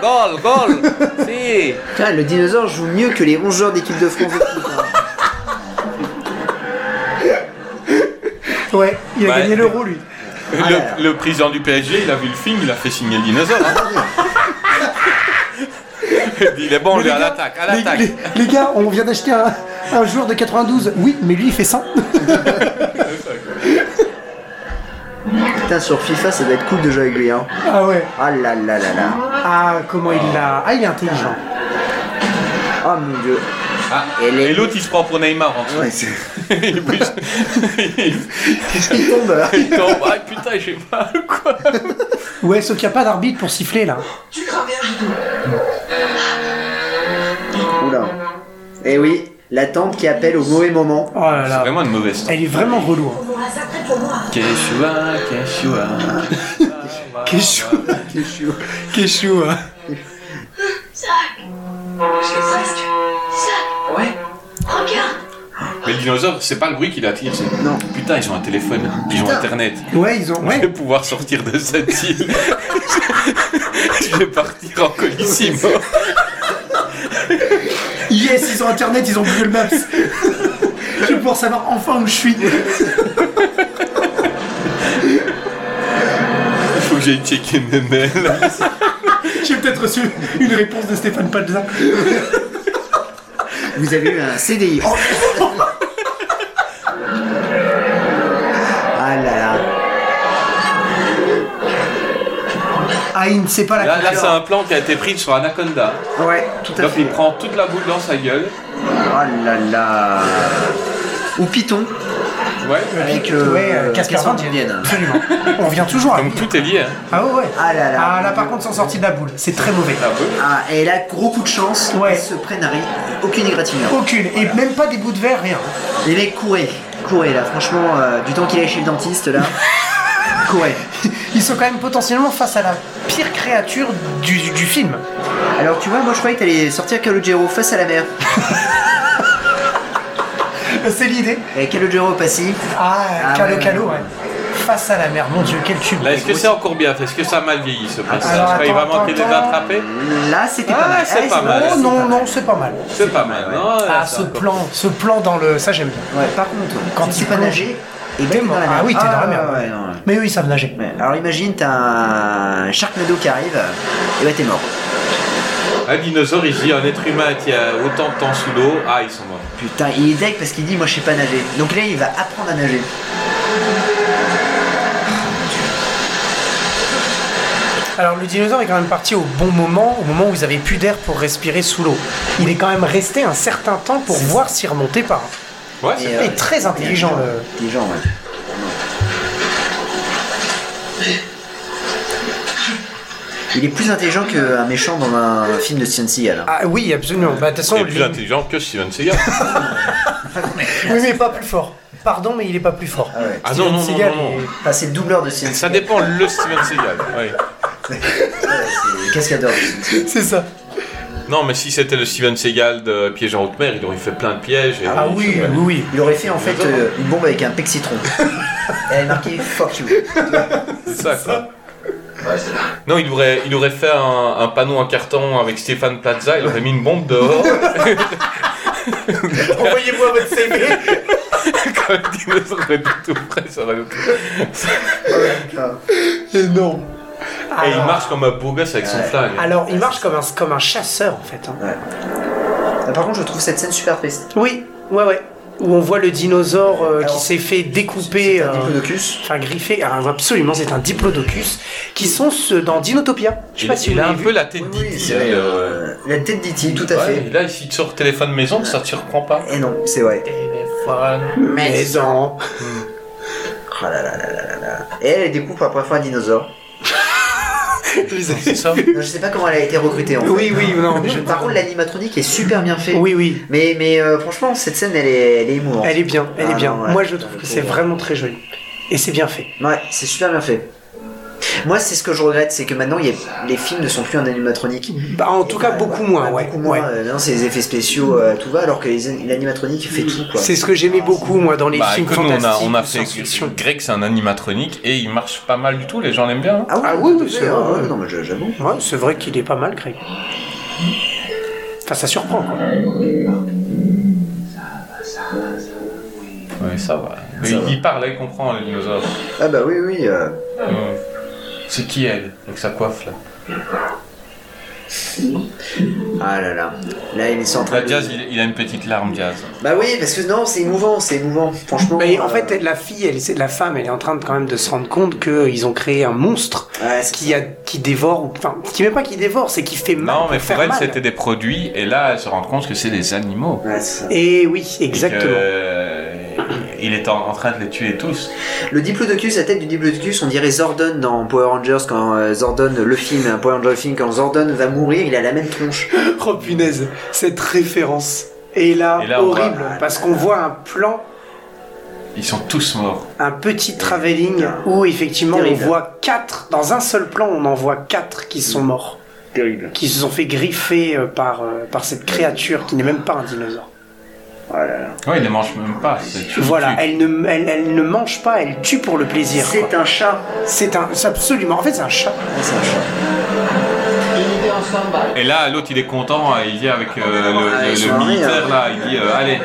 Speaker 3: gol, gol Si
Speaker 5: Putain, le dinosaure joue mieux que les 11 joueurs d'équipe de France. de foot, hein.
Speaker 4: Ouais, il a
Speaker 3: eh. Ouais.
Speaker 4: gagné l'euro lui.
Speaker 5: Ah là là.
Speaker 3: le, le président du PSG, il a vu le film, il a fait signer le dinosaure.
Speaker 5: Ah,
Speaker 3: hein. il dit, il est bon, lui, à l'attaque, à
Speaker 4: les,
Speaker 3: l'attaque.
Speaker 4: les- les gars, on vient d'acheter un, un joueur de 92. Oui, mais lui il fait 100.
Speaker 5: Putain, sur FIFA, ça doit être cool de jouer avec lui. Hein.
Speaker 4: ah ouais.
Speaker 5: Ah là là là là.
Speaker 4: Ah comment il l'a. Ah il est intelligent.
Speaker 5: Ah mon dieu.
Speaker 3: Ah,
Speaker 5: Et les-
Speaker 3: et l'autre, il se prend pour Neymar, en fait.
Speaker 5: Ouais, c'est-
Speaker 3: il bouge.
Speaker 5: il tombe. hein.
Speaker 3: il tombe. Ah putain, j'ai mal ou quoi
Speaker 4: Ouais, sauf qu'il n'y a pas d'arbitre pour siffler là.
Speaker 5: Oula. Et oui, la tante qui appelle au mauvais moment.
Speaker 4: Oh là
Speaker 3: C'est
Speaker 4: là.
Speaker 3: vraiment une mauvaise tente.
Speaker 4: Elle est vraiment relou. hein.
Speaker 6: On va s'apprêter pour moi.
Speaker 3: Quechua, Quechua.
Speaker 4: Quechua.
Speaker 6: Zach Je l'ai presque. Zach
Speaker 8: Ouais.
Speaker 6: Regarde
Speaker 3: Mais le dinosaure, c'est pas le bruit qui l'attire, c'est.
Speaker 5: Non.
Speaker 3: Putain, ils ont un téléphone, ils ont internet.
Speaker 4: Ouais, ils ont.
Speaker 3: Je vais
Speaker 4: Ouais.
Speaker 3: pouvoir sortir de cette île. Je vais partir en colissimo.
Speaker 4: Yes, ils ont internet, ils ont Google Maps. Je vais pouvoir savoir enfin où je suis.
Speaker 3: Il faut que j'aille checker mes mails.
Speaker 4: J'ai peut-être reçu une réponse de Stéphane Palza.
Speaker 5: Vous avez eu un CDI. Oh. ah là là.
Speaker 4: Ah pareil, il ne sait pas la
Speaker 3: Là, là,
Speaker 4: couleur.
Speaker 3: c'est un plan qui a été pris sur Anaconda.
Speaker 4: Ouais, tout à
Speaker 3: Donc,
Speaker 4: fait.
Speaker 3: il prend toute la boule dans sa gueule.
Speaker 5: Oh là là. Ou Python.
Speaker 3: Ouais.
Speaker 5: Avec
Speaker 4: ouais, euh, Casper Van Dien.
Speaker 5: hein.
Speaker 4: Absolument. On vient toujours à
Speaker 3: Donc tout est lié. hein.
Speaker 4: Ah ouais, ouais.
Speaker 5: Ah là là.
Speaker 4: Ah là, par contre, ils sont sortis de la boule. C'est très mauvais.
Speaker 5: Ah, et là, gros coup de chance,
Speaker 4: Ouais.
Speaker 5: ils se prennent à rien. Aucune égratignure.
Speaker 4: Aucune. Et même pas des bouts de verre, rien.
Speaker 5: Les mecs, courez. Courez là, franchement, euh, du temps qu'il est chez le dentiste là. courez.
Speaker 4: Ils sont quand même potentiellement face à la pire créature du, du- du film.
Speaker 5: Alors tu vois, moi je croyais que t'allais sortir Calogero face à la mer.
Speaker 4: C'est l'idée.
Speaker 5: Et Calogero passif.
Speaker 4: Ah,
Speaker 5: Ah,
Speaker 4: calo
Speaker 5: ouais,
Speaker 4: calo,
Speaker 5: ouais.
Speaker 4: ouais. Face à la mer, mon dieu, quel tube.
Speaker 3: Là, est-ce que c'est encore bien fait Est-ce que ça a mal vieilli ce passage
Speaker 4: Ah, Alors,
Speaker 3: Quand Il va
Speaker 4: attends,
Speaker 3: manquer de
Speaker 4: attends,
Speaker 3: l'attraper
Speaker 5: Là, c'était
Speaker 3: Ah,
Speaker 5: pas mal. Eh,
Speaker 3: c'est pas mal. Ah,
Speaker 4: Oh non, non, c'est pas mal.
Speaker 3: C'est pas mal. hein. non, là,
Speaker 4: Ah,
Speaker 3: c'est
Speaker 4: ce
Speaker 3: encore-
Speaker 4: plan, ce plan dans le. Ça, j'aime bien.
Speaker 5: Ouais, par contre,
Speaker 4: Quand
Speaker 5: quand tu
Speaker 4: il
Speaker 5: sais pas
Speaker 4: plonge.
Speaker 5: nager, et
Speaker 4: T'es
Speaker 5: t'es dans la mer.
Speaker 4: Ah oui, t'es dans la mer.
Speaker 5: ouais, non, ouais.
Speaker 4: Mais eux, ils savent nager.
Speaker 5: Ouais. Alors imagine, t'as un Sharknado qui arrive, et bah t'es mort.
Speaker 3: Un dinosaure, il se dit un être humain qui a autant de temps sous l'eau. Ah, ils sont morts.
Speaker 5: Putain, il est deck parce qu'il dit moi je sais pas nager. Donc là il va apprendre à nager.
Speaker 4: Alors, le dinosaure est quand même parti au bon moment, au moment où ils avaient plus d'air pour respirer sous l'eau. Il est quand même resté un certain temps pour voir s'il remontait pas.
Speaker 3: Ouais, c'est
Speaker 5: Et,
Speaker 4: Et très intelligent, le.
Speaker 5: Intelligent, ouais. Il est plus intelligent qu'un méchant dans un film de Steven Seagal. hein.
Speaker 4: Ah oui, absolument. Bah, de toute façon,
Speaker 3: Il est
Speaker 4: lui-
Speaker 3: plus intelligent que Steven Seagal.
Speaker 4: Oui, mais pas plus fort. Pardon, mais il est pas plus fort.
Speaker 5: ouais.
Speaker 3: Ah
Speaker 4: Steven
Speaker 3: non, non, non,
Speaker 4: Seagal,
Speaker 3: non, non.
Speaker 4: il-
Speaker 5: Enfin, c'est le doubleur de Steven
Speaker 3: Ça
Speaker 5: Seagal.
Speaker 3: dépend le Steven Seagal. ouais.
Speaker 5: C'est le cascadeur de Steven Seagal.
Speaker 4: C'est ça.
Speaker 3: Non, mais si c'était le Steven Seagal de Piège en haute mer, il aurait fait plein de pièges. et-
Speaker 4: Ah oui, oui, oui.
Speaker 5: Il aurait fait en fait euh, une bombe avec un pexitron. Elle est marquée fuck you.
Speaker 3: C'est ça, quoi. Non, il aurait, il aurait fait un, un panneau en carton avec Stéphane Plaza, il aurait mis une bombe dehors.
Speaker 4: Envoyez-moi votre CV.
Speaker 3: Quand le dinosaure aurait été tout près, ça aurait été-
Speaker 4: Énorme.
Speaker 3: Et il marche comme un beau gosse avec son flingue.
Speaker 4: Alors, il marche comme un, comme un chasseur, en fait. hein.
Speaker 5: Ah, Par contre, je trouve cette scène super triste.
Speaker 4: Oui, ouais, ouais. Où on voit le dinosaure euh, qui
Speaker 5: Alors,
Speaker 4: s'est fait découper,
Speaker 5: Un
Speaker 4: euh,
Speaker 5: diplodocus.
Speaker 4: enfin griffer. Ah, absolument, c'est un diplodocus qui sont ceux dans Dinotopia. Je sais
Speaker 3: Il,
Speaker 4: pas si
Speaker 3: il
Speaker 4: vous
Speaker 3: a un
Speaker 4: l'avez vu.
Speaker 3: peu la tête
Speaker 5: Oui,
Speaker 3: d'E.T.,
Speaker 5: oui, c'est
Speaker 3: hein,
Speaker 5: vrai.
Speaker 3: le-
Speaker 5: euh, La tête d'E.T., tout à
Speaker 3: Ouais,
Speaker 5: fait.
Speaker 3: et là, si tu sors téléphone maison, ça te surprend pas.
Speaker 5: Et non, c'est vrai.
Speaker 4: Téléphone, maison.
Speaker 5: Oh là là là là là là. Et elle elle découvre pour la première fois un dinosaure.
Speaker 3: C'est ça
Speaker 5: Non, je sais pas comment elle a été recrutée en fait.
Speaker 4: Oui, oui, non, mais je ne
Speaker 5: Par contre, l'animatronique est super bien fait.
Speaker 4: Oui, oui.
Speaker 5: Mais, mais euh, franchement, cette scène, elle est, elle est émouvante.
Speaker 4: Elle est bien, elle est
Speaker 5: Ah,
Speaker 4: bien.
Speaker 5: non, ouais.
Speaker 4: Moi, je trouve que c'est vraiment très joli. Et c'est bien fait.
Speaker 5: Ouais, c'est super bien fait. Moi, c'est ce que je regrette, c'est que maintenant, il y a- les films ne sont plus en animatronique.
Speaker 4: Bah, en tout cas,
Speaker 5: Ouais,
Speaker 4: beaucoup
Speaker 5: ouais,
Speaker 4: moins, ouais.
Speaker 5: Beaucoup moins.
Speaker 4: ouais.
Speaker 5: euh, non, c'est les effets spéciaux, euh, tout va, alors que les- l'animatronique fait tout, quoi.
Speaker 4: C'est ce que
Speaker 5: Ah,
Speaker 4: j'aimais beaucoup, moi, dans les
Speaker 3: Bah,
Speaker 4: films
Speaker 3: écoute, nous, on a,
Speaker 4: fantastiques.
Speaker 3: on a
Speaker 4: de
Speaker 3: fait
Speaker 4: science-fiction.
Speaker 3: Greg, c'est un animatronique et il marche pas mal du tout, les gens l'aiment bien. hein.
Speaker 4: Ah oui, oui,
Speaker 5: ouais,
Speaker 4: c'est vrai,
Speaker 5: ouais,
Speaker 4: ouais.
Speaker 5: Non, mais j'avoue.
Speaker 4: Ouais, c'est vrai qu'il est pas mal, Greg. Enfin, ça surprend, quoi.
Speaker 3: Ouais, ça va. Mais il, il parle, il comprend, le dinosaure.
Speaker 5: Ah bah oui, oui. euh,
Speaker 3: Ouais. C'est qui elle, avec sa coiffe là
Speaker 5: Ah là là. Là, ils sont en train
Speaker 3: La
Speaker 5: de-
Speaker 3: Diaz, il, il a une petite larme, Diaz.
Speaker 5: Bah oui, parce que non, c'est émouvant, c'est émouvant. Franchement.
Speaker 4: Mais en
Speaker 5: euh,
Speaker 4: fait, la fille, elle, c'est- la femme, elle est en train de, quand même de se rendre compte qu'ils ont créé un monstre
Speaker 5: ouais, c'est
Speaker 4: qui, a, qui dévore, ou- enfin, qui même pas qui dévore, c'est qui fait mal.
Speaker 3: Non, mais
Speaker 4: faire
Speaker 3: pour elle,
Speaker 4: mal.
Speaker 3: c'était des produits et là, elle se rend compte que c'est des animaux.
Speaker 5: Ouais, c'est ça.
Speaker 4: Et oui,
Speaker 3: Et que,
Speaker 4: exactement.
Speaker 3: euh, il est en, en train de les tuer tous.
Speaker 5: Le Diplodocus, la tête du Diplodocus, on dirait Zordon dans Power Rangers quand euh, Zordon, le film, hein, Power Rangers le film, quand Zordon va mourir, il a la même tronche.
Speaker 4: Oh punaise, cette référence. Et là,
Speaker 3: Et là, on
Speaker 4: horrible,
Speaker 3: voit-
Speaker 4: parce qu'on voit un plan,
Speaker 3: Ils sont tous morts.
Speaker 4: un petit travelling où effectivement on
Speaker 5: Terrible.
Speaker 4: voit quatre, dans un seul plan, on en voit quatre qui sont morts,
Speaker 5: Terrible.
Speaker 4: qui se sont fait griffer euh, par, euh, par cette créature qui n'est même pas un dinosaure.
Speaker 3: Ouais, ils les mangent même pas. c'est- tu-
Speaker 4: Voilà,
Speaker 3: tu-
Speaker 4: elle ne, elle, elle ne mange pas, elle tue pour le plaisir. quoi.
Speaker 5: C'est un chat.
Speaker 4: C'est un, c'est absolument. En fait, c'est un chat.
Speaker 5: Ouais, c'est un chat.
Speaker 3: Et là, l'autre, il est content, il dit avec euh, le,
Speaker 5: Ah,
Speaker 3: le-
Speaker 5: ils
Speaker 3: le
Speaker 5: sont arrivés,
Speaker 3: militaire
Speaker 5: hein.
Speaker 3: là, il dit euh, allez,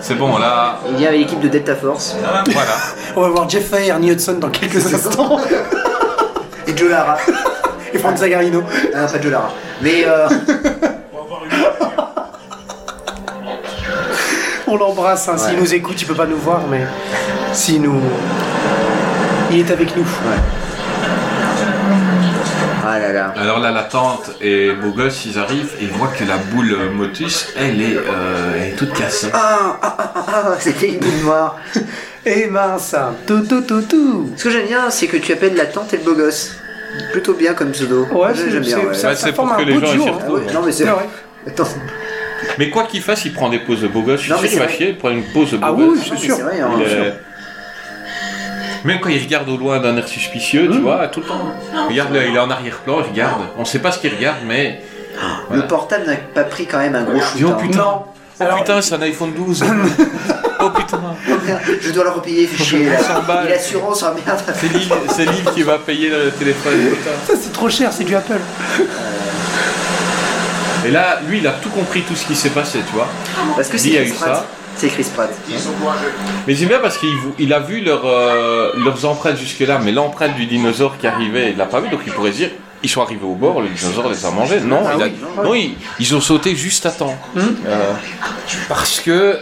Speaker 3: c'est bon, là,
Speaker 5: Il vient avec l'équipe de Delta Force.
Speaker 3: voilà.
Speaker 4: On va voir Jeff Fay, Ernie Hudson dans quelques instants.
Speaker 5: Et Joe Lara.
Speaker 4: Et Franz Zagarino.
Speaker 5: Ah, pas Joe Lara. Mais euh,
Speaker 4: On l'embrasse. hein. S'il
Speaker 5: Ouais.
Speaker 4: nous écoute, il peut pas nous voir, mais s'il nous, il est avec nous.
Speaker 5: Ah là là.
Speaker 3: Alors là, la tante et beau gosse, ils arrivent et ils voient que la boule euh, Motus, elle est, euh, elle est toute cassée.
Speaker 5: Ah, ah, ah, ah, c'était une boule noire.
Speaker 4: Et Eh mince, tout, tout, tout, tout.
Speaker 5: Ce que j'aime bien, c'est que tu appelles la tante et le beau gosse. Plutôt bien comme pseudo.
Speaker 4: Ouais,
Speaker 5: Je-
Speaker 4: c'est-
Speaker 5: j'aime bien.
Speaker 4: c'est-
Speaker 5: ouais.
Speaker 4: ça-
Speaker 3: Ouais,
Speaker 4: ça
Speaker 3: c'est pour
Speaker 4: forme
Speaker 3: que
Speaker 4: un
Speaker 3: les
Speaker 4: beau
Speaker 3: gens y
Speaker 4: duo,
Speaker 3: s'y
Speaker 4: hein.
Speaker 5: Ah ouais,
Speaker 3: retrouvent.
Speaker 5: non mais c'est
Speaker 4: Ouais.
Speaker 5: vrai. Attends.
Speaker 3: Mais quoi qu'il fasse, il prend des poses de beau gosse. Je
Speaker 5: Non, mais
Speaker 3: suis sûr qu'il
Speaker 5: c'est
Speaker 3: va
Speaker 5: vrai.
Speaker 3: chier, il prend une pose de beau
Speaker 4: Ah oui,
Speaker 3: gosse.
Speaker 4: oui, c'est
Speaker 5: mais
Speaker 4: sûr.
Speaker 5: C'est vrai.
Speaker 3: Il
Speaker 5: hein,
Speaker 3: est-
Speaker 5: sûr.
Speaker 3: Même quand il regarde au loin d'un air suspicieux,
Speaker 5: Mmh.
Speaker 3: tu vois, tout le temps. Regarde, là, il est en arrière-plan, il regarde. On sait pas ce qu'il regarde, mais.
Speaker 5: Le portable n'a pas pris quand même un gros shoot.
Speaker 3: Dis, oh
Speaker 5: hein.
Speaker 3: putain,
Speaker 4: Non.
Speaker 3: oh,
Speaker 4: Alors-
Speaker 3: putain, c'est un iPhone 12. oh putain,
Speaker 5: Je dois le repayer, fais chier. là.
Speaker 3: 100 balles.
Speaker 5: Et L'assurance, ah merde.
Speaker 3: c'est Lille, c'est Lille qui va payer le téléphone. putain.
Speaker 4: Ça, c'est trop cher, c'est du Apple.
Speaker 3: Et là, lui, il a tout compris, tout ce qui s'est passé, tu vois.
Speaker 5: Parce que c'est
Speaker 3: Dis, il y a
Speaker 5: Chris
Speaker 3: eu
Speaker 5: Pratt.
Speaker 3: ça.
Speaker 5: C'est Chris Pratt.
Speaker 10: Ils sont courageux.
Speaker 3: Mais j'aime bien parce qu'il vou- il a vu leur, euh, leurs empreintes jusque-là, mais l'empreinte du dinosaure qui arrivait, il l'a pas vu, donc il pourrait se dire ils sont arrivés au bord, le dinosaure les a mangés. Non,
Speaker 4: Ah
Speaker 3: il a- non, ils, ils ont sauté juste à temps.
Speaker 4: Hmm.
Speaker 3: Euh, parce que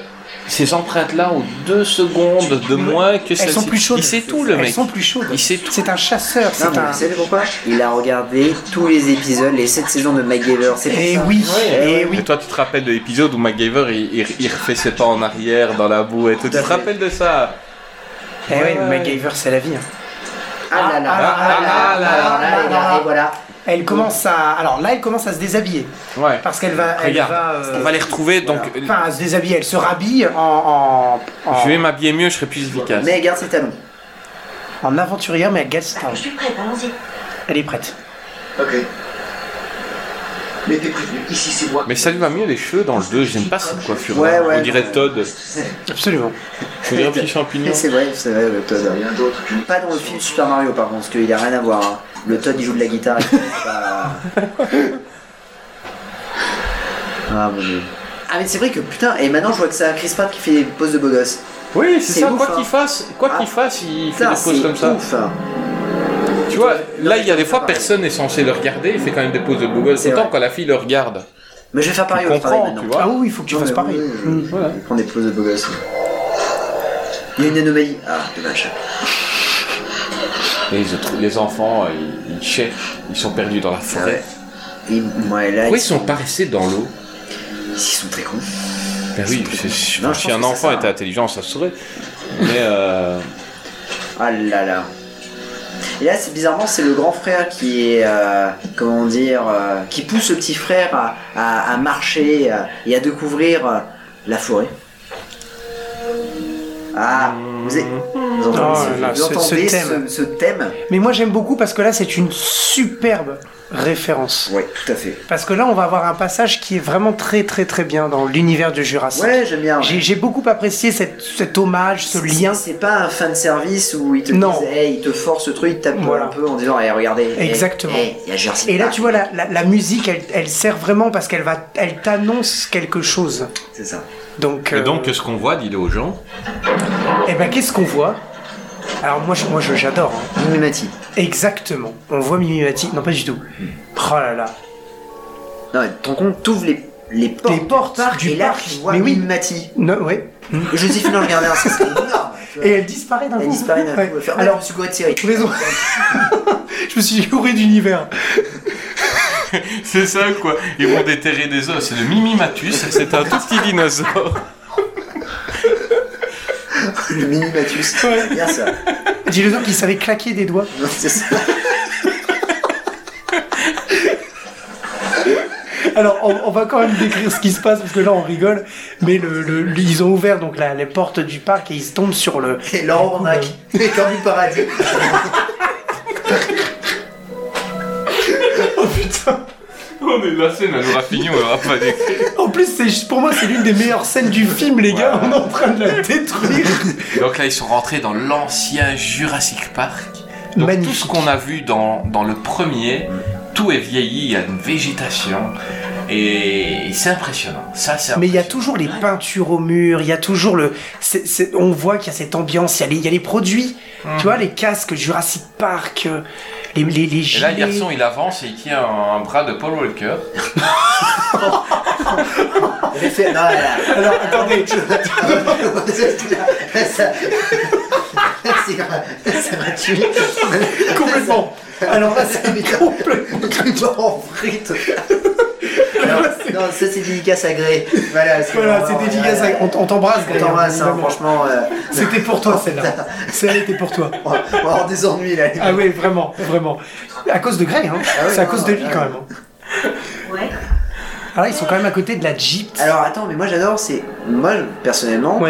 Speaker 3: ces empreintes-là ont deux secondes de moins que
Speaker 4: Elles
Speaker 3: celles-ci.
Speaker 4: sont plus chaudes.
Speaker 3: Il sait tout, le
Speaker 4: Elles
Speaker 3: mec.
Speaker 4: sont plus chaudes.
Speaker 3: Il sait tout.
Speaker 4: C'est un chasseur,
Speaker 5: Non,
Speaker 4: c'est
Speaker 5: mais
Speaker 4: un...
Speaker 5: vous savez pourquoi Il a regardé tous les épisodes, les 7 saisons de MacGyver. C'est pour
Speaker 4: Eh
Speaker 5: ça.
Speaker 4: oui,
Speaker 5: Ouais,
Speaker 4: eh oui.
Speaker 3: Et toi, tu te rappelles de l'épisode où MacGyver il, il- il refait ses pas en arrière dans la boue et tout. Tu te
Speaker 5: à fait.
Speaker 3: rappelles de ça
Speaker 4: Eh
Speaker 3: Ouais,
Speaker 4: oui,
Speaker 3: ouais.
Speaker 4: MacGyver, c'est la vie. hein.
Speaker 5: Ah
Speaker 4: Ah
Speaker 5: là là.
Speaker 4: là là
Speaker 5: Alors là,
Speaker 4: là
Speaker 5: et là,
Speaker 4: là.
Speaker 5: et voilà.
Speaker 4: Elle commence à... Alors là, elle commence à se déshabiller.
Speaker 3: Ouais.
Speaker 4: Parce qu'elle va... Elle
Speaker 3: Regarde,
Speaker 4: va euh,
Speaker 3: on va les retrouver. Donc, euh,
Speaker 4: Enfin, à se déshabiller, elle se rhabille en, en, en,
Speaker 3: je vais m'habiller mieux, je serai plus
Speaker 4: ah.
Speaker 3: efficace.
Speaker 5: Mais garde ses talons.
Speaker 4: en aventurière, mais elle gagne ses talons.
Speaker 6: Je suis prête, allons-y.
Speaker 4: Elle est prête.
Speaker 10: Ok. Mais t'es prévenu, ici c'est moi.
Speaker 3: Mais ça lui va mieux les cheveux dans le 2, j'aime pas cette coiffure.
Speaker 5: Ouais, ouais.
Speaker 3: On dirait Todd.
Speaker 4: Absolument.
Speaker 3: On dirait un petit champignon.
Speaker 5: C'est vrai, c'est vrai, le Todd.
Speaker 10: Rien d'autre qu'une
Speaker 5: Pas dans le film Super Mario par contre, parce qu'il a rien à voir. hein. Le Todd il joue de la guitare et tout, c'est pas- Ah mon dieu. Ah mais c'est vrai que putain, et maintenant je vois que c'est Chris Pratt qui fait des poses de beau gosse.
Speaker 3: Oui,
Speaker 5: C'est
Speaker 3: c'est ça,
Speaker 5: ouf,
Speaker 3: quoi
Speaker 5: hein.
Speaker 3: qu'il fasse, quoi
Speaker 5: Ah.
Speaker 3: qu'il fasse, il fait
Speaker 5: Putain,
Speaker 3: des poses
Speaker 5: c'est
Speaker 3: comme ça.
Speaker 5: ouf, hein.
Speaker 3: Tu vois, là il y a des fois personne n'est censé le regarder, il fait quand même des poses de beau gosse.
Speaker 5: C'est
Speaker 3: Autant
Speaker 5: vrai.
Speaker 3: quand la fille le regarde.
Speaker 5: Mais je vais faire pareil
Speaker 3: Tu
Speaker 5: au travail
Speaker 3: comprends,
Speaker 5: maintenant.
Speaker 3: tu
Speaker 4: Ah
Speaker 3: vois.
Speaker 4: oui, il faut que tu
Speaker 5: Non,
Speaker 4: fasses
Speaker 5: mais
Speaker 4: pareil.
Speaker 5: oui, je-
Speaker 4: Mm.
Speaker 3: Voilà.
Speaker 5: je prends des poses de beau gosse. Il y a une anomalie. Ah dommage.
Speaker 3: Et ils se trou- les enfants, euh, ils, ils cherchent, ils sont perdus dans la
Speaker 5: Ah
Speaker 3: forêt.
Speaker 5: ouais. Et, ouais, là,
Speaker 3: Pourquoi ils sont pas restés dans l'eau
Speaker 5: Ils sont très cons.
Speaker 3: Ben oui,
Speaker 5: Ils sont
Speaker 3: c'est-
Speaker 5: très
Speaker 3: c'est-
Speaker 5: cons. Non, je
Speaker 3: si
Speaker 5: pense
Speaker 3: un
Speaker 5: que c'est
Speaker 3: enfant
Speaker 5: ça,
Speaker 3: était
Speaker 5: hein.
Speaker 3: intelligent, ça se saurait. Mais euh,
Speaker 5: Ah là là. Et là, c'est bizarrement, c'est le grand frère qui est, euh, comment dire, euh, qui pousse le petit frère à, à- à marcher euh, et à découvrir euh, la forêt. Ah, vous, avez- vous entendez,
Speaker 4: Oh
Speaker 5: ce,
Speaker 4: là là,
Speaker 5: vous
Speaker 4: ce-
Speaker 5: entendez
Speaker 4: ce thème.
Speaker 5: ce- ce thème
Speaker 4: Mais moi, j'aime beaucoup parce que là, c'est une superbe référence.
Speaker 5: Ouais, tout à fait.
Speaker 4: Parce que là, on va avoir un passage qui est vraiment très, très, très bien dans l'univers de Jurassic.
Speaker 5: Ouais, j'aime bien. ouais.
Speaker 4: J'ai j'ai beaucoup apprécié cette- cet hommage, ce lien.
Speaker 5: C'est pas un fan service où ils te
Speaker 4: Non.
Speaker 5: disent, hey, ils te forcent ce truc, ils te tapent
Speaker 4: Voilà.
Speaker 5: un peu en disant, hey, regardez, hey,
Speaker 4: Exactement.
Speaker 5: hey, il y a Jurassic
Speaker 4: Et là,
Speaker 5: Park.
Speaker 4: tu vois, la, la- la musique, elle, elle sert vraiment parce qu'elle va, elle t'annonce quelque chose.
Speaker 5: C'est ça.
Speaker 4: Donc,
Speaker 3: et
Speaker 4: euh,
Speaker 3: donc ce qu'on voit, dis-le aux gens.
Speaker 4: eh ben, qu'est-ce qu'on voit Alors moi, je- moi, je- j'adore. hein.
Speaker 5: Mimimati.
Speaker 4: Exactement. On voit Mimimati. Non, pas du tout.
Speaker 5: Hmm.
Speaker 4: Oh là là.
Speaker 5: Non, mais ton compte, t'ouvres les, les portes,
Speaker 4: Les portes
Speaker 5: du parc
Speaker 4: du
Speaker 5: et là,
Speaker 4: parc.
Speaker 5: tu vois
Speaker 4: Mais oui.
Speaker 5: Mimimati.
Speaker 4: Non, ouais.
Speaker 5: Et Joséphine le regardait ainsi, c'est énorme. tu vois.
Speaker 4: Et elle disparaît d'un coup.
Speaker 5: Elle disparaît d'un
Speaker 4: Ouais.
Speaker 5: coup. elle fait, oh,
Speaker 4: Alors,
Speaker 5: je suis quoi tiré
Speaker 4: raison. je me suis gouré d'univers.
Speaker 3: C'est ça quoi, ils vont déterrer des os. C'est le Mimimatus, c'est un tout petit dinosaure.
Speaker 5: Le mini Matus. C'est Bien ça.
Speaker 4: Dis-le donc, il savait claquer des doigts.
Speaker 5: Non, c'est ça.
Speaker 4: Alors, on, on va quand même décrire ce qui se passe parce que là, on rigole. Mais le, le- le- ils ont ouvert donc la- les portes du parc et ils se tombent sur le.
Speaker 5: Et Laurent Mac. Et comme du paradis.
Speaker 4: Oh putain
Speaker 3: On est la scène à nous Raffignon, on aura pas d'écrit.
Speaker 4: En plus, c'est- pour moi, c'est l'une des meilleures scènes du film, les gars. On est en train de la détruire.
Speaker 3: Donc là, ils sont rentrés dans l'ancien Jurassic Park. Donc
Speaker 4: Magnifique.
Speaker 3: tout ce qu'on a vu dans, dans le premier, tout est vieilli, il y a une végétation. Et c'est impressionnant. Ça, c'est
Speaker 4: Mais il y a
Speaker 3: impressionnant.
Speaker 4: toujours les peintures au mur, il y a toujours le. c'est- c'est- on voit qu'il y a cette ambiance, il y a les, il y a les produits, tu vois, les casques Jurassic Park, euh, les, les, les
Speaker 3: Et là, le
Speaker 4: gilets.
Speaker 3: garçon, il avance et il tient un bras de Paul Walker.
Speaker 5: Elle a fait, non, elle a-
Speaker 4: Alors attendez,
Speaker 5: ça, c'est pas- ça m'a tué.
Speaker 4: complètement. Alors là, c'est
Speaker 5: complètement en frites. Alors, non, ça c'est dédicace à Gré. Voilà,
Speaker 4: Voilà, c'est dédicace à- on- on t'embrasse, Gré,
Speaker 5: Oh, On t'embrasse,
Speaker 4: hein,
Speaker 5: hein,
Speaker 4: évidemment.
Speaker 5: franchement.
Speaker 4: C'était pour toi celle-là. Celle-là était pour toi.
Speaker 5: On va avoir Oh, des ennuis là.
Speaker 4: Ah oui, vraiment, vraiment. À cause de Greg, hein.
Speaker 5: Ah oui,
Speaker 4: c'est à
Speaker 5: non,
Speaker 4: cause
Speaker 5: non,
Speaker 4: de lui
Speaker 5: ah
Speaker 4: quand
Speaker 5: oui.
Speaker 4: même. hein. Ah là, ils sont quand même à côté de la Jeep.
Speaker 5: Alors attends, mais moi j'adore, c'est. Moi je- personnellement,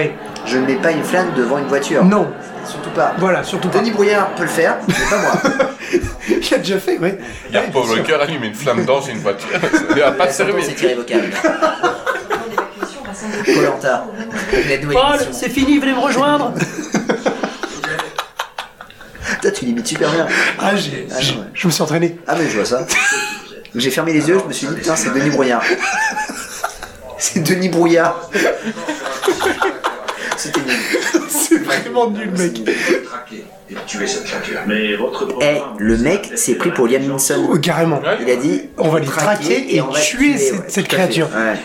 Speaker 5: je ne mets pas une flamme devant une voiture.
Speaker 4: Non.
Speaker 5: Surtout pas.
Speaker 4: Voilà, surtout
Speaker 5: Denis Brouillard peut le faire, mais pas moi.
Speaker 4: Il a déjà fait, oui.
Speaker 12: Il y a le pauvre cœur allumé une flamme dans une voiture. Ça lui a pas servi.
Speaker 5: C'est irrévocable. Colanta.
Speaker 4: Paul, c'est fini, venez me rejoindre.
Speaker 5: Toi, tu l'imites super bien.
Speaker 4: Ah, j'ai. Je me suis entraîné.
Speaker 5: Ah, mais je vois ça. J'ai fermé les yeux, je me suis dit, putain, c'est Denis Brouillard. C'est Denis Brouillard. C'était nul.
Speaker 4: C'est vraiment nul, mec.
Speaker 10: Et tuer cette créature.
Speaker 8: Mais votre
Speaker 5: Eh, le mec s'est pris pour Liam Neeson.
Speaker 4: carrément.
Speaker 5: Il a dit,
Speaker 4: On va les traquer et
Speaker 5: on va
Speaker 4: tuer
Speaker 5: le
Speaker 4: cette,
Speaker 5: ouais,
Speaker 4: cette
Speaker 5: tout à fait.
Speaker 4: créature.
Speaker 5: Ouais.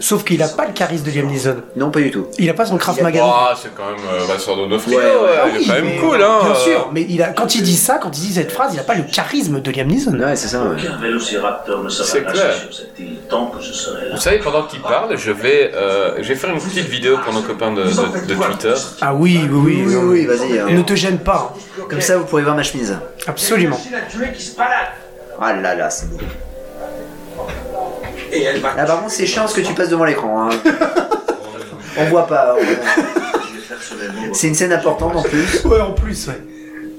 Speaker 4: Sauf qu'il a pas le charisme de Liam Neeson.
Speaker 5: Non, pas du tout.
Speaker 4: Il a pas Ah, son Krav Maga. non plus.
Speaker 12: Ah, c'est quand même euh, Vincent Donofrio.
Speaker 5: Ouais, ouais.
Speaker 12: euh, il est quand même cool, hein.
Speaker 4: Bien sûr, mais il a, quand il dit ça, quand il dit cette phrase, il a pas le charisme de Liam Neeson.
Speaker 5: Ouais, c'est ça.
Speaker 8: Aucun vélociraptor ne
Speaker 12: C'est
Speaker 8: sera
Speaker 12: clair.
Speaker 8: lâché sur cette île tant que je serai là.
Speaker 12: Vous savez, pendant qu'il parle, je vais, euh, je vais faire une petite vidéo pour nos copains de, de- de Twitter.
Speaker 4: Ah oui, oui, oui.
Speaker 5: Oui, oui, vas-y. hein.
Speaker 4: Ne te gêne pas, hein.
Speaker 5: Comme ça, vous pourrez voir ma chemise.
Speaker 4: absolument.
Speaker 5: Ah là là, c'est beau.
Speaker 8: Et elle va
Speaker 5: Ah, par contre, c'est chiant ce que tu passes devant l'écran. hein. on voit pas. on- C'est une scène importante en plus.
Speaker 4: Ouais, en plus, ouais.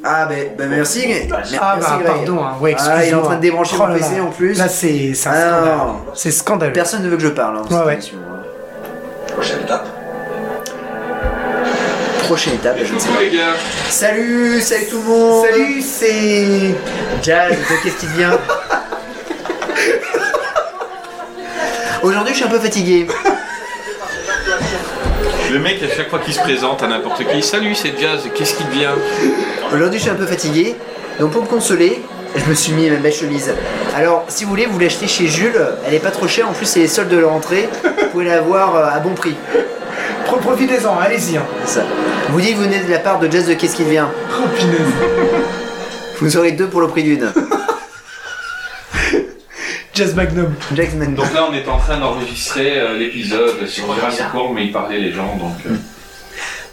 Speaker 5: Ah, ben ben, merci. Merci,
Speaker 4: Ah bah
Speaker 5: Greg.
Speaker 4: pardon, hein. ouais, excuse-moi.
Speaker 5: Ah, il est en train de débrancher
Speaker 4: Oh
Speaker 5: mon
Speaker 4: là
Speaker 5: PC
Speaker 4: là.
Speaker 5: en plus.
Speaker 4: Là c'est c'est un
Speaker 5: Ah,
Speaker 4: scandale.
Speaker 5: non, non.
Speaker 4: C'est scandaleux.
Speaker 5: Personne ne veut que je parle. hein,
Speaker 4: Ouais,
Speaker 5: cette
Speaker 4: ouais.
Speaker 5: émission, hein.
Speaker 8: Prochaine étape.
Speaker 5: Prochaine étape, je ne sais
Speaker 12: Coucou les gars.
Speaker 5: pas. Salut, salut tout le monde.
Speaker 4: Salut, c'est
Speaker 5: Jazz, de qu'est-ce qui vient Aujourd'hui, je suis un peu fatigué.
Speaker 12: Le mec, à chaque fois qu'il se présente à n'importe qui, salut, c'est Jazz, qu'est-ce qui devient
Speaker 5: Aujourd'hui, je suis un peu fatigué. Donc, pour me consoler, je me suis mis ma belle chemise. Alors, si vous voulez, vous l'achetez chez Jules. Elle est pas trop chère. En plus, c'est les soldes de la rentrée. Vous pouvez l'avoir euh, à bon prix.
Speaker 4: Pro- Profitez-en, allez-y. hein.
Speaker 5: C'est Ça. Vous dites que vous venez de la part de Jazz de Qu'est-ce qui vient
Speaker 4: Oh, punaise.
Speaker 5: Vous aurez deux pour le prix d'une.
Speaker 4: Jazz Magnum.
Speaker 5: Jazz Mendo.
Speaker 12: Donc là, on est en train d'enregistrer euh, l'épisode sur Jurassic World, mais il parlait les gens, donc euh,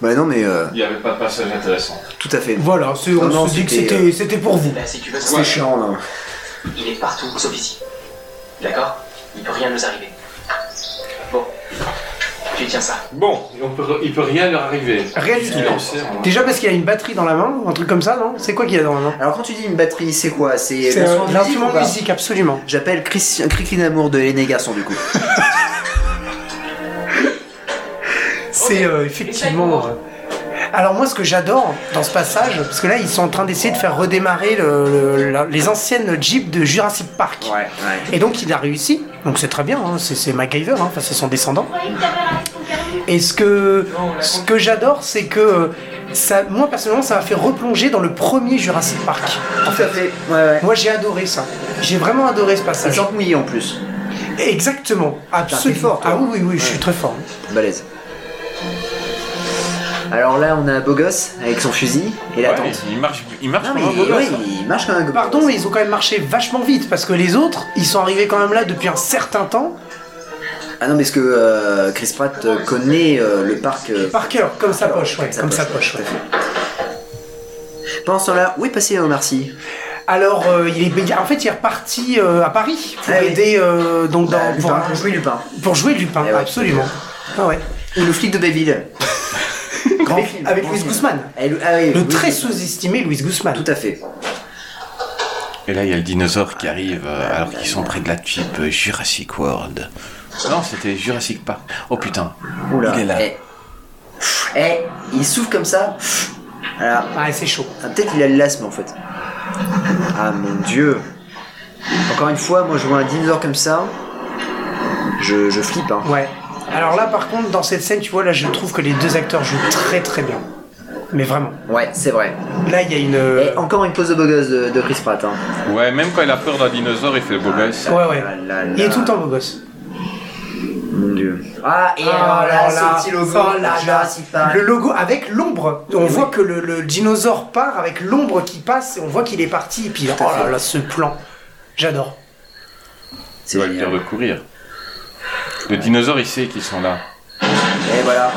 Speaker 5: Bah non, mais euh,
Speaker 12: il n'y avait pas de passage intéressant.
Speaker 5: tout à fait.
Speaker 4: Voilà, c'est- on
Speaker 5: Non, non,
Speaker 4: se dit que
Speaker 5: c'était, euh,
Speaker 4: c'était c'était pour vous.
Speaker 10: Là, si tu veux,
Speaker 5: C'était
Speaker 10: ouais.
Speaker 5: chiant, là.
Speaker 10: il est partout, sauf ici. D'accord Il peut rien nous arriver. Bon, tu tiens ça.
Speaker 12: Bon, on peut, il peut rien leur arriver.
Speaker 4: Rien du
Speaker 12: Il
Speaker 4: tout.
Speaker 12: en sert,
Speaker 5: Ah.
Speaker 12: hein.
Speaker 4: Déjà parce qu'il a une batterie dans la main, un truc comme ça, non C'est quoi qu'il a dans la main
Speaker 5: Alors, quand tu dis une batterie, c'est quoi C'est
Speaker 4: C'est un
Speaker 5: l'instrument de musique ou
Speaker 4: instrument de
Speaker 5: pas
Speaker 4: musique, absolument.
Speaker 5: J'appelle Christian Criclin Amour de L'aîné garçon, du coup.
Speaker 4: C'est euh, effectivement. euh, Alors moi, ce que j'adore dans ce passage, parce que là, ils sont en train d'essayer de faire redémarrer le- euh, le- la- les anciennes Jeeps de Jurassic Park.
Speaker 5: Ouais, ouais.
Speaker 4: Et donc il a réussi, donc c'est très bien, hein, c'est- c'est MacGyver, hein, enfin c'est son descendant. Et ce que, ce que j'adore, c'est que euh, ça, moi personnellement, ça m'a fait replonger dans le premier Jurassic Park.
Speaker 5: Tout à fait. Ouais, ouais.
Speaker 4: Moi j'ai adoré ça, j'ai vraiment adoré ce
Speaker 5: Ça
Speaker 4: passage.
Speaker 5: chante mouillé en plus.
Speaker 4: Exactement, absolument.
Speaker 5: t'es fort, toi.
Speaker 4: ah oui, oui, oui, je suis très fort.
Speaker 5: Balèze. Alors là, on a un beau gosse avec son fusil et la
Speaker 12: Ouais,
Speaker 5: tente.
Speaker 12: il marche, il marche
Speaker 5: Non, mais
Speaker 12: comme un beau
Speaker 5: ouais,
Speaker 12: gosse, hein.
Speaker 5: il marche comme un gosse.
Speaker 4: Pardon, mais ils ont quand même marché vachement vite parce que les autres, ils sont arrivés quand même là depuis un certain temps.
Speaker 5: Ah non, mais ce que euh, Chris Pratt euh, connaît euh, le parc. euh,
Speaker 4: Par cœur, comme sa poche, ouais, comme sa poche.
Speaker 5: tout
Speaker 4: ouais.
Speaker 5: à fait. Pendant ce temps-là, où est passé Omar Sy
Speaker 4: Alors, euh, il est, en fait, il est reparti euh, à Paris pour
Speaker 5: Ah oui.
Speaker 4: aider euh, donc dans-
Speaker 5: Bah,
Speaker 4: pour,
Speaker 5: Lupin. Oui, Lupin.
Speaker 4: pour jouer Lupin,
Speaker 5: Eh ouais.
Speaker 4: absolument. Ah ouais.
Speaker 5: Ou le flic de Bayville. Grand film.
Speaker 4: Avec
Speaker 5: grand
Speaker 4: Louis
Speaker 5: film.
Speaker 4: Guzman,
Speaker 5: Ah, et Lu- ah oui,
Speaker 4: le
Speaker 5: Louis
Speaker 4: très
Speaker 5: Guzman.
Speaker 4: sous-estimé Louis Guzman.
Speaker 5: Tout à fait.
Speaker 3: Et là, il y a le dinosaure qui arrive euh, alors qu'ils sont près de la Jeep euh, Jurassic World. Non, c'était Jurassic Park. Oh putain.
Speaker 5: Oula.
Speaker 3: Il est là.
Speaker 5: Eh. Eh, il souffle comme ça. Alors,
Speaker 4: Ah, c'est chaud.
Speaker 5: Ah, Peut-être qu'il a le l'asthme en fait. Ah mon dieu. Encore une fois, moi je vois un dinosaure comme ça. Je, je flippe hein.
Speaker 4: Ouais. Alors là, par contre, dans cette scène, tu vois, là, je trouve que les deux acteurs jouent très très bien. Mais vraiment.
Speaker 5: Ouais, c'est vrai.
Speaker 4: Là, il y a une.
Speaker 5: Et encore une pose de beau gosse de, de Chris Pratt. Hein.
Speaker 12: Ouais, même quand il a peur d'un dinosaure, il fait le beau gosse.
Speaker 4: Ouais, ouais.
Speaker 5: Ah là là.
Speaker 4: Il est tout le temps beau gosse.
Speaker 5: Mon dieu.
Speaker 13: Ah, et alors là, ce petit logo,
Speaker 4: oh là
Speaker 13: Jurassic Park.
Speaker 4: Le logo avec l'ombre. On voit que le, le dinosaure part avec l'ombre qui passe et on voit qu'il est parti. Et puis, oh là là, ce plan. J'adore.
Speaker 3: C'est va le dire de courir. Le dinosaure, il sait qu'ils sont là.
Speaker 5: Et voilà.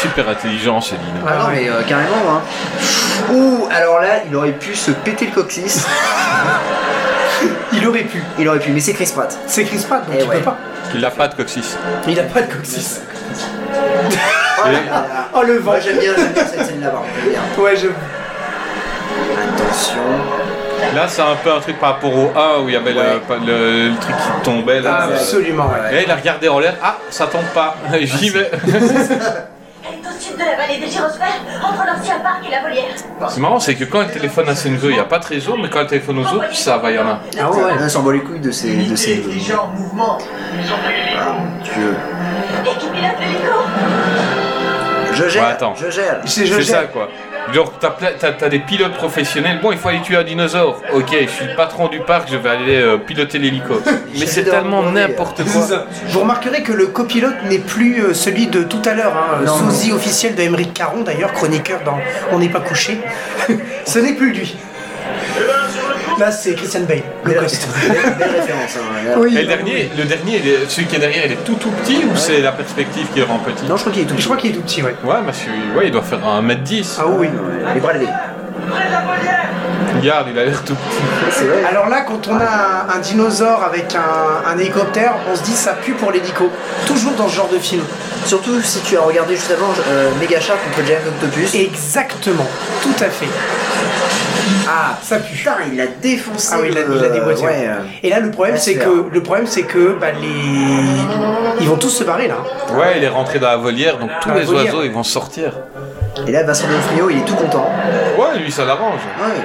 Speaker 3: Super intelligent, ces dinos.
Speaker 5: Ah non, mais euh, carrément, hein. Ouh, alors là, il aurait pu se péter le coccyx.
Speaker 4: il aurait pu.
Speaker 5: Il aurait pu, mais c'est Chris Pratt.
Speaker 4: C'est Chris Pratt, donc
Speaker 5: Eh
Speaker 4: il
Speaker 5: ouais.
Speaker 4: peut pas.
Speaker 3: Il n'a pas de coccyx.
Speaker 4: Il a pas de coccyx.
Speaker 5: Oh, là là là.
Speaker 4: Oh le vent.
Speaker 5: Moi, j'aime bien, j'aime bien cette scène-là, par contre, j'aime bien.
Speaker 4: Ouais, je.
Speaker 5: Attention.
Speaker 3: Là, c'est un peu un truc par rapport au A où il y avait le- le, le truc qui tombait. Là,
Speaker 4: Absolument, ouais.
Speaker 3: Et là, il a regardé en l'air. Ah, ça tombe pas. J'y vais.
Speaker 6: Tout sud de la vallée des gyrosphères, entre l'ancien parc et la volière.
Speaker 3: C'est marrant, c'est que quand elle téléphone à ses neveux, il n'y a pas de réseau, mais quand elle téléphone aux autres, ça va, il y en a.
Speaker 5: Ah ouais, là, s'en bat les couilles de ces. De ces... Ah,
Speaker 13: en mouvement.
Speaker 5: Dieu.
Speaker 6: Et qui pilote l'hélico
Speaker 5: Je gère.
Speaker 3: Ouais, attends.
Speaker 5: Je gère.
Speaker 4: C'est je
Speaker 3: C'est
Speaker 4: gère.
Speaker 3: ça, quoi. Genre, t'as plein- t'as t'as des pilotes professionnels. Bon, il faut aller tuer un dinosaure. Ok, je suis le patron du parc, je vais aller euh, piloter l'hélico. Mais c'est
Speaker 5: J'adore
Speaker 3: tellement
Speaker 5: mon délire.
Speaker 3: n'importe
Speaker 4: C'est
Speaker 3: quoi.
Speaker 4: ça. Vous remarquerez que le copilote n'est plus euh, celui de tout à l'heure, hein,
Speaker 5: Non,
Speaker 4: sosie officiel de Émeric Caron d'ailleurs, chroniqueur dans On n'est pas couché. Ce n'est plus lui. Là c'est Christian Bale, le
Speaker 5: Belle,
Speaker 4: coste.
Speaker 5: belle- belle référence. hein, là.
Speaker 4: Oui.
Speaker 3: Et le dernier, le dernier, il est- celui qui est derrière, il est tout tout petit ou c'est la perspective qui le rend petit
Speaker 5: Non, je crois qu'il est tout.
Speaker 4: Je crois qu'il est tout petit, ouais.
Speaker 3: Ouais, monsieur, ouais, il doit faire un 1m10.
Speaker 4: Ah oui.
Speaker 5: Ouais, Les bras levés.
Speaker 4: Ah
Speaker 3: Regarde, il a l'air tout petit.
Speaker 5: Ouais, C'est vrai.
Speaker 4: Alors là, quand on a un, un dinosaure avec un, un hélicoptère, on se dit ça pue pour l'hélico. Toujours dans ce genre de film.
Speaker 5: Surtout si tu as regardé juste avant euh, Mega Shark contre Giant Octopus.
Speaker 4: Exactement, tout à fait.
Speaker 5: Ah,
Speaker 4: Ça pue.
Speaker 5: putain, il a défoncé.
Speaker 4: Ah oui, il a,
Speaker 5: le-
Speaker 4: il a des voitures.
Speaker 5: ouais, euh,
Speaker 4: Et là, le problème,
Speaker 5: la
Speaker 4: c'est
Speaker 5: sphère.
Speaker 4: que le problème, c'est que bah, les ils vont tous se barrer là.
Speaker 3: Ouais, il est rentré dans la volière, donc tous
Speaker 4: Dans la
Speaker 3: les
Speaker 4: volière.
Speaker 3: oiseaux, ils vont sortir.
Speaker 5: Et là, Vincent D'Onofrio, il est tout content.
Speaker 3: Ouais, lui, ça l'arrange.
Speaker 5: Ah Ouais.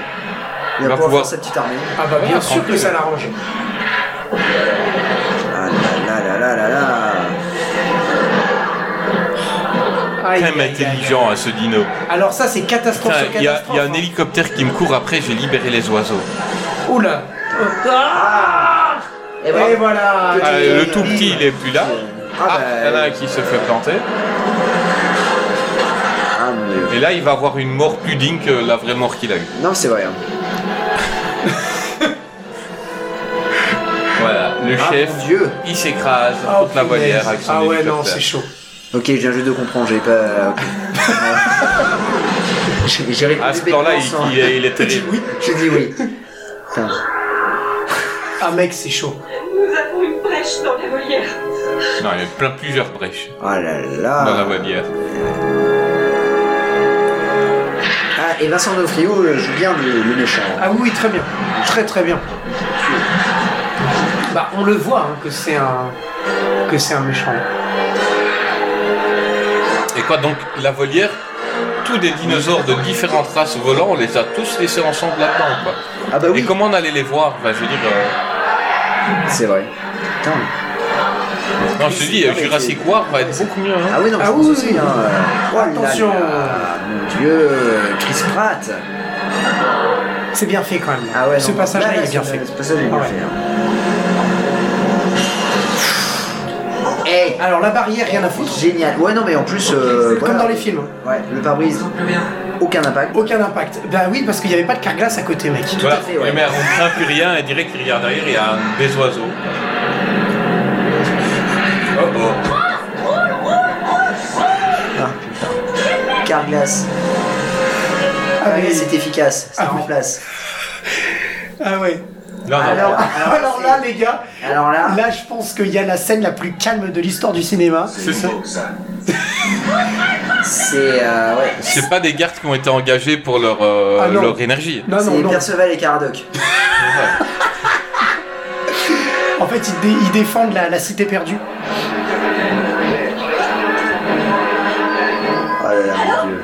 Speaker 5: Il
Speaker 3: Il
Speaker 5: va
Speaker 3: va
Speaker 5: pouvoir
Speaker 3: pouvoir-
Speaker 5: faire sa petite armée.
Speaker 4: Ah bah bien
Speaker 3: Ouais,
Speaker 4: sûr que
Speaker 3: tranquille.
Speaker 4: ça l'arrange.
Speaker 5: Ah là là là là là là.
Speaker 4: Aïe,
Speaker 3: Très
Speaker 4: aïe, aïe.
Speaker 3: intelligent, hein, ce dino.
Speaker 4: Alors ça c'est catastrophe
Speaker 3: Putain,
Speaker 4: sur
Speaker 3: Il y, a- il
Speaker 4: catastrophe. hein.
Speaker 3: y a un hélicoptère qui me court après, j'ai libéré les oiseaux.
Speaker 4: Oula.
Speaker 5: Et voilà.
Speaker 4: Oh Et voilà.
Speaker 3: Ah, le tout petit, il est plus là.
Speaker 5: Ah,
Speaker 3: Ah,
Speaker 5: bah,
Speaker 3: il y en a un qui se fait planter.
Speaker 5: Ah, mon Dieu.
Speaker 3: Et là, il va avoir une mort plus digne que la vraie mort qu'il a eue.
Speaker 5: Non, c'est vrai. hein.
Speaker 3: Voilà, le
Speaker 5: Ah,
Speaker 3: chef,
Speaker 5: mon Dieu.
Speaker 3: il s'écrase contre la
Speaker 4: punaise.
Speaker 3: volière avec son
Speaker 4: Ah ouais
Speaker 3: hélicoptère.
Speaker 4: non c'est chaud.
Speaker 5: Ok, je viens juste de comprendre, j'ai pas. euh, ok. J'ai- j'ai répondu
Speaker 3: À ce plan-là, il,
Speaker 5: bêtement,
Speaker 3: il est, il est terrible.
Speaker 5: sans- J'ai dit oui. Putain.
Speaker 4: Ah mec c'est chaud.
Speaker 14: Nous avons une brèche dans la volière.
Speaker 3: Non, il y a plein plusieurs brèches
Speaker 5: Oh là
Speaker 3: dans la
Speaker 5: là.
Speaker 3: volière.
Speaker 5: Ah, et Vincent D'Onofrio euh, joue bien le, le méchant.
Speaker 4: Ah oui oui, très bien, très très bien. Bah on le voit hein, que c'est un que c'est un méchant.
Speaker 3: Et quoi donc, la volière, tous des dinosaures de différentes races volants, on les a tous laissés ensemble là-dedans. Quoi.
Speaker 5: Ah bah
Speaker 3: Et
Speaker 5: oui,
Speaker 3: comment on allait les voir Enfin, Je veux dire, euh,
Speaker 5: c'est vrai. Putain.
Speaker 3: non, je te dis,
Speaker 5: Non, mais
Speaker 3: Jurassic
Speaker 5: Bah, c'est-
Speaker 3: World va être beaucoup mieux. hein.
Speaker 5: Ah oui, non, mais
Speaker 4: Ah
Speaker 5: je pense
Speaker 4: oui,
Speaker 5: aussi,
Speaker 4: oui.
Speaker 5: hein, euh, oh là
Speaker 4: Attention.
Speaker 5: là, Mon dieu, euh, Chris Pratt.
Speaker 4: C'est bien fait quand même.
Speaker 5: Ah ouais,
Speaker 4: Ce
Speaker 5: non,
Speaker 4: passage
Speaker 5: là,
Speaker 4: là
Speaker 5: là,
Speaker 4: il est bien
Speaker 5: ce-
Speaker 4: fait.
Speaker 5: Ce passage il est bien
Speaker 4: Ah ouais.
Speaker 5: fait. hein. Hey,
Speaker 4: Alors la barrière rien à foutre.
Speaker 5: génial. Ouais, non, mais en plus. euh,
Speaker 4: Comme
Speaker 5: voilà.
Speaker 4: dans les films.
Speaker 5: Ouais, le pare-brise, aucun impact.
Speaker 4: Aucun impact. Bah oui parce qu'il n'y avait pas de carglass à côté mec.
Speaker 3: Voilà,
Speaker 5: fait, ouais.
Speaker 3: mais on ne craint plus rien et direct qu'il regarde derrière, il y a un- des oiseaux. Oh oh.
Speaker 5: Carglass. Ah, mais c'est efficace, ça
Speaker 4: Ah oui.
Speaker 5: remplace.
Speaker 4: Ah ouais.
Speaker 3: Non, non,
Speaker 5: Alors,
Speaker 4: Alors, alors là, les gars,
Speaker 5: Alors là,
Speaker 4: là, je pense qu'il y a la scène la plus calme de l'histoire du cinéma.
Speaker 3: c'est ça.
Speaker 5: c'est. euh, ouais.
Speaker 3: C'est pas des gardes qui ont été engagés pour leur, euh,
Speaker 4: Ah non.
Speaker 3: leur énergie.
Speaker 4: Non, non,
Speaker 5: C'est
Speaker 4: non.
Speaker 5: Perceval et Caradoc.
Speaker 4: En fait, ils, dé- ils défendent la, la cité perdue.
Speaker 5: Oh là là, mon dieu.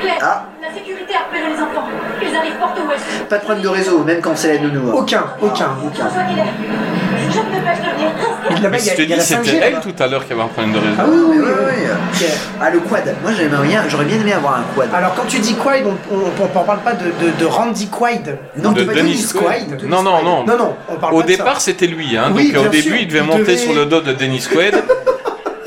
Speaker 6: Claire,
Speaker 5: Ah.
Speaker 6: la sécurité a repéré les enfants. Ils arrivent porte ouest.
Speaker 5: Pas de problème de réseau, même quand c'est la nounou. hein.
Speaker 4: Aucun, aucun.
Speaker 6: Rejoignez-les. Je ne peux pas venir.
Speaker 4: Et là-bas,
Speaker 3: Mais
Speaker 4: il y
Speaker 3: je
Speaker 4: a,
Speaker 3: te
Speaker 4: il y a
Speaker 3: dis,
Speaker 4: la Ah
Speaker 3: c'était
Speaker 4: 5G
Speaker 3: elle
Speaker 4: là-bas.
Speaker 3: tout à l'heure qui avait un problème de réseau.
Speaker 5: Ah oui, oui, oui. Ah, le quad. Moi, j'aimerais bien, j'aurais bien aimé avoir un quad.
Speaker 4: Alors quand tu dis Quaid, on, on, on parle pas de, de, de Randy Quaid.
Speaker 5: Non,
Speaker 4: de
Speaker 5: de
Speaker 3: Dennis
Speaker 4: Quaid.
Speaker 3: Non, non, non.
Speaker 4: Non, non, on parle
Speaker 3: Au
Speaker 4: pas de ça.
Speaker 3: départ, c'était lui. Hein.
Speaker 4: Oui,
Speaker 3: Donc, au
Speaker 4: bien
Speaker 3: début,
Speaker 4: sûr,
Speaker 3: il devait
Speaker 4: il
Speaker 3: monter
Speaker 4: devait-
Speaker 3: sur le dos de Dennis Quaid.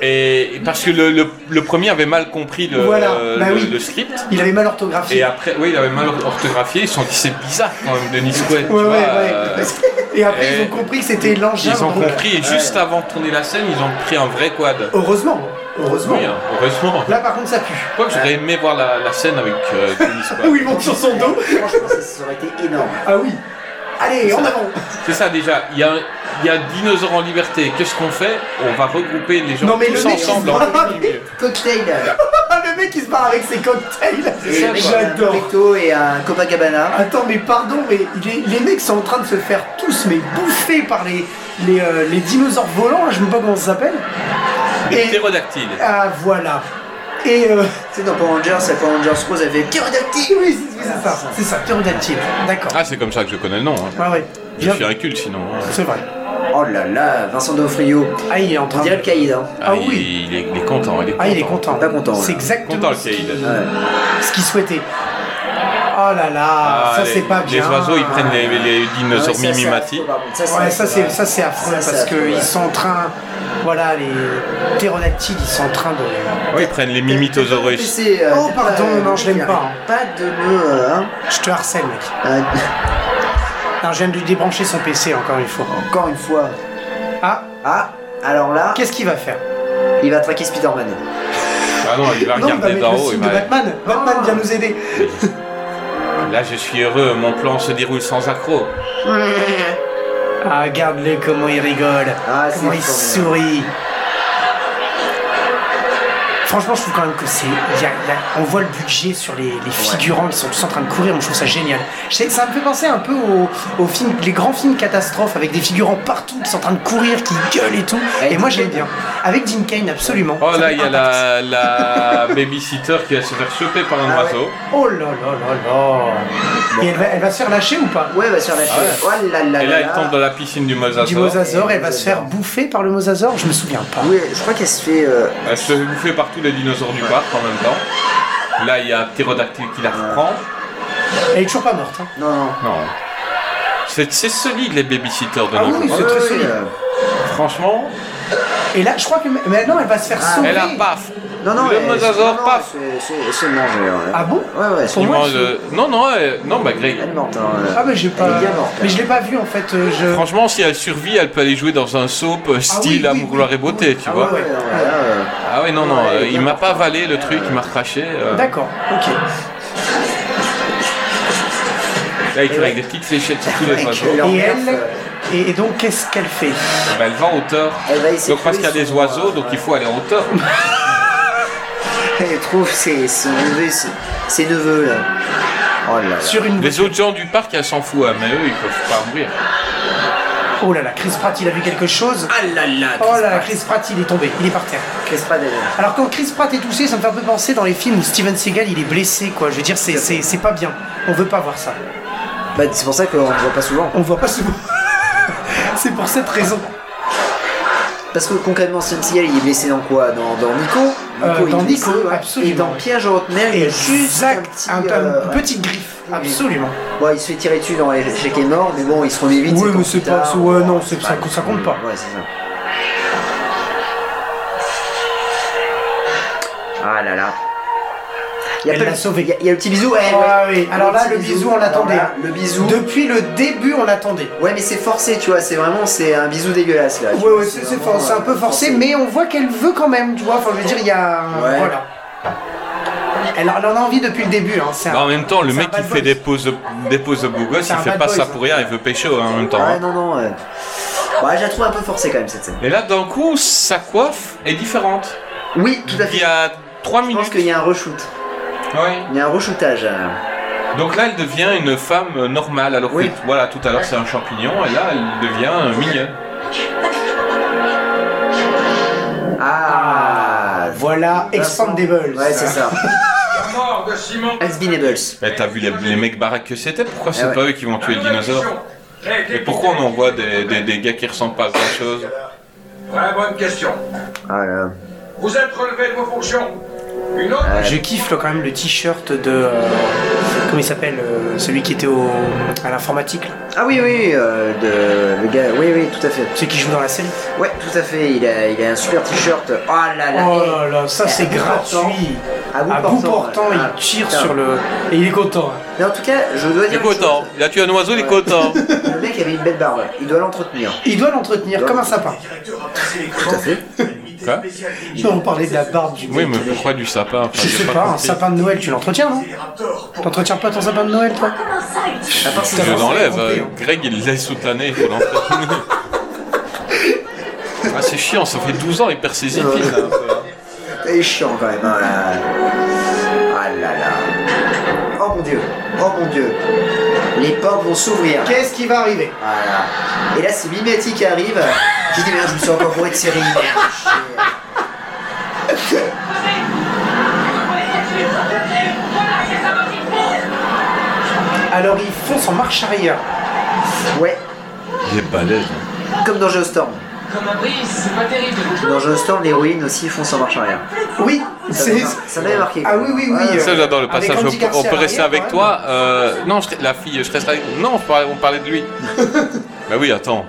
Speaker 3: et parce que le, le- le premier avait mal compris le,
Speaker 4: Voilà,
Speaker 3: euh,
Speaker 4: bah
Speaker 3: le-
Speaker 4: oui.
Speaker 3: le script.
Speaker 4: Il avait mal orthographié.
Speaker 3: Et après, oui, il avait mal or- orthographié. Ils se sont dit, c'est bizarre quand même, Dennis Quaid. tu
Speaker 4: Ouais, ouais,
Speaker 3: vois,
Speaker 4: ouais.
Speaker 3: euh,
Speaker 4: Et après, ils
Speaker 3: et-
Speaker 4: ont compris que c'était l'engin.
Speaker 3: Ils ont
Speaker 4: donc-
Speaker 3: compris. Et juste avant de tourner la scène, ils ont pris un vrai quad.
Speaker 4: Heureusement, heureusement.
Speaker 3: Oui, hein, heureusement.
Speaker 4: Là, par contre, ça pue.
Speaker 3: Quoi que j'aurais aimé voir la, la scène avec euh, Dennis Quaid.
Speaker 4: Où il monte sur son dos.
Speaker 5: Franchement, ça, ça aurait été énorme.
Speaker 4: Ah oui. Allez, en avant.
Speaker 3: C'est ça déjà, il y a, il y a Dinosaure en liberté, qu'est-ce qu'on fait On va regrouper les gens
Speaker 4: Non mais
Speaker 3: tous
Speaker 4: le mec, il se
Speaker 3: ensemble. en-
Speaker 4: barre avec...
Speaker 5: Cocktail.
Speaker 4: le mec, il se barre avec ses cocktails.
Speaker 5: Et le mec, il a un
Speaker 4: J'adore. Ah.
Speaker 5: burrito et un Copacabana.
Speaker 4: Attends, mais pardon, mais il est- les mecs sont en train de se faire tous, mais bouffer par les, les, euh, les dinosaures volants, là, je ne sais pas comment ça s'appelle.
Speaker 3: Les ptérodactyles.
Speaker 4: Ah, voilà. Et euh,
Speaker 5: Tu sais, dans Power Rangers, la Power Rangers Rose avait Pterodactyle.
Speaker 4: Oui, c'est- oui, c'est ça. C'est ça, pterodactyle. D'accord.
Speaker 3: Ah, c'est comme ça que je connais le nom. hein.
Speaker 4: Ouais, ouais.
Speaker 3: Je suis un culte sinon. hein.
Speaker 4: C'est vrai.
Speaker 5: Oh là là, Vincent D'Onofrio.
Speaker 4: Ah, il est en
Speaker 5: On
Speaker 4: train de...
Speaker 5: dirait le Caïd. Hein.
Speaker 3: Ah, il- il, est, il est content, il est content.
Speaker 4: Ah, il est content.
Speaker 5: Pas content. là.
Speaker 4: C'est exactement
Speaker 3: Content le Kaïd.
Speaker 4: ce qu'il souhaitait. Oh là là,
Speaker 3: Ah,
Speaker 4: ça
Speaker 3: les-
Speaker 4: c'est pas bien.
Speaker 3: Les oiseaux, ils prennent les, les
Speaker 5: Ah ouais,
Speaker 3: dinosaures
Speaker 5: ça, c'est
Speaker 3: mimimati.
Speaker 5: affreux, par contre. Ça,
Speaker 4: Ouais, ça c'est ça c'est affreux
Speaker 5: Ça, c'est
Speaker 4: parce
Speaker 5: affreux,
Speaker 4: qu'ils
Speaker 5: ouais.
Speaker 4: sont en train, voilà, les ptérodactyles, ils sont en train de.
Speaker 3: Ouais, ils prennent les mimitosaurus.
Speaker 5: PC, euh,
Speaker 4: Oh,
Speaker 5: t'es
Speaker 4: pardon,
Speaker 5: euh,
Speaker 4: non, je l'aime pas, hein.
Speaker 5: Pas de me. euh, hein.
Speaker 4: Je te harcèle, mec.
Speaker 5: Euh,
Speaker 4: Non, je viens de lui débrancher son PC encore une fois.
Speaker 5: encore une fois.
Speaker 4: Ah,
Speaker 5: Ah, alors là,
Speaker 4: qu'est-ce qu'il va faire
Speaker 5: il va traquer Spider-Man.
Speaker 3: Ah non, il va
Speaker 4: Non, il va
Speaker 3: regarder
Speaker 4: mettre
Speaker 3: d'en
Speaker 4: le
Speaker 3: haut. il
Speaker 4: signe de
Speaker 3: va-
Speaker 4: Batman. Batman vient nous aider.
Speaker 3: Là, je suis heureux, mon plan se déroule sans accroc.
Speaker 4: Ah, regarde-le comment il rigole.
Speaker 5: Ah, c'est
Speaker 4: comment il
Speaker 5: formidable.
Speaker 4: sourit. Franchement, je trouve quand même que c'est. il y a- il y a- on voit le budget sur les, les figurants qui sont tous en train de courir. Moi, je trouve ça génial. Je sais que ça me fait penser un peu aux, aux films, les grands films catastrophes avec des figurants partout qui sont en train de courir, qui gueulent et tout.
Speaker 5: Avec
Speaker 4: et moi,
Speaker 5: Dean
Speaker 4: j'aime
Speaker 5: Cain.
Speaker 4: bien. Avec Jim Kane, absolument.
Speaker 3: Oh
Speaker 4: Ça
Speaker 3: là,
Speaker 4: fait
Speaker 3: il y a
Speaker 4: impact.
Speaker 3: la, la babysitter qui va se faire choper par un
Speaker 5: Ah ouais.
Speaker 3: oiseau.
Speaker 4: Oh là là là là. Et elle va, elle va se faire lâcher ou pas
Speaker 5: Ouais, va sur la chaîne.
Speaker 4: Ah
Speaker 5: Oh là là
Speaker 3: Et
Speaker 5: là
Speaker 3: là, elle
Speaker 5: là.
Speaker 3: tombe dans la piscine du
Speaker 4: Du
Speaker 3: mosasaur.
Speaker 4: mosasaure, elle va se faire bouffer par le mosasaure Je me souviens pas.
Speaker 5: Oui, je crois qu'elle se fait. euh,
Speaker 3: Elle se fait bouffer par tous les dinosaures du parc en même temps. Là, il y a un ptérodactyle qui la reprend.
Speaker 4: Elle est toujours pas morte. hein.
Speaker 5: Non, non.
Speaker 3: Non. C'est c'est solide les babysitters de
Speaker 4: Ah
Speaker 3: nos
Speaker 4: oui,
Speaker 3: jours.
Speaker 4: c'est très
Speaker 5: Ouais,
Speaker 4: solide.
Speaker 5: euh,
Speaker 3: Franchement,
Speaker 4: Et là, je crois que maintenant, elle va se faire sauver.
Speaker 3: elle a paf.
Speaker 5: Non, non,
Speaker 3: le
Speaker 5: elle-
Speaker 3: mosasaure,
Speaker 5: non, non,
Speaker 3: paf.
Speaker 5: elle se- Elle se- elle se mange. ouais.
Speaker 4: Ah bon
Speaker 5: Ouais, ouais, elle se
Speaker 4: Pour
Speaker 3: Il
Speaker 4: moi,
Speaker 3: mange,
Speaker 4: je-
Speaker 3: euh, Non, non, euh, non, bah Greg.
Speaker 5: Elle est morte. hein, euh.
Speaker 4: Ah mais j'ai
Speaker 5: Elle
Speaker 4: pas.
Speaker 5: est bien morte. hein.
Speaker 4: mais je l'ai pas vu en fait. euh, Je...
Speaker 3: Franchement, si elle survit, elle peut aller jouer dans un soap euh, style
Speaker 4: Ah oui,
Speaker 3: Amour,
Speaker 4: oui,
Speaker 3: gloire et
Speaker 4: oui,
Speaker 3: beauté,
Speaker 4: oui.
Speaker 3: tu
Speaker 4: Ah
Speaker 3: vois.
Speaker 4: ouais, ouais.
Speaker 5: Non, ouais, là, euh,
Speaker 3: Ah oui, non, non,
Speaker 5: Ouais,
Speaker 3: euh,
Speaker 5: elle est
Speaker 3: il
Speaker 5: bien
Speaker 3: m'a
Speaker 5: morte.
Speaker 3: pas avalé le truc, il m'a recraché. euh.
Speaker 4: D'accord. Ok.
Speaker 3: Là, il tire avec des petites fléchettes sur tous les
Speaker 5: Avec
Speaker 3: oiseaux.
Speaker 5: leur
Speaker 4: Et
Speaker 5: mère,
Speaker 4: elle
Speaker 5: euh,
Speaker 4: Et, et donc qu'est-ce qu'elle fait
Speaker 3: Bah, elle va en hauteur.
Speaker 5: Elle va essayer
Speaker 3: Donc parce qu'il y a des oiseaux, donc il faut aller en hauteur.
Speaker 5: Elle trouve ses, ses neveux, ses, ses neveux là. Oh là là.
Speaker 4: Sur une.
Speaker 3: Les autres gens du parc, elles s'en foutent, hein, mais eux, ils peuvent pas mourir.
Speaker 4: Oh là là, Chris Pratt, il a vu quelque chose.
Speaker 5: Ah là là.
Speaker 4: Oh là là, Chris Pratt, il est tombé, il est par terre.
Speaker 5: Qu'est-ce pas d'ailleurs
Speaker 4: Alors quand Chris Pratt est touché, ça me fait un peu penser dans les films où Steven Seagal il est blessé quoi. Je veux dire, c'est c'est c'est pas bien. On veut pas voir ça.
Speaker 5: Bah, c'est pour ça qu'on ne voit pas souvent.
Speaker 4: On le voit pas souvent. c'est pour cette raison.
Speaker 5: Parce que concrètement, Steven Seagal, il est blessé dans quoi dans, dans Nico
Speaker 4: Euh,
Speaker 5: il
Speaker 4: dans
Speaker 5: est blessé,
Speaker 4: Nico,
Speaker 5: ouais.
Speaker 4: absolument.
Speaker 5: Et dans Piège en haute mer, il y a juste un
Speaker 4: Exact.
Speaker 5: petit.
Speaker 4: Un,
Speaker 5: euh,
Speaker 4: un-
Speaker 5: ouais.
Speaker 4: une petite griffe.
Speaker 5: Oui.
Speaker 4: Absolument.
Speaker 5: Bon, il se fait tirer dessus dans les l'échec est mort, mais bon, il se remet vite.
Speaker 4: Ouais,
Speaker 5: comme
Speaker 4: mais c'est
Speaker 5: plus tard.
Speaker 4: pas- ouais, non, c'est- ça-
Speaker 5: Bah,
Speaker 4: ça compte pas.
Speaker 5: Ouais, c'est ça. Ah là là. Il y a
Speaker 4: Elle
Speaker 5: pas
Speaker 4: l'a
Speaker 5: le-
Speaker 4: sauvé.
Speaker 5: Il y a- il y, a le petit bisou. eh,
Speaker 4: Ouais,
Speaker 5: ouais.
Speaker 4: oui. Alors là,
Speaker 5: petit
Speaker 4: le bisou, on l'attendait.
Speaker 5: Alors là, Le bisou.
Speaker 4: Depuis le début, on l'attendait.
Speaker 5: Ouais, mais c'est forcé, tu vois. C'est vraiment, c'est un bisou dégueulasse là. Tu
Speaker 4: Ouais,
Speaker 5: vois,
Speaker 4: ouais, c'est c'est
Speaker 5: vraiment,
Speaker 4: for- c'est un peu
Speaker 5: euh,
Speaker 4: forcé, mais on voit qu'elle veut quand même, tu vois. Enfin, je veux dire, il y a.
Speaker 5: Ouais.
Speaker 4: Voilà. Elle en elle en a envie depuis le début. Hein. c'est un-
Speaker 3: Mais en même temps, le
Speaker 4: c'est
Speaker 3: mec
Speaker 4: un
Speaker 3: qui
Speaker 4: bad
Speaker 3: fait
Speaker 4: boy.
Speaker 3: des poses de, des poses de beau gosse,
Speaker 4: C'est
Speaker 3: il
Speaker 4: un
Speaker 3: fait
Speaker 4: bad
Speaker 3: pas
Speaker 4: boy,
Speaker 3: ça
Speaker 4: ça.
Speaker 3: pour rien, il veut pécho hein, en même temps.
Speaker 5: Ouais,
Speaker 3: hein.
Speaker 5: non, non. euh. Ouais, je la trouve un peu forcée quand même cette scène.
Speaker 3: Et là, d'un coup, sa coiffe est différente.
Speaker 5: Oui, tout à
Speaker 3: Il
Speaker 5: fait.
Speaker 3: y a 3
Speaker 5: Je pense
Speaker 3: minutes.
Speaker 5: qu'il y a un reshoot.
Speaker 3: Ouais.
Speaker 5: Il y a un reshootage. euh.
Speaker 3: Donc là, elle devient une femme euh, normale, alors que
Speaker 5: Oui.
Speaker 3: voilà, tout à l'heure c'est un champignon, et là, elle devient euh, mignonne.
Speaker 5: Ah.
Speaker 4: Voilà, Expandables.
Speaker 5: Ouais, c'est ça.
Speaker 8: Mort de ciment
Speaker 5: Expendables.
Speaker 3: Mais Eh, t'as vu les, les mecs baraques que c'était Pourquoi c'est
Speaker 5: ouais.
Speaker 3: pas eux qui vont tuer le dinosaure Et pourquoi on envoie des, des, des gars qui ressemblent pas à grand chose
Speaker 8: Très bonne question.
Speaker 5: Ah là.
Speaker 9: Vous êtes relevé de vos fonctions. Une autre
Speaker 4: Je kiffe là, quand même le t-shirt de. euh, comment il s'appelle euh, Celui qui était au, à l'informatique. là.
Speaker 5: Ah oui, oui, euh, de, le gars, oui, oui, tout à fait.
Speaker 4: Celui qui joue dans la série
Speaker 5: Ouais, tout à fait, il a, il a un super t-shirt. Oh là là
Speaker 4: Oh
Speaker 5: eh.
Speaker 4: là là, ça
Speaker 5: Eh,
Speaker 4: c'est
Speaker 5: à bout portant.
Speaker 4: gratuit.
Speaker 5: À bout
Speaker 4: À
Speaker 5: portant,
Speaker 4: bout portant,
Speaker 5: ouais. Ah,
Speaker 4: il tire
Speaker 5: putain.
Speaker 4: sur le. Et il est content. hein.
Speaker 5: Mais en tout cas, je dois
Speaker 3: Il
Speaker 5: dire.
Speaker 3: est
Speaker 5: une chose.
Speaker 3: content. Il a tué un oiseau, il est content.
Speaker 5: Le mec avait une belle barbe, il doit l'entretenir.
Speaker 4: Il doit l'entretenir comme un sapin.
Speaker 5: Tout à fait.
Speaker 3: Quoi
Speaker 4: Non, on parlait de la barbe du
Speaker 3: Oui,
Speaker 4: mec.
Speaker 3: mais pourquoi du sapin enfin,
Speaker 4: Je
Speaker 3: j'ai
Speaker 4: sais pas, un
Speaker 3: compris.
Speaker 4: sapin de Noël, tu l'entretiens, non T'entretiens pas ton sapin de Noël, toi
Speaker 5: À part
Speaker 3: Je
Speaker 5: ça,
Speaker 3: l'enlève. euh,
Speaker 4: hein.
Speaker 3: Greg, il le laisse toute l'année. il faut l'entretenir. Ah, c'est chiant, ça fait 12 ans, il perd ses épines. là, un peu, hein.
Speaker 5: il est chiant quand même. Oh là Ah là là. Oh mon dieu, oh mon dieu. Les portes vont s'ouvrir.
Speaker 4: Qu'est-ce qui va arriver
Speaker 5: Voilà. Et là, c'est Mimati qui arrive. J'ai dit, merde, je me suis encore bourré de série. Merde, chier.
Speaker 4: Alors ils foncent en marche arrière.
Speaker 5: Ouais,
Speaker 3: Il est balèze.
Speaker 5: comme dans Geostorm.
Speaker 15: Comme un brise, c'est pas terrible.
Speaker 5: Dans Geostorm, l'héroïne aussi font sans marche arrière.
Speaker 4: Oui,
Speaker 5: Ça
Speaker 4: c'est.
Speaker 5: m'a- Ça m'avait marqué.
Speaker 4: Ah oui, oui, oui.
Speaker 5: Ouais.
Speaker 4: euh,
Speaker 3: Ça, j'adore le
Speaker 4: avec
Speaker 3: passage.
Speaker 4: Andy
Speaker 3: On, peut- on
Speaker 4: Garcia
Speaker 3: peut rester
Speaker 4: arrière,
Speaker 3: avec
Speaker 4: quand
Speaker 3: toi. euh, non, je- la fille, je reste avec. Non, on parlait, on parlait de lui. bah oui, attends.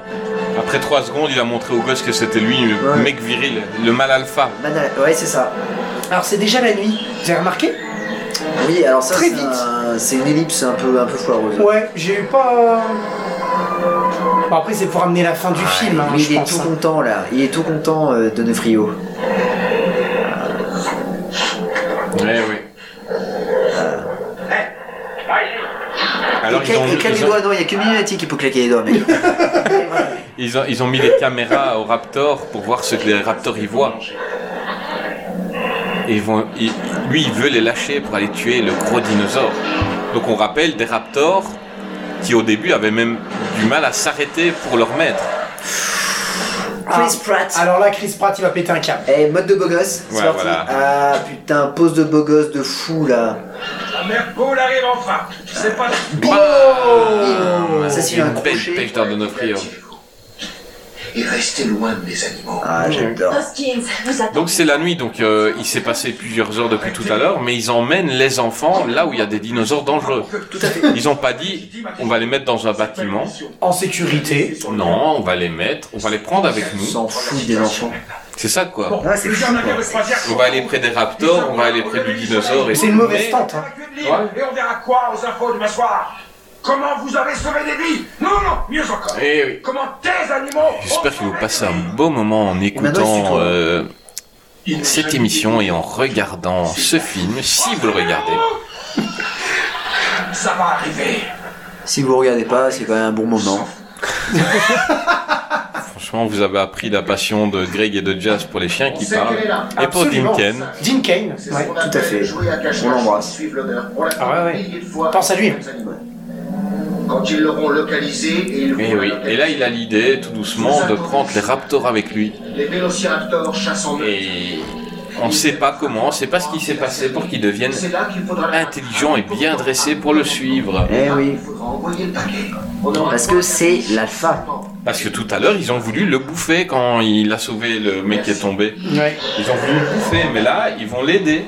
Speaker 3: Après 3 secondes, il a montré au gosse que c'était lui, le
Speaker 5: Ouais.
Speaker 3: mec viril, le mal alpha.
Speaker 5: Manal- Ouais, c'est ça.
Speaker 4: même. Alors c'est déjà la nuit. Vous avez remarqué
Speaker 5: Oui, alors ça,
Speaker 4: Très
Speaker 5: c'est
Speaker 4: vite.
Speaker 5: un- c'est une ellipse un peu, un peu foireuse.
Speaker 4: Ouais, j'ai eu pas. euh, Bon, après c'est pour amener la fin du
Speaker 5: Ah,
Speaker 4: film, hein,
Speaker 5: mais
Speaker 4: je
Speaker 5: il est
Speaker 4: pense.
Speaker 5: tout
Speaker 4: hein.
Speaker 5: content là, il est tout content euh, de Nefrio.
Speaker 3: Ouais, oui. Alors,
Speaker 5: il
Speaker 3: ils ont,
Speaker 5: claque, il claque
Speaker 3: ils,
Speaker 5: les
Speaker 3: ont,
Speaker 5: doigts, non, il n'y a que Mimati qui peut claquer les doigts, mec.
Speaker 3: ils ont- ils ont mis les caméras au Raptor pour voir ce que les Raptors y voient. Et ils vont, il- lui, il veut les lâcher pour aller tuer le gros dinosaure. Donc, on rappelle des Raptors qui, au début, avaient même du mal à s'arrêter pour leur maître.
Speaker 5: Chris
Speaker 4: Ah.
Speaker 5: Pratt.
Speaker 4: Alors là, Chris Pratt il va péter un câble.
Speaker 5: Eh, mode de beau gosse, c'est
Speaker 3: Ouais,
Speaker 5: parti.
Speaker 3: voilà.
Speaker 5: Ah putain, pose de beau gosse de fou là.
Speaker 9: La mère Paul arrive enfin. C'est pas
Speaker 3: Bam
Speaker 5: Bah, Ça, c'est
Speaker 3: Une
Speaker 5: un
Speaker 3: belle
Speaker 5: crochet.
Speaker 3: pêche d'art de Nofrio.
Speaker 8: Et restez loin de mes animaux.
Speaker 5: Ah, j'adore.
Speaker 6: Hoskins, vous attendez.
Speaker 3: Donc c'est la nuit, donc euh, il s'est passé plusieurs heures depuis tout à l'heure, mais ils emmènent les enfants là où il y a des dinosaures dangereux. Ils ont pas dit, on va les mettre dans un bâtiment.
Speaker 4: En sécurité.
Speaker 3: Non, on va les mettre, on va les prendre avec
Speaker 5: On
Speaker 3: nous.
Speaker 5: s'en fout des enfants.
Speaker 3: C'est ça quoi.
Speaker 5: Ouais, c'est
Speaker 9: Le
Speaker 5: fou,
Speaker 9: genre navire
Speaker 5: quoi.
Speaker 9: de croisière.
Speaker 3: On va aller près des raptors, on va aller près du dinosaure. et
Speaker 4: C'est une
Speaker 3: tout,
Speaker 4: mauvaise
Speaker 3: mais-
Speaker 4: tente. hein.
Speaker 9: Une ligne, Et on verra quoi aux infos de ma soir Comment vous avez sauvé des vies Non, non, mieux encore.
Speaker 3: Eh oui.
Speaker 9: Comment tes animaux
Speaker 3: J'espère que vous passez un beau moment en
Speaker 4: Eh ben,
Speaker 5: Maintenant, c'est
Speaker 3: écoutant
Speaker 5: toi.
Speaker 3: euh, cette émission et en regardant ce film, si vous le regardez.
Speaker 9: Ça va arriver.
Speaker 5: Si vous regardez pas, c'est quand même un bon moment.
Speaker 3: Franchement, vous avez appris la passion de Greg et de Jazz pour les chiens qui parlent. Et pour
Speaker 4: Absolument.
Speaker 3: Dinken.
Speaker 4: Dean Kane. ouais.
Speaker 5: Tout à fait. On l'embrasse.
Speaker 4: Ah ouais, ouais. Pense à lui.
Speaker 8: Quand ils l'auront localisé et ils
Speaker 3: Et Eh
Speaker 8: vont
Speaker 3: oui.
Speaker 8: la
Speaker 3: Et là, il a l'idée, tout doucement, de prendre les raptors avec lui.
Speaker 8: Les vélociraptors chassent en eux.
Speaker 3: Et on sait pas comment, on sait pas ce qui s'est passé pour qu'ils deviennent
Speaker 8: C'est là qu'il faudra
Speaker 3: intelligents et bien dressés pour le suivre.
Speaker 5: Eh oui.
Speaker 8: Il faudra envoyer le paquet. On aura
Speaker 5: Parce que c'est l'alpha.
Speaker 3: Parce que tout à l'heure, ils ont voulu le bouffer quand il a sauvé le mec qui est tombé.
Speaker 4: Ouais.
Speaker 3: Ils ont voulu le bouffer, mais là, ils vont l'aider.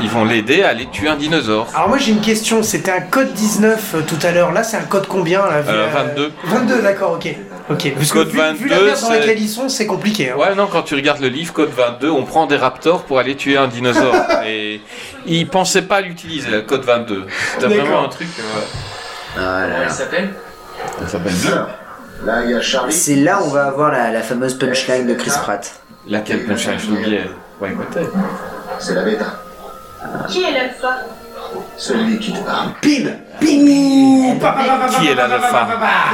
Speaker 3: Ils vont l'aider à aller tuer un dinosaure.
Speaker 4: Alors moi j'ai une question, c'était un code 19 euh, tout à l'heure, là c'est un code combien là, vu
Speaker 3: Euh,
Speaker 4: la-
Speaker 3: 22.
Speaker 4: 22 d'accord ok. Ok. Parce que
Speaker 3: Code
Speaker 4: vu, vu la
Speaker 3: 22,
Speaker 4: merde dans laquelle
Speaker 3: c'est-
Speaker 4: ils sont c'est compliqué. hein.
Speaker 3: Ouais, non, quand tu regardes le livre Code 22, on prend des raptors pour aller tuer un dinosaure. et ils pensaient pas à l'utiliser, le Code 22. C'était
Speaker 4: D'accord.
Speaker 3: vraiment un truc. euh,
Speaker 5: Ah là là.
Speaker 15: s'appelle
Speaker 8: Là, il y a Charlie.
Speaker 5: C'est là où on va avoir la, la fameuse punchline de Chris Pratt.
Speaker 3: Laquelle punchline je l'oubliais. Ouais, écoutez.
Speaker 8: C'est la bêta.
Speaker 16: Qui est l'alpha
Speaker 8: Celui qui te parle.
Speaker 4: Pile Pile Pa, pa, pa, pa,
Speaker 3: Qui
Speaker 4: pa,
Speaker 3: est
Speaker 4: pa,
Speaker 3: la
Speaker 4: pa, pa, pa, pa.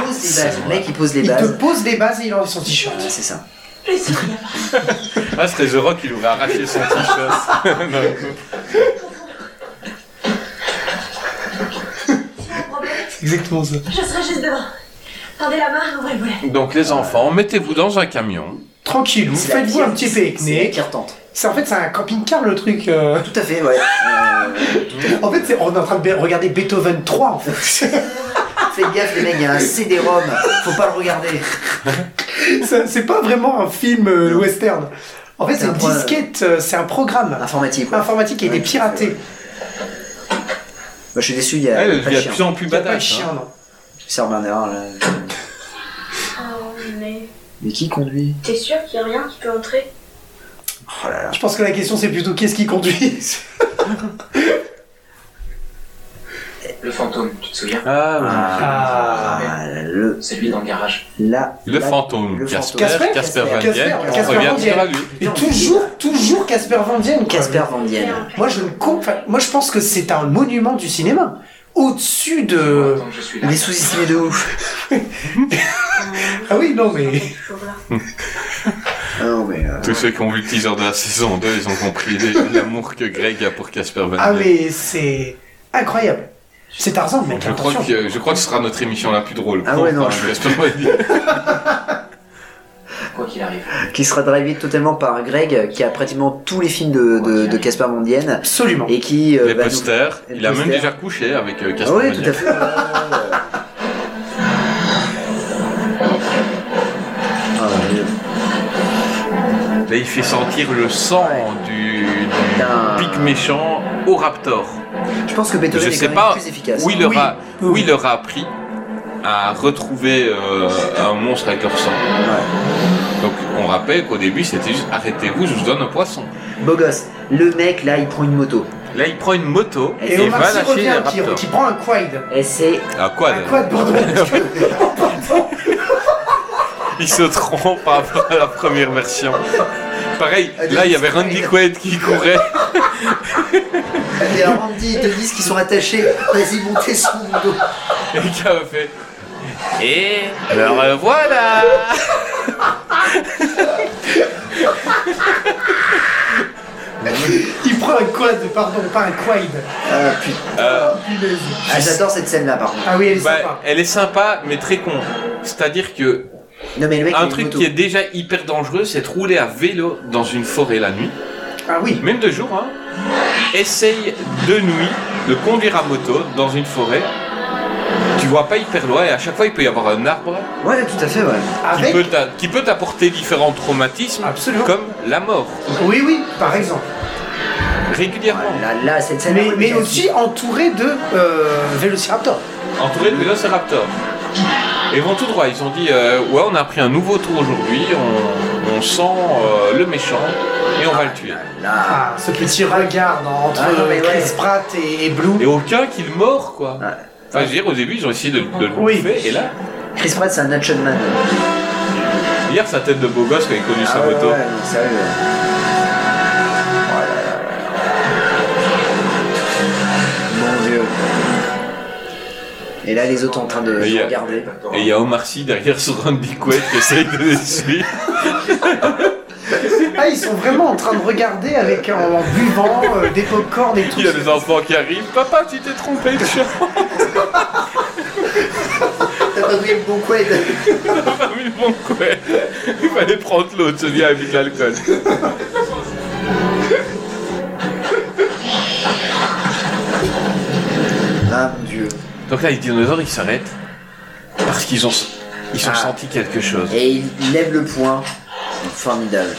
Speaker 5: Il pose les bases. Le mec, il pose les
Speaker 4: Il te
Speaker 5: bases.
Speaker 4: pose les bases et il enlève son t-shirt.
Speaker 5: C'est ça.
Speaker 3: Ah, c'était The Rock, il aurait arraché son t-shirt.
Speaker 4: Exactement ça.
Speaker 6: Je serai juste devant. Tendez la main, ouvrez le volet.
Speaker 3: Donc, les enfants, mettez-vous dans un camion.
Speaker 4: Tranquille, vous
Speaker 5: C'est la
Speaker 4: faites-vous
Speaker 5: pire-
Speaker 4: un petit
Speaker 5: C'est la
Speaker 4: pique-nique.
Speaker 5: pire tente.
Speaker 4: C'est en fait c'est un camping-car le truc. euh.
Speaker 5: Tout à fait, ouais. Euh,
Speaker 4: En fait c'est on est en train de be- regarder Beethoven 3 en fait.
Speaker 5: faites gaffe, les mecs, il y a un CD-ROM. Faut pas le regarder.
Speaker 4: Ça- c'est pas vraiment un film euh, western. En fait, c'est
Speaker 5: un
Speaker 4: une
Speaker 5: pro-
Speaker 4: disquette, euh, c'est un programme informatique, informatique qui a été piraté.
Speaker 5: Moi, Bah, je suis déçu, il y a.
Speaker 3: Eh,
Speaker 4: Ouais,
Speaker 5: Eh, pas
Speaker 4: il y a de
Speaker 5: de chien.
Speaker 4: plus en plus Il y a pas de badass, chien, hein. non.
Speaker 5: Sir Bernard, là.
Speaker 6: Oh, mais.
Speaker 5: Mais qui conduit
Speaker 6: T'es sûr qu'il n'y a rien qui peut entrer
Speaker 5: Oh là là.
Speaker 4: Je pense que la question c'est plutôt qu'est-ce qui conduit
Speaker 8: Le fantôme, tu te souviens
Speaker 17: Ah,
Speaker 5: Ah, le...
Speaker 8: C'est lui dans le garage.
Speaker 5: Là.
Speaker 3: Le fantôme,
Speaker 8: le
Speaker 3: Casper,
Speaker 8: fantôme.
Speaker 3: Casper Van
Speaker 8: Casper,
Speaker 3: Dien,
Speaker 8: Casper,
Speaker 3: on
Speaker 8: Casper
Speaker 3: revient
Speaker 8: Van
Speaker 3: toujours
Speaker 8: Dien.
Speaker 3: à lui.
Speaker 4: Et toujours, toujours Casper Van Dien. quoi.
Speaker 5: Casper Van Dien.
Speaker 4: Moi, je ne comprends. enfin,
Speaker 6: Ah,
Speaker 4: Moi, je pense que c'est un monument du cinéma. Au-dessus de.
Speaker 5: Euh, Il est sous-estimé de ouf.
Speaker 4: ah oui, non, mais.
Speaker 5: Ah non, mais. euh,
Speaker 3: Tous ceux qui ont vu le teaser de la saison 2, ils ont compris les- l'amour que Greg a pour Casper Van
Speaker 4: Ah,
Speaker 3: Dien.
Speaker 4: mais c'est incroyable. C'est Tarzan, mec.
Speaker 3: Je crois,
Speaker 4: attention.
Speaker 3: que, je crois que ce sera notre émission la plus drôle.
Speaker 5: Ah ouais, non,
Speaker 3: Enfin,
Speaker 5: je-
Speaker 3: Casper Van Dien.
Speaker 8: Quoi qu'il arrive.
Speaker 5: qui sera drivé totalement par Greg, qui a pratiquement tous les films de de- de Casper Van Dien.
Speaker 4: Absolument.
Speaker 5: Et qui. euh,
Speaker 3: Les
Speaker 5: va nous-
Speaker 3: posters,
Speaker 5: Les
Speaker 3: il a même
Speaker 5: posters.
Speaker 3: déjà couché avec euh,
Speaker 5: Ah
Speaker 3: Casper
Speaker 5: oui,
Speaker 3: Van
Speaker 5: tout à
Speaker 3: Dien.
Speaker 5: fait. Ah,
Speaker 3: Là, il fait sentir le sang du, du pic méchant au Raptor.
Speaker 5: Je pense que Beethoven
Speaker 3: Je
Speaker 5: est
Speaker 3: sais
Speaker 5: quand même
Speaker 3: pas
Speaker 5: plus efficace.
Speaker 3: où il leur a,
Speaker 5: Oui,
Speaker 3: où il leur a appris à retrouver euh, un monstre avec leur sang. Donc, on rappelle qu'au début, c'était juste arrêtez-vous, je vous donne un poisson.
Speaker 5: Beau gosse. Le mec, là, il prend une moto.
Speaker 3: Là, il prend une moto et,
Speaker 4: Et Omar
Speaker 3: va
Speaker 4: Sy
Speaker 3: lâcher
Speaker 4: revient,
Speaker 3: le
Speaker 4: qui,
Speaker 3: Raptor.
Speaker 4: qui prend un quad.
Speaker 5: Et c'est.
Speaker 3: À quoi, d'ailleurs
Speaker 4: Quad, pardon.
Speaker 3: Il se trompe par rapport à la première version. Pareil, là il y avait Randy Quaid qui courait.
Speaker 5: Et alors, Randy ils te disent qu'ils sont attachés. Vas-y, montez sur mon dos.
Speaker 3: Et qui a fait. euh, Et le revoilà
Speaker 4: Il prend un quad, pardon, pas un quad.
Speaker 5: Ah, putain.
Speaker 3: Euh,
Speaker 4: Punaise.
Speaker 5: Ah, j'adore cette scène-là, par contre.
Speaker 4: Ah oui, elle est
Speaker 3: bah,
Speaker 4: sympa.
Speaker 3: elle est sympa, mais très con. C'est-à-dire que
Speaker 5: Non, mais le mec, il a
Speaker 3: un
Speaker 5: une
Speaker 3: truc
Speaker 5: moto.
Speaker 3: qui est déjà hyper dangereux, c'est de rouler à vélo dans une forêt la nuit.
Speaker 4: Ah oui.
Speaker 3: Même de jour, hein. Essaye de nuit de conduire à moto dans une forêt. Tu vois pas hyper loin et à chaque fois il peut y avoir un arbre
Speaker 5: Ouais, tout à fait, ouais.
Speaker 3: qui
Speaker 4: Avec.
Speaker 3: peut t'a- qui peut t'apporter différents traumatismes comme la mort
Speaker 4: Oui, oui, par exemple.
Speaker 3: régulièrement
Speaker 5: Là, là cette scène-là.
Speaker 4: Mais,
Speaker 5: oui,
Speaker 4: mais
Speaker 5: j'ai-
Speaker 4: aussi entouré de euh, Vélociraptor.
Speaker 3: entouré de vélociraptors et ils vont tout droit ils ont dit euh, ouais on a pris un nouveau tour aujourd'hui on, on sent euh, le méchant et on va le tuer
Speaker 5: Là.
Speaker 4: Ah, ce petit regard dans- entre
Speaker 5: Ah, non, mais ouais.
Speaker 4: Chris Pratt et, et Blue.
Speaker 3: et aucun qui le mord quoi
Speaker 5: Ouais.
Speaker 3: enfin je veux dire au début ils ont essayé de, de le
Speaker 4: Oui.
Speaker 3: bouffer et là
Speaker 5: Chris Pratt, c'est un action man.
Speaker 3: hier sa tête de beau gosse quand il conduit sa
Speaker 5: Ah ouais,
Speaker 3: moto
Speaker 5: ouais, Oh non, sérieux. Mon dieu. Et là, les autres en train de
Speaker 3: Et il y a-
Speaker 5: regarder.
Speaker 3: et il y a Omar Sy derrière sur Randy Quaid qui essaye de les suivre
Speaker 4: Ah, ils sont vraiment en train de regarder avec en, en buvant euh, des pop-corn et tout.
Speaker 3: il y a des enfants qui arrivent papa tu t'es trompé de chat
Speaker 5: T'as pas pris le bon couette.
Speaker 3: Ah oui, bon, quoi. Il fallait prendre l'autre, celui avec l'alcool.
Speaker 5: Ah mon dieu.
Speaker 3: Donc là, les dinosaures, ils s'arrêtent parce qu'ils ont, ils ont
Speaker 5: Ah.
Speaker 3: senti quelque chose.
Speaker 5: Et il lève le poing. Formidable.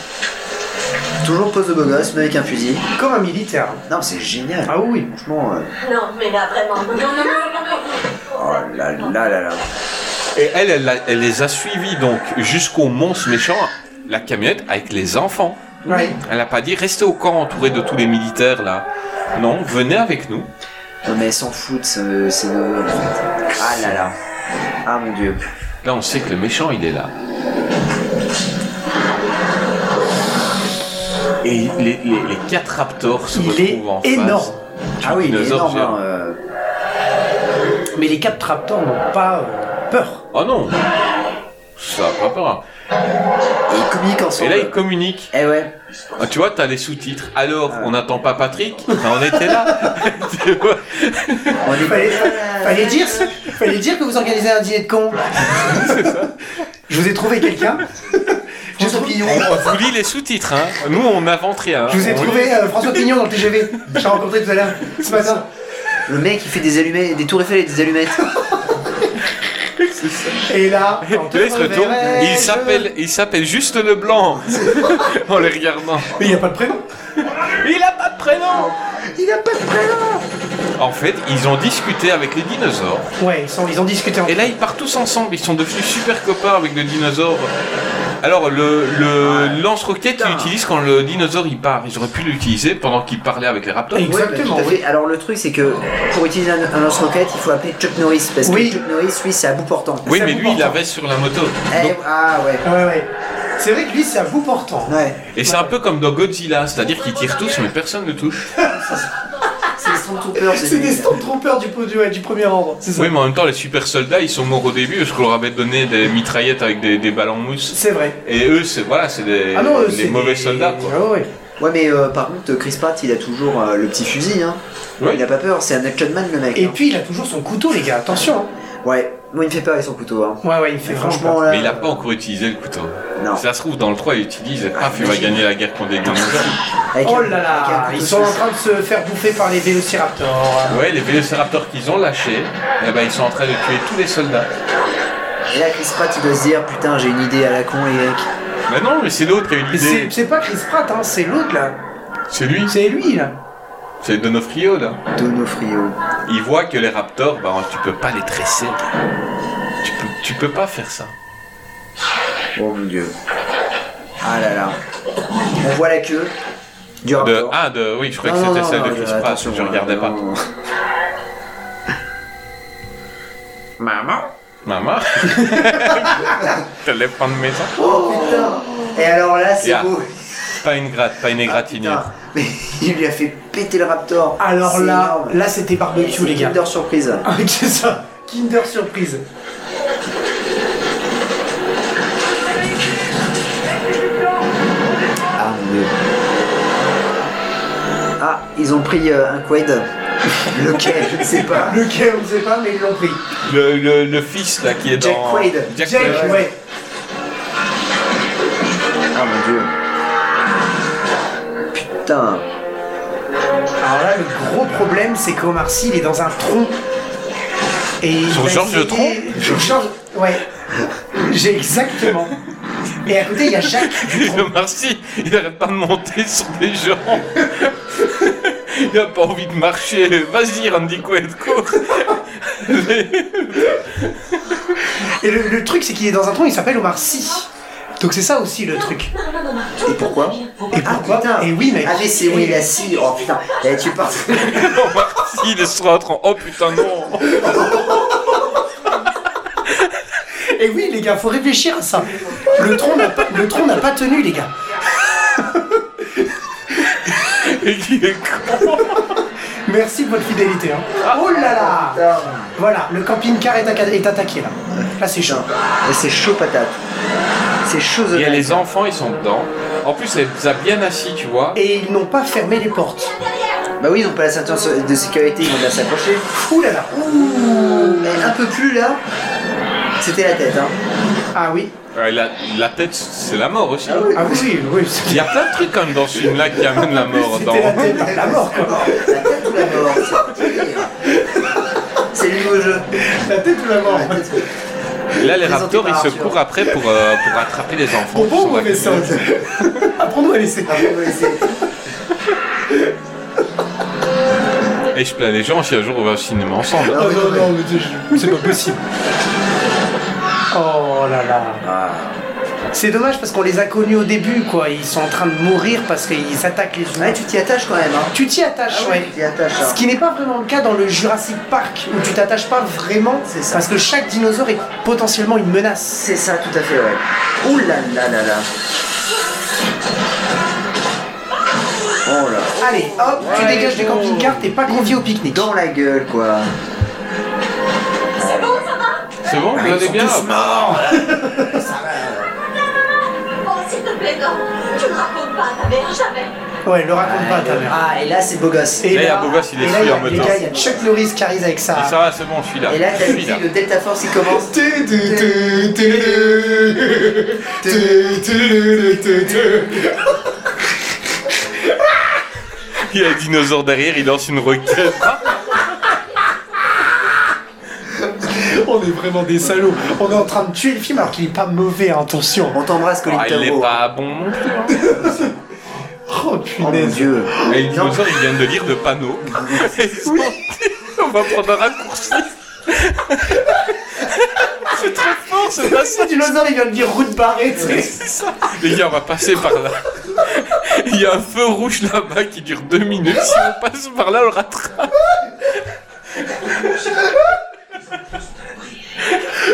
Speaker 5: Toujours pose de beau gosse, mais avec un fusil.
Speaker 4: Comme un militaire.
Speaker 5: Non, mais c'est génial.
Speaker 4: Ah oui.
Speaker 5: Franchement, euh,
Speaker 6: Non, mais là, vraiment. Non, non, non, non, non.
Speaker 5: oh là là là là.
Speaker 3: Et elle, elle, a- elle les a suivis donc jusqu'au monstre méchant, la camionnette avec les enfants.
Speaker 4: Ouais.
Speaker 3: Elle n'a pas dit restez au camp entouré de tous les militaires là. Non, venez avec nous.
Speaker 5: Non mais elle s'en fout de ce- ces neveux en fait. Ah là là. Ah mon dieu.
Speaker 3: Là, on sait que le méchant, il est là. Et les, les- les quatre raptors se
Speaker 4: Il est
Speaker 3: retrouvent en face.
Speaker 4: énorme.
Speaker 5: Ah oui, il est
Speaker 3: Dinosaure
Speaker 5: énorme.
Speaker 3: géant.
Speaker 5: hein, euh.
Speaker 4: Mais les quatre Raptors n'ont pas euh, peur.
Speaker 3: Oh non Ça a pas peur.
Speaker 5: Et ils communiquent ensemble.
Speaker 3: Et là, ils communiquent.
Speaker 5: Eh ouais.
Speaker 3: Ah, tu vois, t'as les sous-titres. Alors, on n'attend pas Patrick Enfin, On était là Tu vois
Speaker 5: On est
Speaker 4: Fallait, fallait dire, fallait dire que vous organisez un dîner de con. Je vous ai trouvé quelqu'un. François Pignon.
Speaker 3: On vous lit les sous-titres, hein Nous, on n'invente rien.
Speaker 4: Je vous ai
Speaker 3: On
Speaker 4: trouvé euh, François Pignon dans le TGV. Je l'ai rencontré tout à l'heure, ce matin.
Speaker 5: Eh, Le mec il fait des allumettes, des tours Eiffel et des allumettes.
Speaker 3: lit-
Speaker 4: Et là,
Speaker 3: quand Là, il se retourne, il s'appelle, il s'appelle juste Leblanc en les regardant.
Speaker 4: Mais il n'a pas de prénom.
Speaker 3: Il n'a pas de prénom.
Speaker 4: Il n'a pas de prénom.
Speaker 3: En fait, ils ont discuté avec les dinosaures.
Speaker 4: Ouais, ils, sont- ils ont discuté en
Speaker 3: Et là, ils partent tous ensemble. Ils sont devenus super copains avec le dinosaure. Alors, le, le lance-roquette, ils l'utilisent quand le dinosaure il part. Ils auraient pu l'utiliser pendant qu'il parlait avec les raptors.
Speaker 5: Ouais, bah, tout à fait. Alors le truc c'est que pour utiliser un, un lance-roquette, il faut appeler Chuck Norris parce que Chuck Norris, lui, c'est à bout portant.
Speaker 3: Oui, mais lui, il
Speaker 4: hein.
Speaker 3: avait sur la moto.
Speaker 5: Eh, ah ouais.
Speaker 4: C'est vrai que lui, c'est à bout portant.
Speaker 5: Ouais.
Speaker 3: Et c'est un peu comme dans Godzilla, c'est-à-dire qu'ils tirent tous, mais personne ne touche.
Speaker 5: C'est des Stormtroopers.
Speaker 4: C'est des Stormtroopers du, du- ouais, du premier ordre. C'est ça.
Speaker 3: Oui, mais en même temps, les super soldats, ils sont morts au début parce qu'on leur avait donné des mitraillettes avec des, des balles en mousse.
Speaker 4: C'est vrai.
Speaker 3: Et eux, c'est voilà, c'est des,
Speaker 5: Ah non, eux,
Speaker 3: des
Speaker 5: c'est
Speaker 3: mauvais soldats. Quoi.
Speaker 4: ouais.
Speaker 5: mais euh, par contre, Chris Pratt, il a toujours euh, le petit fusil. Hein. Il a pas peur, c'est un action man le mec. hein.
Speaker 4: Et puis il a toujours son couteau, les gars, attention. hein.
Speaker 5: Ouais, moi il me fait peur avec son couteau. Hein.
Speaker 4: Ouais, ouais, il fait
Speaker 5: franchement là.
Speaker 3: Mais il a pas encore utilisé le couteau. Si ça se trouve, dans le 3, il utilise. Ah, il va gagner la guerre contre les dinosaures.
Speaker 4: oh là là, ils sont en train de se faire bouffer par les vélociraptors.
Speaker 3: Ouais, les vélociraptors qu'ils ont lâchés, eh ben, ils sont en train de tuer tous les soldats.
Speaker 5: Et là, Chris Pratt, il doit se dire Putain, j'ai une idée à la con, les mecs.
Speaker 3: Mais non, mais c'est l'autre qui a eu
Speaker 4: Mais
Speaker 3: l'idée.
Speaker 4: c'est- C'est pas Chris Pratt, hein, c'est l'autre là.
Speaker 3: C'est lui
Speaker 4: C'est lui là.
Speaker 3: C'est Donofrio là.
Speaker 5: Donofrio.
Speaker 3: Il voit que les raptors, bah tu peux pas les tresser. Tu peux, tu peux pas faire ça.
Speaker 5: Oh mon dieu. Ah là là. On voit la queue. Du
Speaker 3: de, ah, de, oui, je croyais
Speaker 5: Non,
Speaker 3: que
Speaker 5: non,
Speaker 3: c'était
Speaker 5: non,
Speaker 3: celle de
Speaker 5: non,
Speaker 3: Chris
Speaker 5: euh,
Speaker 3: Pratt,
Speaker 5: attention,
Speaker 3: je regardais pas.
Speaker 5: Maman
Speaker 3: Maman Je l'ai prendre mes
Speaker 5: Oh putain Et alors là, c'est
Speaker 3: Yeah.
Speaker 5: beau.
Speaker 3: Pas une gratte, pas une égratignure.
Speaker 5: Il lui a fait péter le Raptor.
Speaker 4: Alors
Speaker 5: C'est
Speaker 4: là,
Speaker 5: énorme.
Speaker 4: là c'était barbecue les gars.
Speaker 5: Kinder surprise.
Speaker 4: Ah, c'est ça, Kinder surprise.
Speaker 5: Ah mon dieu. Ah, ils ont pris euh, un quad. Lequel, je ne sais pas.
Speaker 4: Lequel, on ne sait pas, mais ils l'ont pris.
Speaker 3: le, le, le fils là qui est
Speaker 5: Jack
Speaker 3: dans.
Speaker 5: Quaid.
Speaker 3: Jack
Speaker 4: Jack,
Speaker 3: Quaid.
Speaker 4: ouais.
Speaker 5: Ah mon dieu. Putain.
Speaker 4: Ah, Alors là, le gros problème, c'est qu'Omar Sy, il est dans un tronc. Et il
Speaker 3: Sur
Speaker 4: va
Speaker 3: Georges
Speaker 4: essayer-
Speaker 3: le tronc
Speaker 4: Sur Georges, ouais. J'ai exactement. Et à côté, il y a Jacques.
Speaker 3: Le Marcy, il arrête pas de monter sur des gens. Il a pas envie de marcher. Vas-y, Randy Quaid, cours.
Speaker 4: Et le, le truc, c'est qu'il est dans un tronc, il s'appelle Omar Sy. Donc c'est ça aussi le truc.
Speaker 5: Et pourquoi
Speaker 4: Et pourquoi Et oui, eh mec.
Speaker 5: Ah mais c'est oui, la scie. Oh putain. Eh, tu pars.
Speaker 3: Marcy, il est sur un tronc. Oh putain, non.
Speaker 4: Et oui, les gars, faut réfléchir à ça. Le tronc n'a pas, le tronc n'a pas tenu, les gars.
Speaker 3: Et qui est con.
Speaker 4: Merci de votre fidélité. hein. Oh là là Voilà, le camping-car est, acca- est attaqué là. Là, c'est chaud.
Speaker 5: Et Eh, c'est chaud patate. C'est chaud.
Speaker 3: Il y a les enfants, ils sont dedans. En plus, elle les a bien assis, tu vois.
Speaker 4: Et ils n'ont pas fermé les portes.
Speaker 5: Bah oui, ils ont pas la ceinture de sécurité, ils vont bien s'approcher.
Speaker 4: Ouh là là
Speaker 5: Ouh. Mais un peu plus là. C'était la tête, hein.
Speaker 4: Ah oui
Speaker 3: Ouais, la, la tête, c'est la mort aussi.
Speaker 4: Ah oui, oui, oui.
Speaker 3: Il y a plein de trucs quand même dans ce film-là qui amènent la mort. Dans...
Speaker 4: C'était la tête, à la mort quoi.
Speaker 5: La tête ou la mort C'est le nouveau jeu.
Speaker 4: La tête ou la mort
Speaker 3: Là, les
Speaker 5: Présenté
Speaker 3: raptors,
Speaker 5: par
Speaker 3: ils se
Speaker 5: Arthur.
Speaker 3: courent après pour, euh, pour attraper les enfants.
Speaker 4: Bon, bon,
Speaker 3: Ils sont vaccinés.
Speaker 4: mauvais sens. Apprends-nous à laisser.
Speaker 5: Ah,
Speaker 3: Et je plains les gens si un jour on va au cinéma ensemble.
Speaker 4: Non, non, non, mais tu- c'est pas possible. Oh là là. C'est dommage parce qu'on les a connus au début, quoi. Ils sont en train de mourir parce qu'ils attaquent les
Speaker 5: Ouais, tu t'y attaches quand même, hein.
Speaker 4: Tu t'y attaches,
Speaker 5: Ah ouais,
Speaker 4: ouais.
Speaker 5: tu t'y attaches, hein.
Speaker 4: Ce qui n'est pas vraiment le cas dans le Jurassic Park, où tu t'attaches pas vraiment, parce que chaque dinosaure est potentiellement une menace.
Speaker 5: C'est ça, tout à fait, ouais. Ouh là là là là. Oh là.
Speaker 4: Allez, hop, tu
Speaker 5: Ouais,
Speaker 4: dégages du
Speaker 5: bon.
Speaker 4: camping-car, t'es pas
Speaker 5: Ah,
Speaker 4: convié au pique-nique.
Speaker 5: Dans la gueule, quoi.
Speaker 3: C'est bon,
Speaker 4: Ah,
Speaker 3: vous allez bien Ah,
Speaker 6: Oh, s'il te plaît, non. Tu ne racontes pas à ta mère, jamais.
Speaker 4: Ouais, le raconte pas, ta mère.
Speaker 5: Ah, et là, c'est beau gosse.
Speaker 4: Et
Speaker 3: Là, il y a
Speaker 4: là-
Speaker 3: beau gosse, il est
Speaker 4: et là, il
Speaker 3: fou
Speaker 4: y a-
Speaker 3: en
Speaker 4: Les
Speaker 3: moto.
Speaker 4: gars, il y a Chuck Norris qui arrive avec
Speaker 3: Et
Speaker 4: ça.
Speaker 3: ça va, Ah, c'est bon, je suis là.
Speaker 5: Et là,
Speaker 3: je
Speaker 5: t'as
Speaker 3: suis
Speaker 5: dit,
Speaker 3: là.
Speaker 5: le Delta Force, il commence.
Speaker 3: Il y a un dinosaure
Speaker 4: Ah,
Speaker 3: derrière, il lance une roquette.
Speaker 4: On on est vraiment des salauds. On est en train de tuer le film alors qu'il est pas mauvais, hein, attention.
Speaker 5: On t'embrasse, Colin
Speaker 3: Ah, il est pas bon non plus. hein.
Speaker 4: Oh punaise.
Speaker 5: Dieu.
Speaker 3: Et le dinosaure, il vient de lire le panneau.
Speaker 4: Oui.
Speaker 3: On va prendre un raccourci. C'est trop fort ce
Speaker 4: Le dinosaure, il vient de dire route barrée, tu sais.
Speaker 3: Les gars, on va passer par là. Il y a un feu rouge là-bas qui dure deux minutes. Si on passe par là, on le rattrape.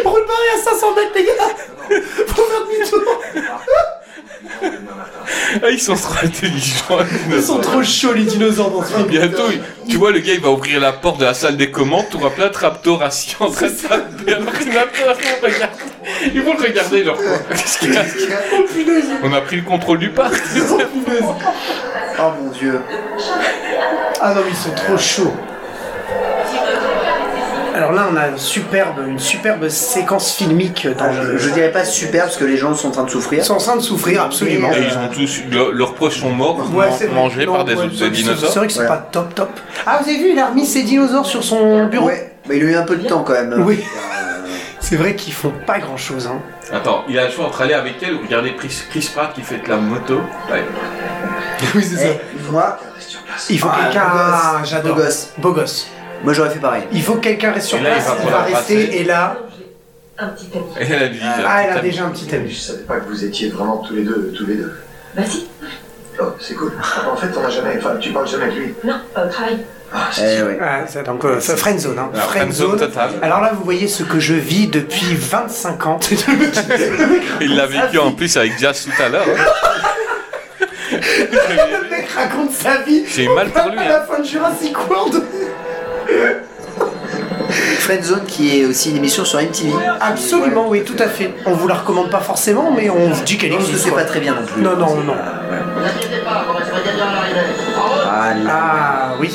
Speaker 4: Roule barré à 500 mètres, les gars. Faut faire demi-tour.
Speaker 3: Ah, ils sont trop intelligents. les
Speaker 4: Ils sont
Speaker 3: dinosaures. Ah,
Speaker 4: trop chauds, les dinosaures, dans ce film.
Speaker 3: Bientôt, il- tu vois, le gars, il va ouvrir la porte de la salle des commandes, tout rappeler Traptor assis en train de taper. Alors qu'il n'a pas le regard. Ils vont le regarder, leur quoi. Qu'est-ce qu'il y a
Speaker 4: Oh punaise.
Speaker 3: On a pris le contrôle du parc.
Speaker 4: Oh punaise.
Speaker 5: Oh mon dieu.
Speaker 4: Ah non, mais ils sont trop chauds. Alors là, on a une superbe, une superbe séquence filmique dans
Speaker 5: Ah, Je,
Speaker 4: le
Speaker 5: je
Speaker 4: jeu.
Speaker 5: dirais pas super parce que les gens sont en train de souffrir.
Speaker 4: Ils sont en train de souffrir, absolument.
Speaker 3: Et ils ont tous, le- leurs proches sont morts,
Speaker 4: Ouais,
Speaker 3: man-
Speaker 4: c'est vrai.
Speaker 3: mangés
Speaker 4: Non,
Speaker 3: par des,
Speaker 4: ouais,
Speaker 3: des
Speaker 4: c'est- C'est
Speaker 3: dinosaures.
Speaker 4: vrai que c'est pas top top. Ah, vous avez vu, il a remis ses dinosaures sur son bureau.
Speaker 5: Ouais, mais il a eu un peu de temps quand même.
Speaker 4: Oui. C'est vrai qu'ils font pas grand chose. Hein.
Speaker 3: Attends, il a le choix entre aller avec elle ou regarder Chris, Chris Pratt qui fait de la moto. Ouais.
Speaker 4: oui, c'est ça.
Speaker 5: Eh, moi,
Speaker 4: Il faut
Speaker 5: Ah,
Speaker 4: quelqu'un.
Speaker 5: beau gosse.
Speaker 4: Ah, J'adore.
Speaker 5: Beau gosse.
Speaker 4: Beau gosse.
Speaker 5: moi j'aurais fait pareil.
Speaker 4: Il faut que quelqu'un reste sur
Speaker 3: Et là, il
Speaker 4: place.
Speaker 3: va
Speaker 4: Il
Speaker 3: pouvoir
Speaker 4: va rester
Speaker 3: passer.
Speaker 4: et là.
Speaker 6: Un petit ami.
Speaker 3: Et elle a dit,
Speaker 4: Ah, elle a déjà un petit
Speaker 8: Je
Speaker 4: ami.
Speaker 8: savais pas que vous étiez vraiment tous les deux, tous les deux.
Speaker 6: Bah si,
Speaker 8: Oh, c'est cool. En fait, on n'a jamais. Enfin, tu parles jamais avec lui.
Speaker 6: non, euh, travail.
Speaker 8: Ah, c'est
Speaker 5: Eh ouais.
Speaker 4: Ouais, c'est- donc euh, friendzone, hein.
Speaker 3: Alors, friendzone totale.
Speaker 4: Alors là, vous voyez ce que je vis depuis 25 ans.
Speaker 3: Il l'a vécu en plus avec Jazz tout à l'heure. hein.
Speaker 4: Le mec raconte sa vie.
Speaker 3: J'ai eu mal pour lui, hein.
Speaker 4: À la fin de Jurassic World.
Speaker 5: Friendzone qui est aussi une émission sur MTV.
Speaker 4: Absolument, oui, tout à fait. On vous la recommande pas forcément, mais on se dit qu'elle
Speaker 5: Non, parce que
Speaker 4: existe.
Speaker 5: c'est
Speaker 4: quoi.
Speaker 5: pas très bien non plus.
Speaker 4: Non, non, non.
Speaker 5: Ah, là.
Speaker 4: Ah oui.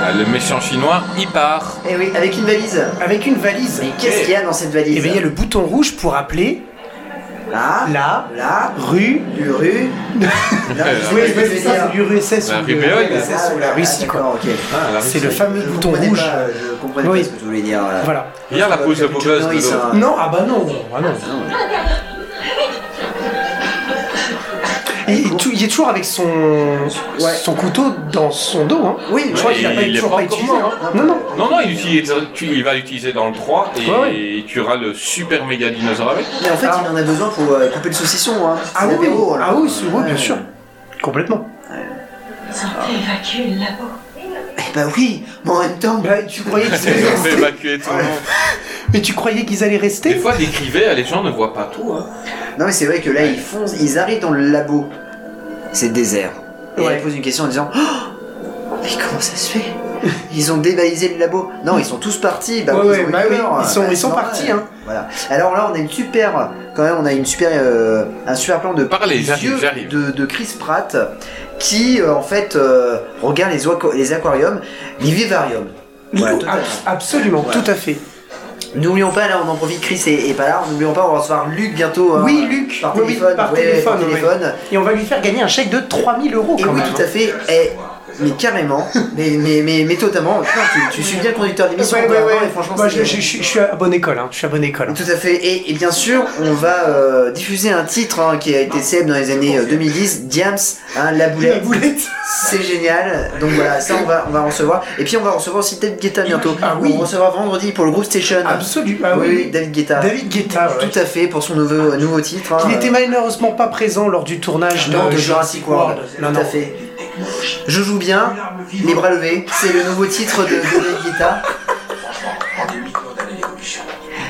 Speaker 3: Ah, le méchant chinois, il part.
Speaker 5: Eh oui, avec une valise.
Speaker 4: Avec une valise.
Speaker 5: Mais qu'est-ce qu'il y a dans cette valise
Speaker 4: Et Eh bien il y a le bouton rouge pour appeler
Speaker 5: Là,
Speaker 4: la
Speaker 5: là,
Speaker 4: rue.
Speaker 5: du rue. Là, je
Speaker 4: Ah, Oui,
Speaker 5: sais pas ce que
Speaker 4: c'est
Speaker 5: je veux
Speaker 4: ça,
Speaker 5: dire.
Speaker 4: c'est l'URSS
Speaker 3: La
Speaker 4: ou
Speaker 3: rue
Speaker 4: le-
Speaker 3: Béole.
Speaker 4: l'URSS
Speaker 5: Ah,
Speaker 4: ou la
Speaker 5: ah,
Speaker 4: Russie, quoi.
Speaker 5: d'accord, ok.
Speaker 3: Ah, la
Speaker 4: C'est le
Speaker 5: Je
Speaker 4: fameux bouton
Speaker 5: comprenais
Speaker 4: rouge.
Speaker 5: pas, je comprenais
Speaker 4: Oui.
Speaker 5: pas ce que tu voulais dire. là.
Speaker 4: Voilà.
Speaker 3: Regarde la pose de beau gosse
Speaker 5: Non, il
Speaker 3: de l'autre.
Speaker 5: s'en-
Speaker 4: Non, ah bah non, ah non. Et il, tou- il est toujours avec son,
Speaker 5: Ouais.
Speaker 4: son couteau dans son dos. Hein.
Speaker 5: Oui,
Speaker 4: Je crois
Speaker 3: Ouais,
Speaker 4: qu'il n'a
Speaker 3: il
Speaker 4: pas
Speaker 3: est
Speaker 4: toujours
Speaker 3: pas
Speaker 4: pas
Speaker 3: encore
Speaker 4: utilisé.
Speaker 3: mort,
Speaker 4: hein. Non, non.
Speaker 3: Non, non, il, utilise- tu- il va l'utiliser dans le 3 et,
Speaker 4: Ouais, ouais.
Speaker 3: et tu auras le super méga dinosaure avec.
Speaker 5: Mais en fait, il en a besoin pour euh, couper le saucisson. Hein.
Speaker 4: Ah
Speaker 5: C'est
Speaker 4: oui, oui.
Speaker 5: l'apéro, alors. Euh,
Speaker 4: ah oui, c'est- oui, bien
Speaker 5: Ouais.
Speaker 4: sûr. Complètement.
Speaker 6: Sortez, évacue le labo.
Speaker 5: Eh bah oui, mais en même temps.
Speaker 4: Bah, tu croyais qu'ils allaient
Speaker 3: On fait
Speaker 4: rester
Speaker 3: évacuer tout le monde.
Speaker 4: Mais tu croyais qu'ils allaient
Speaker 3: Des
Speaker 4: rester
Speaker 3: fois, l'écrivait, les gens ne voient pas tout. hein.
Speaker 5: Non, mais c'est vrai que là, ils font, ils arrivent dans le labo. C'est désert. Et
Speaker 4: Ouais.
Speaker 5: elle pose une question en disant Oh, Mais comment ça se fait Ils ont dévalisé le labo. Non, ils sont tous partis. Bah,
Speaker 4: Ouais,
Speaker 5: oui,
Speaker 4: ouais,
Speaker 5: ils, ont eu
Speaker 4: bah oui,
Speaker 5: peur.
Speaker 4: ils sont- ils
Speaker 5: c'est
Speaker 4: sont
Speaker 5: normal.
Speaker 4: partis, hein.
Speaker 5: Voilà. Alors là, on a une super. Quand même, on a une super, euh, un super plan de
Speaker 3: Parlez, j'arrive,
Speaker 5: yeux
Speaker 3: j'arrive.
Speaker 5: de, de Chris Pratt qui, euh, en fait, euh, regarde les, aqua- les aquariums, les vivariums. Voilà,
Speaker 4: Tout-
Speaker 5: totalement.
Speaker 4: abs- Absolument,
Speaker 5: Voilà.
Speaker 4: tout à fait.
Speaker 5: N'oublions pas, là on en profite, Chris est, est pas là, n'oublions pas, on va recevoir Luc bientôt. hein,
Speaker 4: Oui, Luc.
Speaker 5: par
Speaker 4: Oui, oui,
Speaker 5: téléphone.
Speaker 4: par
Speaker 5: ouais,
Speaker 4: téléphone,
Speaker 5: par
Speaker 4: ouais.
Speaker 5: téléphone.
Speaker 4: Et on va lui faire gagner un chèque de 3000 euros
Speaker 5: Et
Speaker 4: quand
Speaker 5: oui,
Speaker 4: même.
Speaker 5: tout à fait, et, mais carrément, mais, mais, mais, mais totalement. Putain, tu, tu suis bien conducteur d'émission,
Speaker 4: Ouais, ouais,
Speaker 5: toi,
Speaker 4: ouais.
Speaker 5: non, et franchement,
Speaker 4: Moi, je,
Speaker 5: c'est-
Speaker 4: je- je- je suis à bonne école, hein. Je suis à bonne école.
Speaker 5: Tout à fait, et, et bien sûr, on va euh, diffuser un titre hein, qui a été célèbre dans les années euh, 2010, Diams, hein, la boulette.
Speaker 4: boulette.
Speaker 5: C'est génial, donc voilà, ça on va, on va recevoir. Et puis on va recevoir aussi David Guetta bientôt.
Speaker 4: Ah oui.
Speaker 5: On recevra vendredi pour le groupe Station.
Speaker 4: Absolument. Ah
Speaker 5: oui,
Speaker 4: oui.
Speaker 5: oui, David Guetta. Ah,
Speaker 4: David Guetta, Ah ouais.
Speaker 5: Tout à fait, pour son nouveau, nouveau titre. hein.
Speaker 4: Il n'était malheureusement pas présent lors du tournage
Speaker 5: Non, de Jurassic World.
Speaker 4: Non,
Speaker 5: tout
Speaker 4: non.
Speaker 5: à fait. Je joue bien, les bras levés. C'est le nouveau titre de, de David Guetta.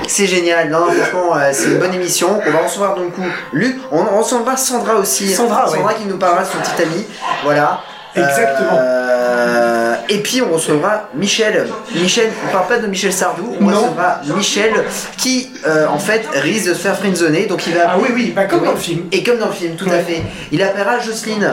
Speaker 5: C'est génial, non, non, franchement, euh, c'est une bonne émission. On va recevoir donc coup Luc, on, on recevra Sandra aussi.
Speaker 4: Sandra, ouais.
Speaker 5: qui nous parlera de son petit ami. Voilà.
Speaker 4: Exactement.
Speaker 5: Euh, et puis on recevra Michel. Michel, on parle pas de Michel Sardou, on
Speaker 4: Non.
Speaker 5: recevra Michel qui euh, en fait risque de se faire friendzoner. Donc il va
Speaker 4: Ah oui, oui, bah, comme dans le film.
Speaker 5: et comme dans le film, tout à
Speaker 4: Ouais.
Speaker 5: fait. Il appellera Jocelyne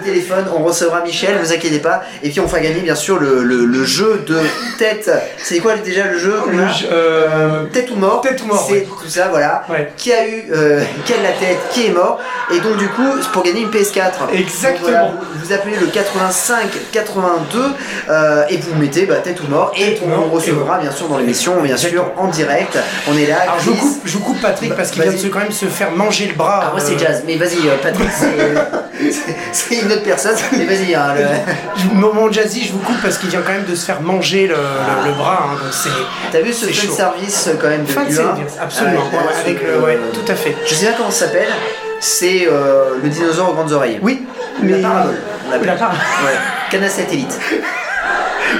Speaker 5: au téléphone, on recevra Michel, vous inquiétez pas. Et puis on fera gagner bien sûr le, le- le jeu de tête. C'est quoi déjà le jeu qu'on
Speaker 4: Le
Speaker 5: a
Speaker 4: jeu, euh,
Speaker 5: Tête ou mort
Speaker 4: Tête ou mort,
Speaker 5: C'est
Speaker 4: ouais.
Speaker 5: tout ça, voilà.
Speaker 4: Ouais.
Speaker 5: Qui a eu, euh, qui a de la tête, qui est mort. Et donc du coup, c'est pour gagner une PS4.
Speaker 18: Exactement.
Speaker 5: Donc, voilà, vous, vous appelez le 85 82 euh, et vous mettez bah, tête ou mort et on vous recevra bien sûr dans l'émission, bien sûr en direct. On est là.
Speaker 4: Alors je vous
Speaker 5: Chris.
Speaker 4: coupe, je vous coupe Patrick parce qu'il
Speaker 5: Bah, vas-y.
Speaker 4: vient de se, quand même se faire manger le bras.
Speaker 5: Ah, moi c'est
Speaker 4: euh,
Speaker 5: Jazz, mais vas-y euh, Patrick, c'est, euh, c'est- c'est une autre personne, mais vas-y. hein, le-
Speaker 4: Je- Mon, mon Jazzy, je vous coupe parce qu'il vient quand même de se faire manger le, le- le bras. hein, donc c'est.
Speaker 5: T'as vu ce fan service euh, quand même de
Speaker 4: Fan
Speaker 5: Q1
Speaker 4: service, absolument,
Speaker 5: Ah,
Speaker 4: ouais,
Speaker 5: ce-
Speaker 4: avec le- ouais, tout à fait.
Speaker 5: Je sais pas comment ça s'appelle, c'est euh, le dinosaure aux grandes oreilles.
Speaker 4: Oui,
Speaker 5: mais. La parabole. on l'appelle.
Speaker 4: La parabole.
Speaker 5: Ouais, Cana satellite.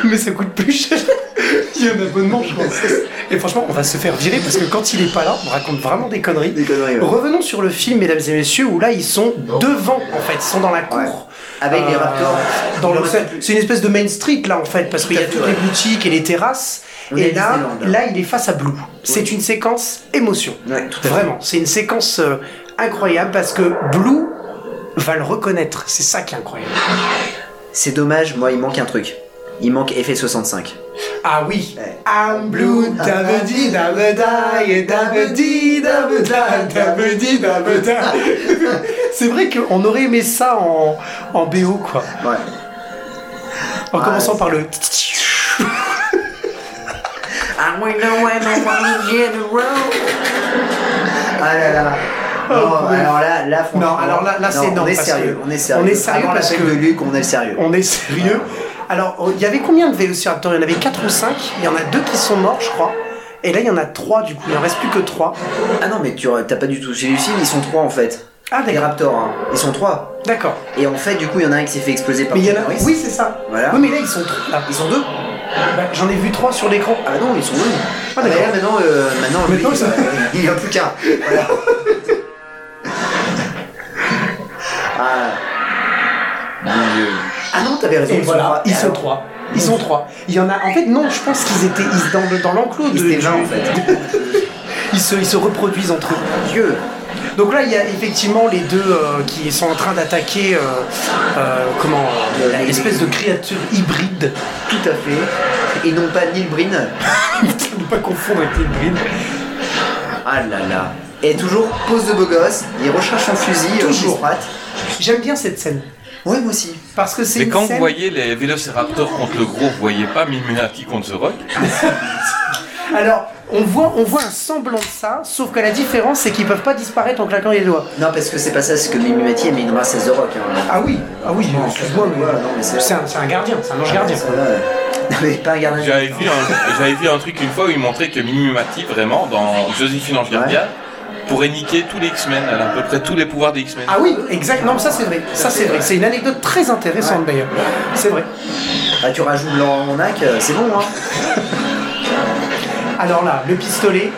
Speaker 4: Mais ça coûte plus cher. Il y a un abonnement, je crois. Et franchement, on va se faire virer parce que quand il est pas là, on raconte vraiment des conneries.
Speaker 5: ouais.
Speaker 4: Revenons sur le film, mesdames et messieurs, où là ils sont devant, en fait, ils sont dans la cour. Euh,
Speaker 5: Avec les raptors.
Speaker 4: dans le- c'est une espèce de main street là en fait, parce qu'il y a toutes les boutiques et les terrasses.
Speaker 5: On est
Speaker 4: Et
Speaker 5: à
Speaker 4: là,
Speaker 5: Disneyland.
Speaker 4: là, il est face à Blue. C'est une séquence émotion. Vraiment, c'est une séquence euh, incroyable parce que Blue va le reconnaître. C'est ça qui est incroyable.
Speaker 5: C'est dommage, moi il manque un truc. Il manque effet 65.
Speaker 4: Ah oui.
Speaker 5: Eh.
Speaker 4: I'm blue, dabedi, dabeda, et dabedi, dabeda, dabedi, dabeda. C'est vrai qu'on aurait aimé ça en, en BO, quoi.
Speaker 5: Ouais.
Speaker 4: En commençant par le.
Speaker 5: Ah oui, no way, no way, get the road. Ah là là. Non,
Speaker 4: Oh, oui.
Speaker 5: alors là, là, franchement.
Speaker 4: Non, alors là- là, c'est non,
Speaker 5: On est
Speaker 4: parce
Speaker 5: sérieux,
Speaker 4: que-
Speaker 5: on est sérieux.
Speaker 4: on est sérieux
Speaker 5: Avant la
Speaker 4: parce
Speaker 5: fête
Speaker 4: que-
Speaker 5: de Luc, on est sérieux.
Speaker 4: On est sérieux. Alors, il y avait combien de vélociraptors Il y en avait 4 ou 5. Il y en a 2 qui sont morts, je crois. Et là, il y en a 3 du coup. Il en reste plus que 3.
Speaker 5: Ah non, mais tu aurais- t'as pas du tout. C'est Lucille, ils sont trois en fait.
Speaker 4: Ah
Speaker 5: Les raptors, hein. ils sont trois.
Speaker 4: D'accord.
Speaker 5: Et en fait, du coup, il y en a un qui s'est fait exploser par
Speaker 4: Mais il y en a.
Speaker 5: terroriste.
Speaker 4: Oui, c'est ça.
Speaker 5: Ah Voilà.
Speaker 4: Oui, mais là, ils sont 3.
Speaker 5: Ils sont deux
Speaker 4: J'en ai vu 3 sur l'écran.
Speaker 5: Ah non, ils sont deux.
Speaker 4: Ah,
Speaker 5: Ah,
Speaker 4: d'accord.
Speaker 5: bah là, maintenant, euh, maintenant, lui,
Speaker 4: Maintenant, ça-
Speaker 5: il n'y a plus qu'un. Voilà. ah. Ah non, t'avais raison.
Speaker 4: Et
Speaker 5: ils sont
Speaker 4: voilà,
Speaker 5: trois.
Speaker 4: ils
Speaker 5: Et
Speaker 4: sont
Speaker 5: alors
Speaker 4: trois. Ils sont trois. Il y en a. En fait, non, je pense qu'ils étaient ils- dans le- dans l'enclos de. du-
Speaker 5: étaient vingt, en fait.
Speaker 4: ils, se, ils se reproduisent entre eux.
Speaker 5: Dieu.
Speaker 4: Donc là, il y a effectivement les deux euh, qui sont en train d'attaquer. euh, euh, comment euh,
Speaker 5: Le-
Speaker 4: L'espèce de créature hybride.
Speaker 5: Tout à fait. Et non pas Neil Breen.
Speaker 4: ne pas confondre avec les brines.
Speaker 5: Ah là là. Et toujours pose de beau gosse. Il recherche un fusil. euh,
Speaker 4: Toujours.
Speaker 5: chez Sprat.
Speaker 4: J'aime bien cette scène.
Speaker 5: Ouais, moi aussi.
Speaker 4: Parce que c'est
Speaker 3: Mais
Speaker 4: une
Speaker 3: quand vous
Speaker 4: scène-
Speaker 3: voyez les Vélociraptors contre le gros, vous voyez pas Mimulati contre The Rock
Speaker 4: Alors, on voit, on voit un semblant de ça, sauf que la différence, c'est qu'ils peuvent pas disparaître en claquant les doigts.
Speaker 5: Non, parce que c'est pas ça, c'est que Mimimati aime une race à The Rock. hein.
Speaker 4: Ah oui, ah oui, excuse-moi, mais,
Speaker 5: Voilà, non, mais c'est- Ah,
Speaker 4: c'est un, c'est un gardien, c'est un ange gardien.
Speaker 5: Voilà. Non, mais pas un gardien.
Speaker 3: J'avais vu, un- j'avais vu un truc une fois où il montrait que Mimimati, vraiment, dans Joséphine Ange Gardien, pourrait niquer tous les X-Men, elle a à peu près tous les pouvoirs des X-Men.
Speaker 4: Ah oui, exact. Non, ça c'est vrai. Ça c'est vrai. C'est une anecdote très intéressante d'ailleurs. C'est vrai.
Speaker 5: Ah, tu rajoutes Laurent Monac, euh, c'est bon, hein.
Speaker 4: Alors là, le pistolet.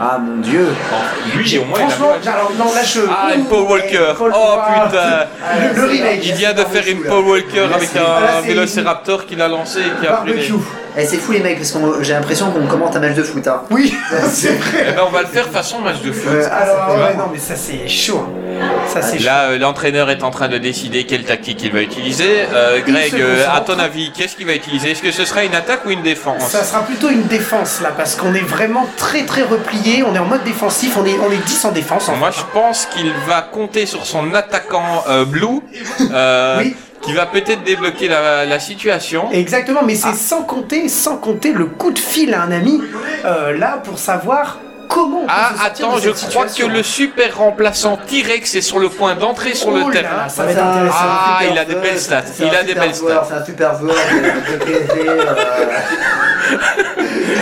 Speaker 5: Ah mon dieu.
Speaker 3: Lui, au moins, il a
Speaker 4: Franchement,
Speaker 3: vu-
Speaker 4: alors non, là je.
Speaker 3: Ah, une Paul Walker
Speaker 4: Paul-
Speaker 3: Oh
Speaker 4: Ah,
Speaker 3: putain
Speaker 4: Le, le remake.
Speaker 3: Il vient de faire une Paul Walker avec
Speaker 4: Là,
Speaker 3: un
Speaker 4: c'est-
Speaker 3: Vélociraptor qu'il a lancé et qui a pris les...
Speaker 4: Barbecue.
Speaker 5: Eh, c'est fou les mecs, parce que j'ai l'impression qu'on commente un match de foot. Hein.
Speaker 4: Oui, c'est vrai.
Speaker 3: Eh ben, on va le faire façon match de foot.
Speaker 5: Euh, ah,
Speaker 4: Alors,
Speaker 3: Tu vois
Speaker 4: ouais, non, mais ça c'est chaud. hein. Ça c'est chaud.
Speaker 3: Là, euh, l'entraîneur est en train de décider quelle tactique il va utiliser. Euh, Greg,
Speaker 4: se
Speaker 3: euh,
Speaker 4: concentre.
Speaker 3: à ton avis, qu'est-ce qu'il va utiliser Est-ce que ce sera une attaque ou une défense
Speaker 4: Ça sera plutôt une défense là, parce qu'on est vraiment très très replié. On est en mode défensif. On est on est 10 en défense. En hein.
Speaker 3: Moi, je pense qu'il va compter sur son attaquant euh, Blue, euh,
Speaker 4: Oui.
Speaker 3: qui va peut-être débloquer la, la situation.
Speaker 4: Exactement, mais
Speaker 3: Ah.
Speaker 4: c'est sans compter, sans compter le coup de fil à un ami, euh, là, pour savoir comment on peut
Speaker 3: Ah,
Speaker 4: se sortir
Speaker 3: attends,
Speaker 4: de
Speaker 3: je
Speaker 4: cette
Speaker 3: crois que
Speaker 4: situation.
Speaker 3: le super remplaçant T-Rex est sur le point d'entrer sur
Speaker 4: Oh
Speaker 3: le
Speaker 4: là
Speaker 3: terrain.
Speaker 4: là, ça va être
Speaker 5: Ah,
Speaker 4: intéressant.
Speaker 3: Ah,
Speaker 5: c'est un
Speaker 3: il a des
Speaker 5: super
Speaker 3: belles
Speaker 5: joueur,
Speaker 3: stats.
Speaker 5: c'est un
Speaker 3: Il a des
Speaker 5: super
Speaker 3: belles
Speaker 5: joueur,
Speaker 3: stats.
Speaker 5: C'est un super joueur de, de PSG. euh,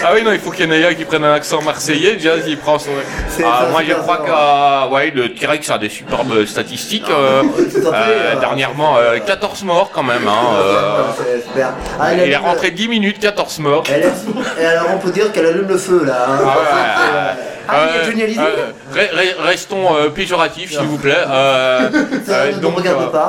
Speaker 3: Ah oui, non, il faut qu'il y en ait un qui prenne un accent marseillais. Jazz, il prend son.
Speaker 5: C'est
Speaker 3: Ah,
Speaker 5: un
Speaker 3: moi, je
Speaker 5: super
Speaker 3: crois
Speaker 5: joueur.
Speaker 3: que ouais, le T-Rex a des superbes statistiques. euh,
Speaker 5: tout à fait,
Speaker 3: euh,
Speaker 5: euh,
Speaker 3: dernièrement, euh, 14 morts quand même. hein, euh,
Speaker 5: c'est super. Ah,
Speaker 3: il est
Speaker 5: allume-
Speaker 3: rentré 10 minutes, 14 morts.
Speaker 5: elle allume- et alors on peut dire qu'elle allume le feu là. hein.
Speaker 3: Ah, ouais, ouais, Euh, ouais.
Speaker 4: Ah, il y a Johnny Hallyday
Speaker 3: re- re- restons euh, péjoratifs, s'il vous plaît. Euh,
Speaker 5: Ça
Speaker 3: euh,
Speaker 5: ne
Speaker 3: donc,
Speaker 5: nous regarde
Speaker 3: euh,
Speaker 5: pas.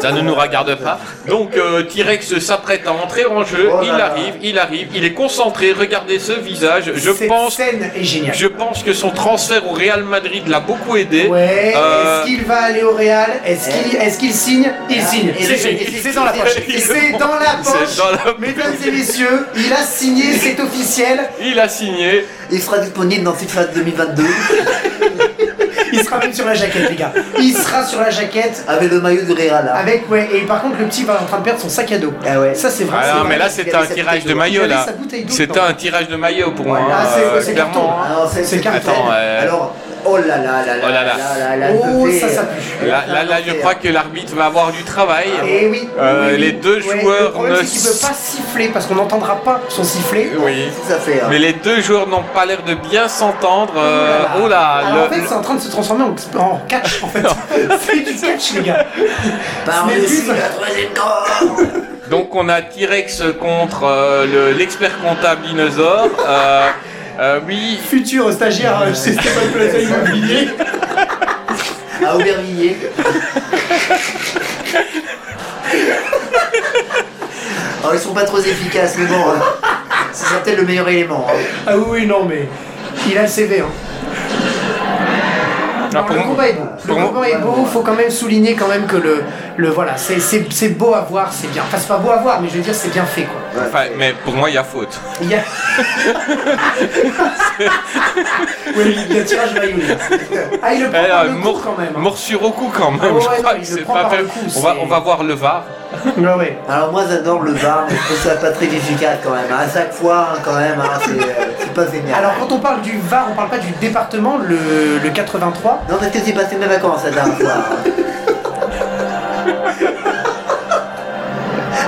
Speaker 3: ça ne nous regarde pas. Donc, euh, T-Rex s'apprête à entrer en jeu.
Speaker 5: Oh là
Speaker 3: il
Speaker 5: là.
Speaker 3: arrive, il arrive, il est concentré. Regardez ce visage. Je
Speaker 4: Cette
Speaker 3: pense,
Speaker 4: scène est géniale.
Speaker 3: je pense que son transfert au Real Madrid l'a beaucoup aidé.
Speaker 4: Ouais,
Speaker 3: Euh,
Speaker 4: est-ce qu'il va aller au Real Est-ce qu'il est qu'il signe Il signe.
Speaker 3: Ah,
Speaker 5: et
Speaker 4: C'est-
Speaker 5: c'est-
Speaker 4: C'est dans la poche.
Speaker 3: Il-
Speaker 4: C'est dans la
Speaker 3: C'est
Speaker 4: poche.
Speaker 3: dans la-
Speaker 4: Mesdames et messieurs, il a signé, c'est officiel.
Speaker 3: Il a signé.
Speaker 5: Il sera disponible dans FIFA 2022.
Speaker 4: Il sera même sur la jaquette, les gars. Il sera sur la jaquette.
Speaker 5: Avec le maillot hein. de Rirala.
Speaker 4: Avec, ouais. Et par contre, le petit va en train de perdre son sac à dos.
Speaker 5: Ah ouais.
Speaker 4: Ça, c'est vrai.
Speaker 3: Ah
Speaker 4: c'est
Speaker 3: non,
Speaker 4: vrai.
Speaker 3: mais là,
Speaker 4: Il
Speaker 3: c'était
Speaker 4: avait
Speaker 3: un
Speaker 4: sa
Speaker 3: tirage
Speaker 4: bouteille
Speaker 3: de
Speaker 4: d'eau.
Speaker 3: maillot,
Speaker 4: Il avait
Speaker 3: là.
Speaker 4: sa bouteille d'eau
Speaker 3: C'était
Speaker 4: dans le-
Speaker 3: un tirage de maillot pour moi.
Speaker 4: Ah, c'est-
Speaker 3: euh,
Speaker 4: c'est carton.
Speaker 3: clairement.
Speaker 4: Ah, c'est- c'est carton.
Speaker 3: Attends, euh,
Speaker 5: Alors, oh là là là là
Speaker 3: Oh là
Speaker 5: là
Speaker 3: là.
Speaker 5: là là là.
Speaker 4: Oh,
Speaker 5: le
Speaker 4: ça, ça
Speaker 5: fait.
Speaker 4: pue.
Speaker 3: Là, là, là, je crois que l'arbitre va avoir du travail.
Speaker 4: Et Eh oui.
Speaker 3: Euh,
Speaker 4: oui, oui.
Speaker 3: les deux
Speaker 4: Ouais, Le
Speaker 3: joueurs
Speaker 4: problème,
Speaker 3: ne
Speaker 4: c'est qu'il peut pas siffler parce qu'on n'entendra pas son sifflet.
Speaker 3: Oui.
Speaker 5: Ça fait. hein.
Speaker 3: Mais les deux joueurs n'ont pas l'air de bien s'entendre. euh, oh là,
Speaker 4: Alors, en
Speaker 3: le-
Speaker 4: fait, c'est en train de se transformer en, en catch, en fait. c'est du catch, les gars.
Speaker 5: Par-dessus
Speaker 4: Mais-
Speaker 5: la troisième corde.
Speaker 3: donc on a T-Rex contre euh, le- l'expert comptable dinosaure. Euh, euh, oui,
Speaker 4: Futur stagiaire euh, chez Stéphane Plaza Immobilier.
Speaker 5: À Aubervilliers. Alors, Oh, ils sont pas trop efficaces, mais bon, hein. ça sera peut-être le meilleur élément. hein.
Speaker 4: Ah oui, oui, non, mais il a le CV. Hein.
Speaker 3: Ah,
Speaker 4: Alors,
Speaker 3: pour
Speaker 4: le
Speaker 3: moi-
Speaker 4: combat est beau. Le
Speaker 3: pour moi-
Speaker 4: combat est beau. Faut quand même souligner quand même que le, le voilà, c'est- c'est c'est beau à voir, c'est bien. Enfin, c'est pas beau à voir, mais je veux dire, c'est bien fait quoi.
Speaker 3: enfin, mais pour moi il y a faute.
Speaker 4: Il y a. oui, il y a tirage maillot. là. Ah, il le prend par
Speaker 3: Alors,
Speaker 4: le cou,
Speaker 3: Eh, euh, mor-
Speaker 4: quand même. hein.
Speaker 3: morsure au cou quand même.
Speaker 4: Ah ouais,
Speaker 3: je
Speaker 4: ouais,
Speaker 3: crois
Speaker 4: non,
Speaker 3: que
Speaker 4: il le
Speaker 3: c'est
Speaker 4: prend
Speaker 3: pas
Speaker 4: par
Speaker 3: fait.
Speaker 4: le cou,
Speaker 3: on, va,
Speaker 4: c'est-
Speaker 3: on va voir le VAR.
Speaker 4: Ouais, ouais.
Speaker 5: Alors moi j'adore le bar, mais je trouve ça pas très efficace quand même. À chaque fois, hein, quand même, hein, c'est euh, c'est pas génial.
Speaker 4: Alors, quand on parle du VAR, on parle pas du département, le, le 83.
Speaker 5: Non, parce que j'ai passé mes vacances la dernière fois. hein.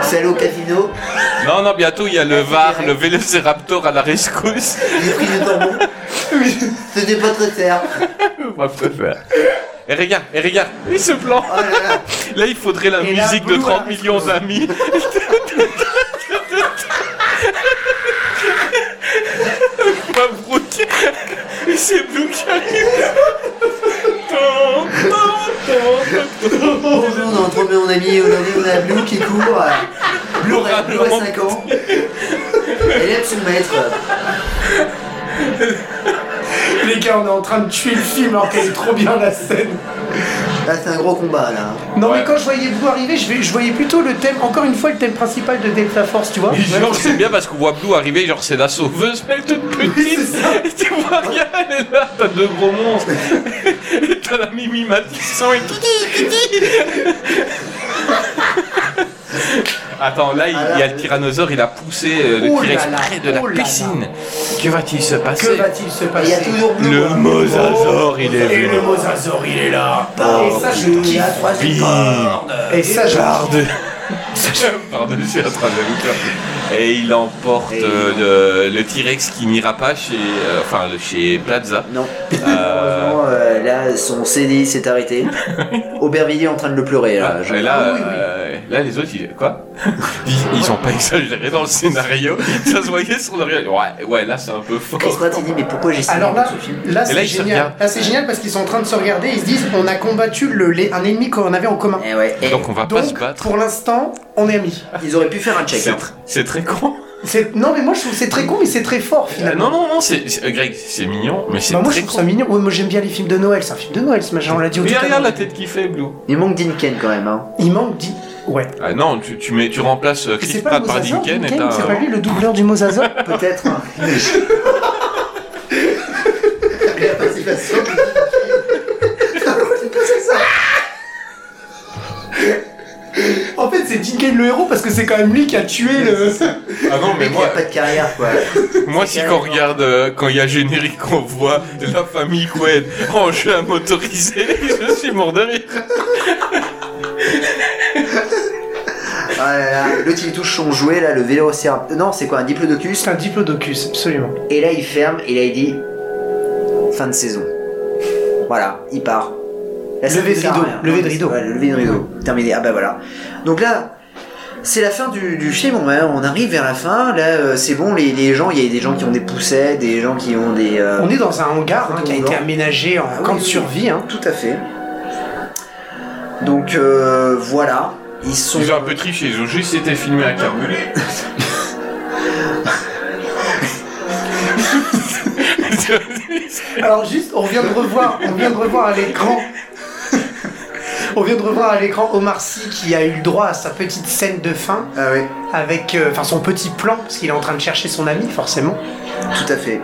Speaker 5: C'est allé au casino,
Speaker 3: Non, non, bientôt il y a le VAR, le Vélociraptor à la rescousse.
Speaker 5: j'ai pris du tambon. C'était pas très cher.
Speaker 3: On va pas faire. Et Eh, regarde, et regarde, il se plante.
Speaker 5: Oh là là.
Speaker 3: Là, il faudrait la
Speaker 4: Et la
Speaker 3: musique de
Speaker 4: bleue à
Speaker 3: 30
Speaker 4: la
Speaker 3: millions
Speaker 4: rescousse.
Speaker 3: d'amis. Pas Brooke. Et c'est Blue qui arrive. Tant, tant, tant, tant.
Speaker 5: Bonjour, on a retrouvé mon ami, aujourd'hui on a Blue qui court. euh, Blue, a- Blue a 5 ans. Élève sous maître.
Speaker 4: Les gars, on est en train de tuer le film alors qu'elle est trop bien la scène.
Speaker 5: Là, c'est un gros combat là.
Speaker 4: Non,
Speaker 3: Ouais.
Speaker 4: mais quand je voyais vous arriver, je, vais- je voyais plutôt le thème, encore une fois, le thème principal de Delta Force, tu vois.
Speaker 3: Et Genre, c'est bien parce qu'on voit Blue arriver, genre, c'est la sauveuse, mais elle est toute petite. Et tu vois rien, elle est là, t'as deux gros monstres. Et t'as la Mimi Matisson et Attends, là, il il y a le tyrannosaure, il a poussé euh, le
Speaker 4: Oh
Speaker 3: T-Rex
Speaker 4: là là,
Speaker 3: près de la
Speaker 4: oh là là.
Speaker 3: piscine. Que va-t-il se passer
Speaker 4: Que va-t-il se
Speaker 5: Et Il y a
Speaker 4: passer
Speaker 5: toujours Blue.
Speaker 3: Le
Speaker 5: hein.
Speaker 3: mosasaure, il est
Speaker 4: Et
Speaker 3: venu.
Speaker 4: le mosasaure, il est là.
Speaker 5: Ah,
Speaker 4: et ça, je
Speaker 5: Blue
Speaker 4: kiffe.
Speaker 5: a 3
Speaker 4: Et ça, je
Speaker 3: Pardon. Par-dessus la traverse. Et il emporte
Speaker 5: Et il
Speaker 3: euh, le, le T-Rex qui n'ira pas chez, euh, enfin, le- chez Plaza.
Speaker 5: Non. Malheureusement, euh, là, son CDI s'est arrêté. Aubervilliers est en train de le pleurer. Là,
Speaker 3: Ah,
Speaker 5: Je-
Speaker 3: et là, euh, là, les autres, ils, quoi ils, ils ont pas exagéré dans le scénario. Ça se voyait sur le réel. Ouais, ouais, là, c'est un peu fort.
Speaker 5: Chris Pratt, il dit, mais pourquoi j'ai signé
Speaker 4: Alors là,
Speaker 5: pour ce film
Speaker 4: là
Speaker 3: Et là,
Speaker 4: c'est
Speaker 3: il se
Speaker 4: génial.
Speaker 3: regarde.
Speaker 4: Là, c'est génial parce qu'ils sont en train de se regarder. Ils se disent, on a combattu le, les- un ennemi qu'on avait en commun.
Speaker 5: Eh ouais, eh,
Speaker 3: Donc, on va pas se
Speaker 4: Donc,
Speaker 3: battre.
Speaker 4: pour l'instant, on est amis.
Speaker 5: ils auraient pu faire un check.
Speaker 3: C'est
Speaker 5: hein.
Speaker 3: tr- C'est très con.
Speaker 4: C'est- Non, mais moi, je trouve que c'est très con, mais c'est très fort
Speaker 3: Euh,
Speaker 4: finalement.
Speaker 3: Non, non, non, c'est c'est- euh, Greg, c'est mignon, mais c'est
Speaker 4: Bah, moi, je
Speaker 3: très
Speaker 4: trouve ça
Speaker 3: con.
Speaker 4: mignon. Ouais, moi, j'aime bien les films de Noël. C'est un film de Noël, ce machin. On l'a dit au
Speaker 3: Regarde,
Speaker 4: tout à
Speaker 3: regarde la
Speaker 4: l'heure.
Speaker 3: tête qui fait, Blue.
Speaker 5: Il manque Dinken quand même. Hein.
Speaker 4: Il manque dit. Ouais.
Speaker 3: Ah non, tu, tu mets, tu remplaces euh, Chris
Speaker 4: C'est pas
Speaker 3: Pratt
Speaker 4: le
Speaker 3: par
Speaker 4: mosasaure,
Speaker 3: Dinken et
Speaker 4: Dinken,
Speaker 3: t'as.
Speaker 4: C'est pas lui le doubleur du mosasaur
Speaker 5: Peut-être. hein. Il a pas ses façons.
Speaker 4: En fait, c'est Dinken le héros parce que c'est quand même lui qui a tué le.
Speaker 3: Ah non, mais
Speaker 5: Il a
Speaker 3: moi,
Speaker 5: pas de carrière quoi.
Speaker 3: moi si qu'on regarde, euh, quand il y a générique, qu'on voit la famille Quaid en jeu à motoriser, je suis mort de rire.
Speaker 5: Ah là là, l'autre il touche son jouet là, le vélociraptor. Non, c'est quoi un diplodocus
Speaker 4: C'est un diplodocus, absolument.
Speaker 5: Et là il ferme et là il dit fin de saison. Voilà, il part. Là, ça
Speaker 4: Levé
Speaker 5: ne
Speaker 4: de
Speaker 5: sert à
Speaker 4: rideau,
Speaker 5: rien.
Speaker 4: levé de rideau.
Speaker 5: Ouais, levé de rideau. Terminé. Ah bah voilà. Donc là, c'est la fin du, du film. On, on arrive vers la fin. Là, euh, c'est bon. Les, les gens, il y a des gens qui ont des poussettes, des gens qui ont des. euh,
Speaker 4: On est dans un hangar hein, qui a été aménagé en
Speaker 5: Ah oui,
Speaker 4: camp de
Speaker 5: oui,
Speaker 4: survie. Hein.
Speaker 5: Tout à fait. Donc euh, voilà, ils sont.
Speaker 3: Ils ont un peu triché, ils ont juste été filmés à Carmulé.
Speaker 4: Alors juste, on vient de revoir, on vient de revoir à l'écran. On vient de revoir à l'écran Omar Sy qui a eu le droit à sa petite scène de fin
Speaker 5: Ah oui,
Speaker 4: avec, euh, enfin son petit plan parce qu'il est en train de chercher son ami forcément.
Speaker 5: tout à fait.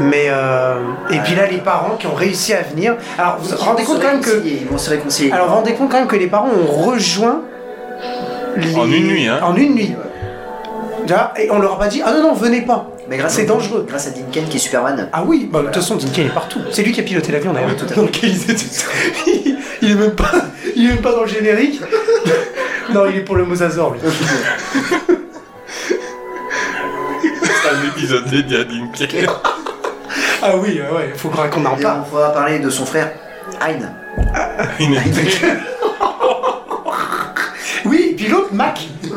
Speaker 4: Mais euh, et puis là, les parents qui ont réussi à venir. Alors, vous vous rendez compte quand même que.
Speaker 5: Ils vont se réconcilier.
Speaker 4: Alors, vous vous rendez compte quand même que les parents ont rejoint. les-
Speaker 3: En une nuit, hein.
Speaker 4: En une nuit. Là, et on leur a pas dit Ah non, non, venez pas.
Speaker 5: Mais grâce
Speaker 4: C'est
Speaker 5: à-
Speaker 4: dangereux.
Speaker 5: Grâce à Dinken qui est Superman.
Speaker 4: Ah oui, bah, de toute façon, Dinken est partout. C'est lui qui a piloté l'avion d'ailleurs. Donc, ils étaient- il est même pas, il est même pas dans le générique. non, il est pour le Mosasaur, lui.
Speaker 3: C'est un épisode dédié à Dinker.
Speaker 4: ah oui, euh, ouais, faut qu'on qu'on en
Speaker 5: Et
Speaker 4: parle.
Speaker 5: on pourra parler de son frère Hein.
Speaker 4: Oui, et puis l'autre, Mac.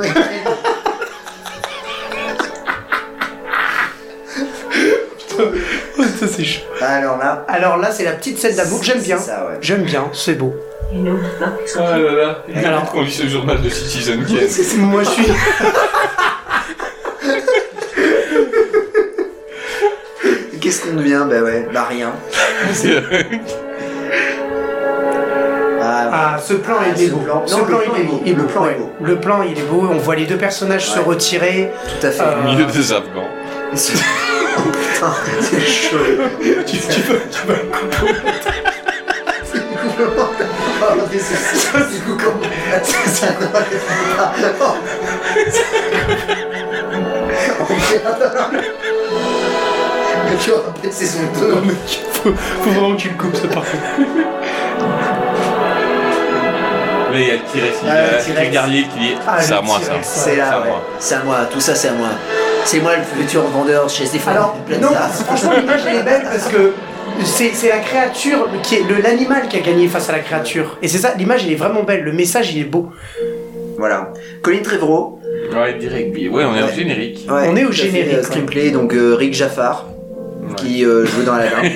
Speaker 4: Putain, oh, ça, c'est chaud.
Speaker 5: Alors là,
Speaker 4: Alors là, c'est la petite scène d'amour. J'aime bien. J'aime bien, c'est beau.
Speaker 3: Ah là là, il
Speaker 4: Alors-
Speaker 3: Alors... qu'on lit ce journal de Citizen Kane.
Speaker 4: Moi, je suis.
Speaker 5: qu'est-ce qu'on devient Bah ouais, bah rien. Ah,
Speaker 4: Ah, ce plan
Speaker 5: Ah,
Speaker 4: il est
Speaker 5: ce
Speaker 4: beau.
Speaker 5: plan-
Speaker 4: ce
Speaker 5: non,
Speaker 4: plan,
Speaker 5: le plan
Speaker 4: il est
Speaker 5: est
Speaker 4: beau.
Speaker 5: beau.
Speaker 4: Il-
Speaker 5: Le plan est beau.
Speaker 4: Le plan, il est beau. On voit les deux personnages se retirer.
Speaker 5: tout à fait.
Speaker 4: euh,
Speaker 3: Au milieu des Afghans.
Speaker 5: Putain, c'est chaud.
Speaker 4: tu, tu vas, tu vas
Speaker 5: Ça, c'est coup comme- Ça, ça doit être- Oh. Oh, merde. Mais tu vois, après, c'est son deux.
Speaker 4: Non, mais faut, faut vraiment que tu le coupes, ça par contre.
Speaker 3: Là, il y a le T-Rex, il y
Speaker 5: Ah, le
Speaker 3: a
Speaker 5: T-Rex.
Speaker 3: le Garlier qui dit
Speaker 4: Ah,
Speaker 3: C'est
Speaker 4: le
Speaker 3: à moi, ça.
Speaker 4: T-Rex,
Speaker 5: C'est
Speaker 3: C'est à
Speaker 5: là, ouais.
Speaker 3: moi.
Speaker 5: C'est à moi, tout ça c'est à moi. C'est moi le futur vendeur chez Stéphane.
Speaker 4: Alors,
Speaker 5: Plaza.
Speaker 4: non, franchement, l'image elle est belle parce que c'est c'est la créature, qui est le- l'animal qui a gagné face à la créature. Et c'est ça, l'image elle est vraiment belle, le message il est beau.
Speaker 5: Voilà. Colin Trevorrow.
Speaker 3: Ouais, direct. Ouais, on est au générique.
Speaker 5: Ouais,
Speaker 4: On est au
Speaker 5: tout à fait,
Speaker 4: générique, hein.
Speaker 5: euh, Screenplay, donc euh, Rick Jaffar, qui euh, joue dans Aladdin.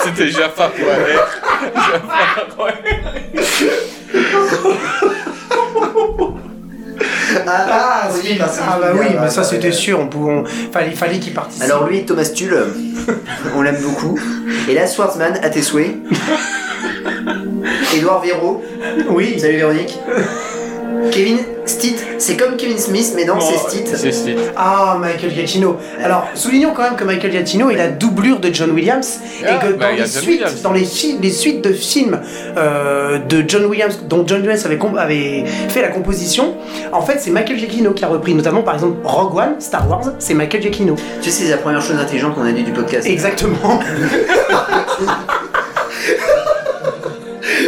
Speaker 3: C'était Jaffa pour ouais. Jaffa, ouais.
Speaker 5: Ah, oui, bah, c'est-
Speaker 4: Ah bah oui,
Speaker 5: bah,
Speaker 4: mais ça
Speaker 5: bah,
Speaker 4: c'était
Speaker 5: ouais.
Speaker 4: sûr, on pouvait, on- fallait, fallait qu'il participe.
Speaker 5: Alors lui, Thomas Tulle, on l'aime beaucoup. Et là, Schwartzman, à tes souhaits. Édouard Véro,
Speaker 4: oui,
Speaker 5: salut Véronique. Kevin Stitt, c'est comme Kevin Smith, mais non, c'est
Speaker 4: Oh.
Speaker 5: Stitt.
Speaker 3: C'est Stitt.
Speaker 4: ah Michael Giacchino. Alors soulignons quand même que Michael Giacchino est la doublure de John Williams et
Speaker 3: Ah,
Speaker 4: que
Speaker 3: bah,
Speaker 4: dans,
Speaker 3: il y a
Speaker 4: les
Speaker 3: John
Speaker 4: suites,
Speaker 3: Williams.
Speaker 4: dans les, fi- les suites de films euh, de John Williams dont John Williams avait, comp- avait fait la composition, en fait c'est Michael Giacchino qui a repris, notamment par exemple Rogue One, Star Wars, c'est Michael Giacchino.
Speaker 5: Tu sais, c'est la première chose intelligente qu'on a dit du podcast.
Speaker 4: Exactement.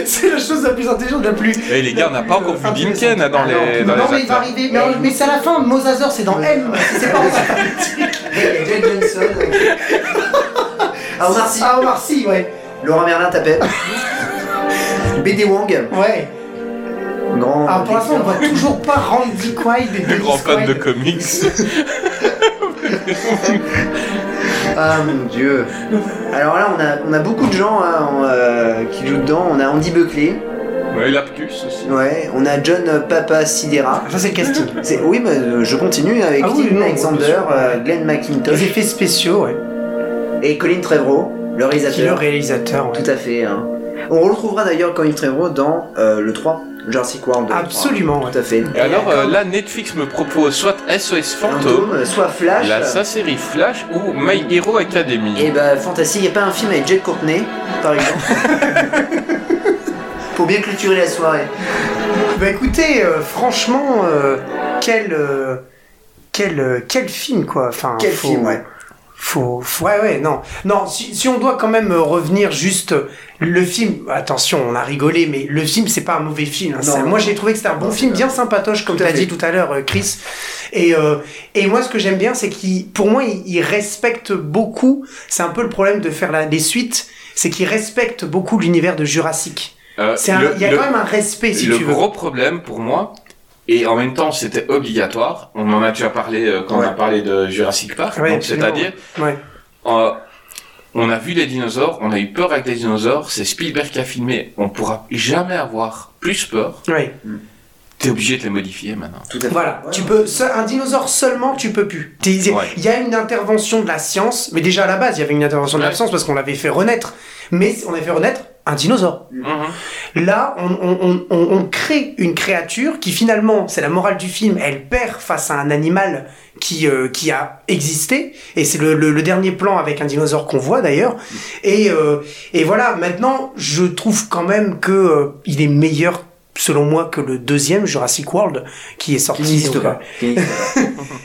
Speaker 4: C'est la chose la plus intelligente, la plus.
Speaker 3: Et les gars, on n'a pas encore vu
Speaker 4: Intéressante.
Speaker 3: Dinken là, dans
Speaker 4: Ah
Speaker 3: les.
Speaker 4: non,
Speaker 3: dans
Speaker 4: non,
Speaker 3: les
Speaker 4: mais il
Speaker 3: acteurs.
Speaker 4: va arriver. Mais, mais c'est à la fin, Mosasaur, c'est dans M. C'est pas en alphabétique.
Speaker 5: Hey, Jake Johnson. Ah, merci.
Speaker 4: Ah, Omar Sy, ouais.
Speaker 5: Laurent Merlin tapait. BD Wang.
Speaker 4: Ouais.
Speaker 5: Grand.
Speaker 4: Alors Ah, pour l'instant, on voit toujours pas Randy Quaid et
Speaker 3: Le
Speaker 4: Dennis
Speaker 3: grand fan
Speaker 4: Quaid.
Speaker 3: de comics.
Speaker 5: Ah mon dieu. Alors là, on a, on a beaucoup de gens hein, en, euh, qui jouent dedans. On a Andy Buckley.
Speaker 3: Ouais, Laptus aussi.
Speaker 5: Ouais. On a John euh, Papa Sidera.
Speaker 4: Ça, c'est le casting.
Speaker 5: C'est- Oui, mais euh, je continue avec
Speaker 4: Ah oui,
Speaker 5: Tim
Speaker 4: non, bien
Speaker 5: Alexander,
Speaker 4: sûr.
Speaker 5: euh, Glenn
Speaker 4: Les
Speaker 5: McIntosh
Speaker 4: effets spéciaux, ouais.
Speaker 5: et Colin Trevorrow, le
Speaker 4: Qui est le
Speaker 5: réalisateur.
Speaker 4: réalisateur, ouais.
Speaker 5: Tout à fait. hein. On retrouvera d'ailleurs Colin Trevorrow dans euh, le 3, Jurassic World. le 3.
Speaker 4: Absolument, ouais.
Speaker 5: Tout à fait.
Speaker 3: Et alors euh, là, Netflix me propose soit SOS Fantôme,
Speaker 5: Fantôme, euh, soit Flash.
Speaker 3: la, sa série Flash ou My Hero Academy.
Speaker 5: Et bah, fantastique, y a pas un film avec Jake Courtenay, par exemple Pour bien clôturer la soirée.
Speaker 4: Bah écoutez, euh, franchement, euh, quel, euh, quel, euh, quel film quoi. Enfin,
Speaker 5: Quel
Speaker 4: faut-
Speaker 5: film, ouais.
Speaker 4: Faut, faut- ouais, ouais, non. Non, si, si on doit quand même euh, revenir juste. euh, Le film, attention, on a rigolé, mais le film, c'est pas un mauvais film. hein.
Speaker 5: Non,
Speaker 4: Ça-
Speaker 5: non,
Speaker 4: moi, j'ai trouvé que c'était un bon film, bien sympatoche, comme
Speaker 5: Tout
Speaker 4: tu
Speaker 5: à
Speaker 4: as
Speaker 5: fait.
Speaker 4: dit tout à l'heure, euh, Chris. Et, euh, et moi, ce que j'aime bien, c'est qu'il, pour moi, il, il respecte beaucoup. C'est un peu le problème de faire la, les suites, c'est qu'il respecte beaucoup l'univers de Jurassic.
Speaker 3: Euh,
Speaker 4: C'est un-
Speaker 3: le-
Speaker 4: Il y a
Speaker 3: le-
Speaker 4: quand même un respect, si
Speaker 3: le
Speaker 4: tu veux.
Speaker 3: gros problème pour moi, et en même temps c'était obligatoire, on en a déjà parlé euh, quand
Speaker 5: Ouais.
Speaker 3: on a parlé de Jurassic Park,
Speaker 4: Ouais,
Speaker 3: donc
Speaker 4: absolument,
Speaker 3: c'est-à-dire
Speaker 4: Ouais.
Speaker 3: euh, on a vu les dinosaures, on a eu peur avec les dinosaures, c'est Spielberg qui a filmé, on pourra jamais avoir plus peur,
Speaker 4: Ouais.
Speaker 3: t'es obligé de les modifier maintenant.
Speaker 5: Tout à fait.
Speaker 4: Voilà,
Speaker 5: Ouais.
Speaker 4: tu peux seul- un dinosaure seulement, tu peux plus. T'es- Il
Speaker 3: Ouais.
Speaker 4: y a une intervention de la science, mais déjà à la base, il y avait une intervention de la
Speaker 3: Ouais.
Speaker 4: science parce qu'on l'avait fait renaître. mais on a fait renaître un dinosaure. Là, on, on- on- on- on crée une créature qui finalement, c'est la morale du film, elle perd face à un animal qui, euh, qui a existé, et c'est le, le- le dernier plan avec un dinosaure qu'on voit d'ailleurs. Et, euh, et voilà, maintenant, je trouve quand même que euh, il est meilleur selon moi que le deuxième Jurassic World qui est sorti donc, euh,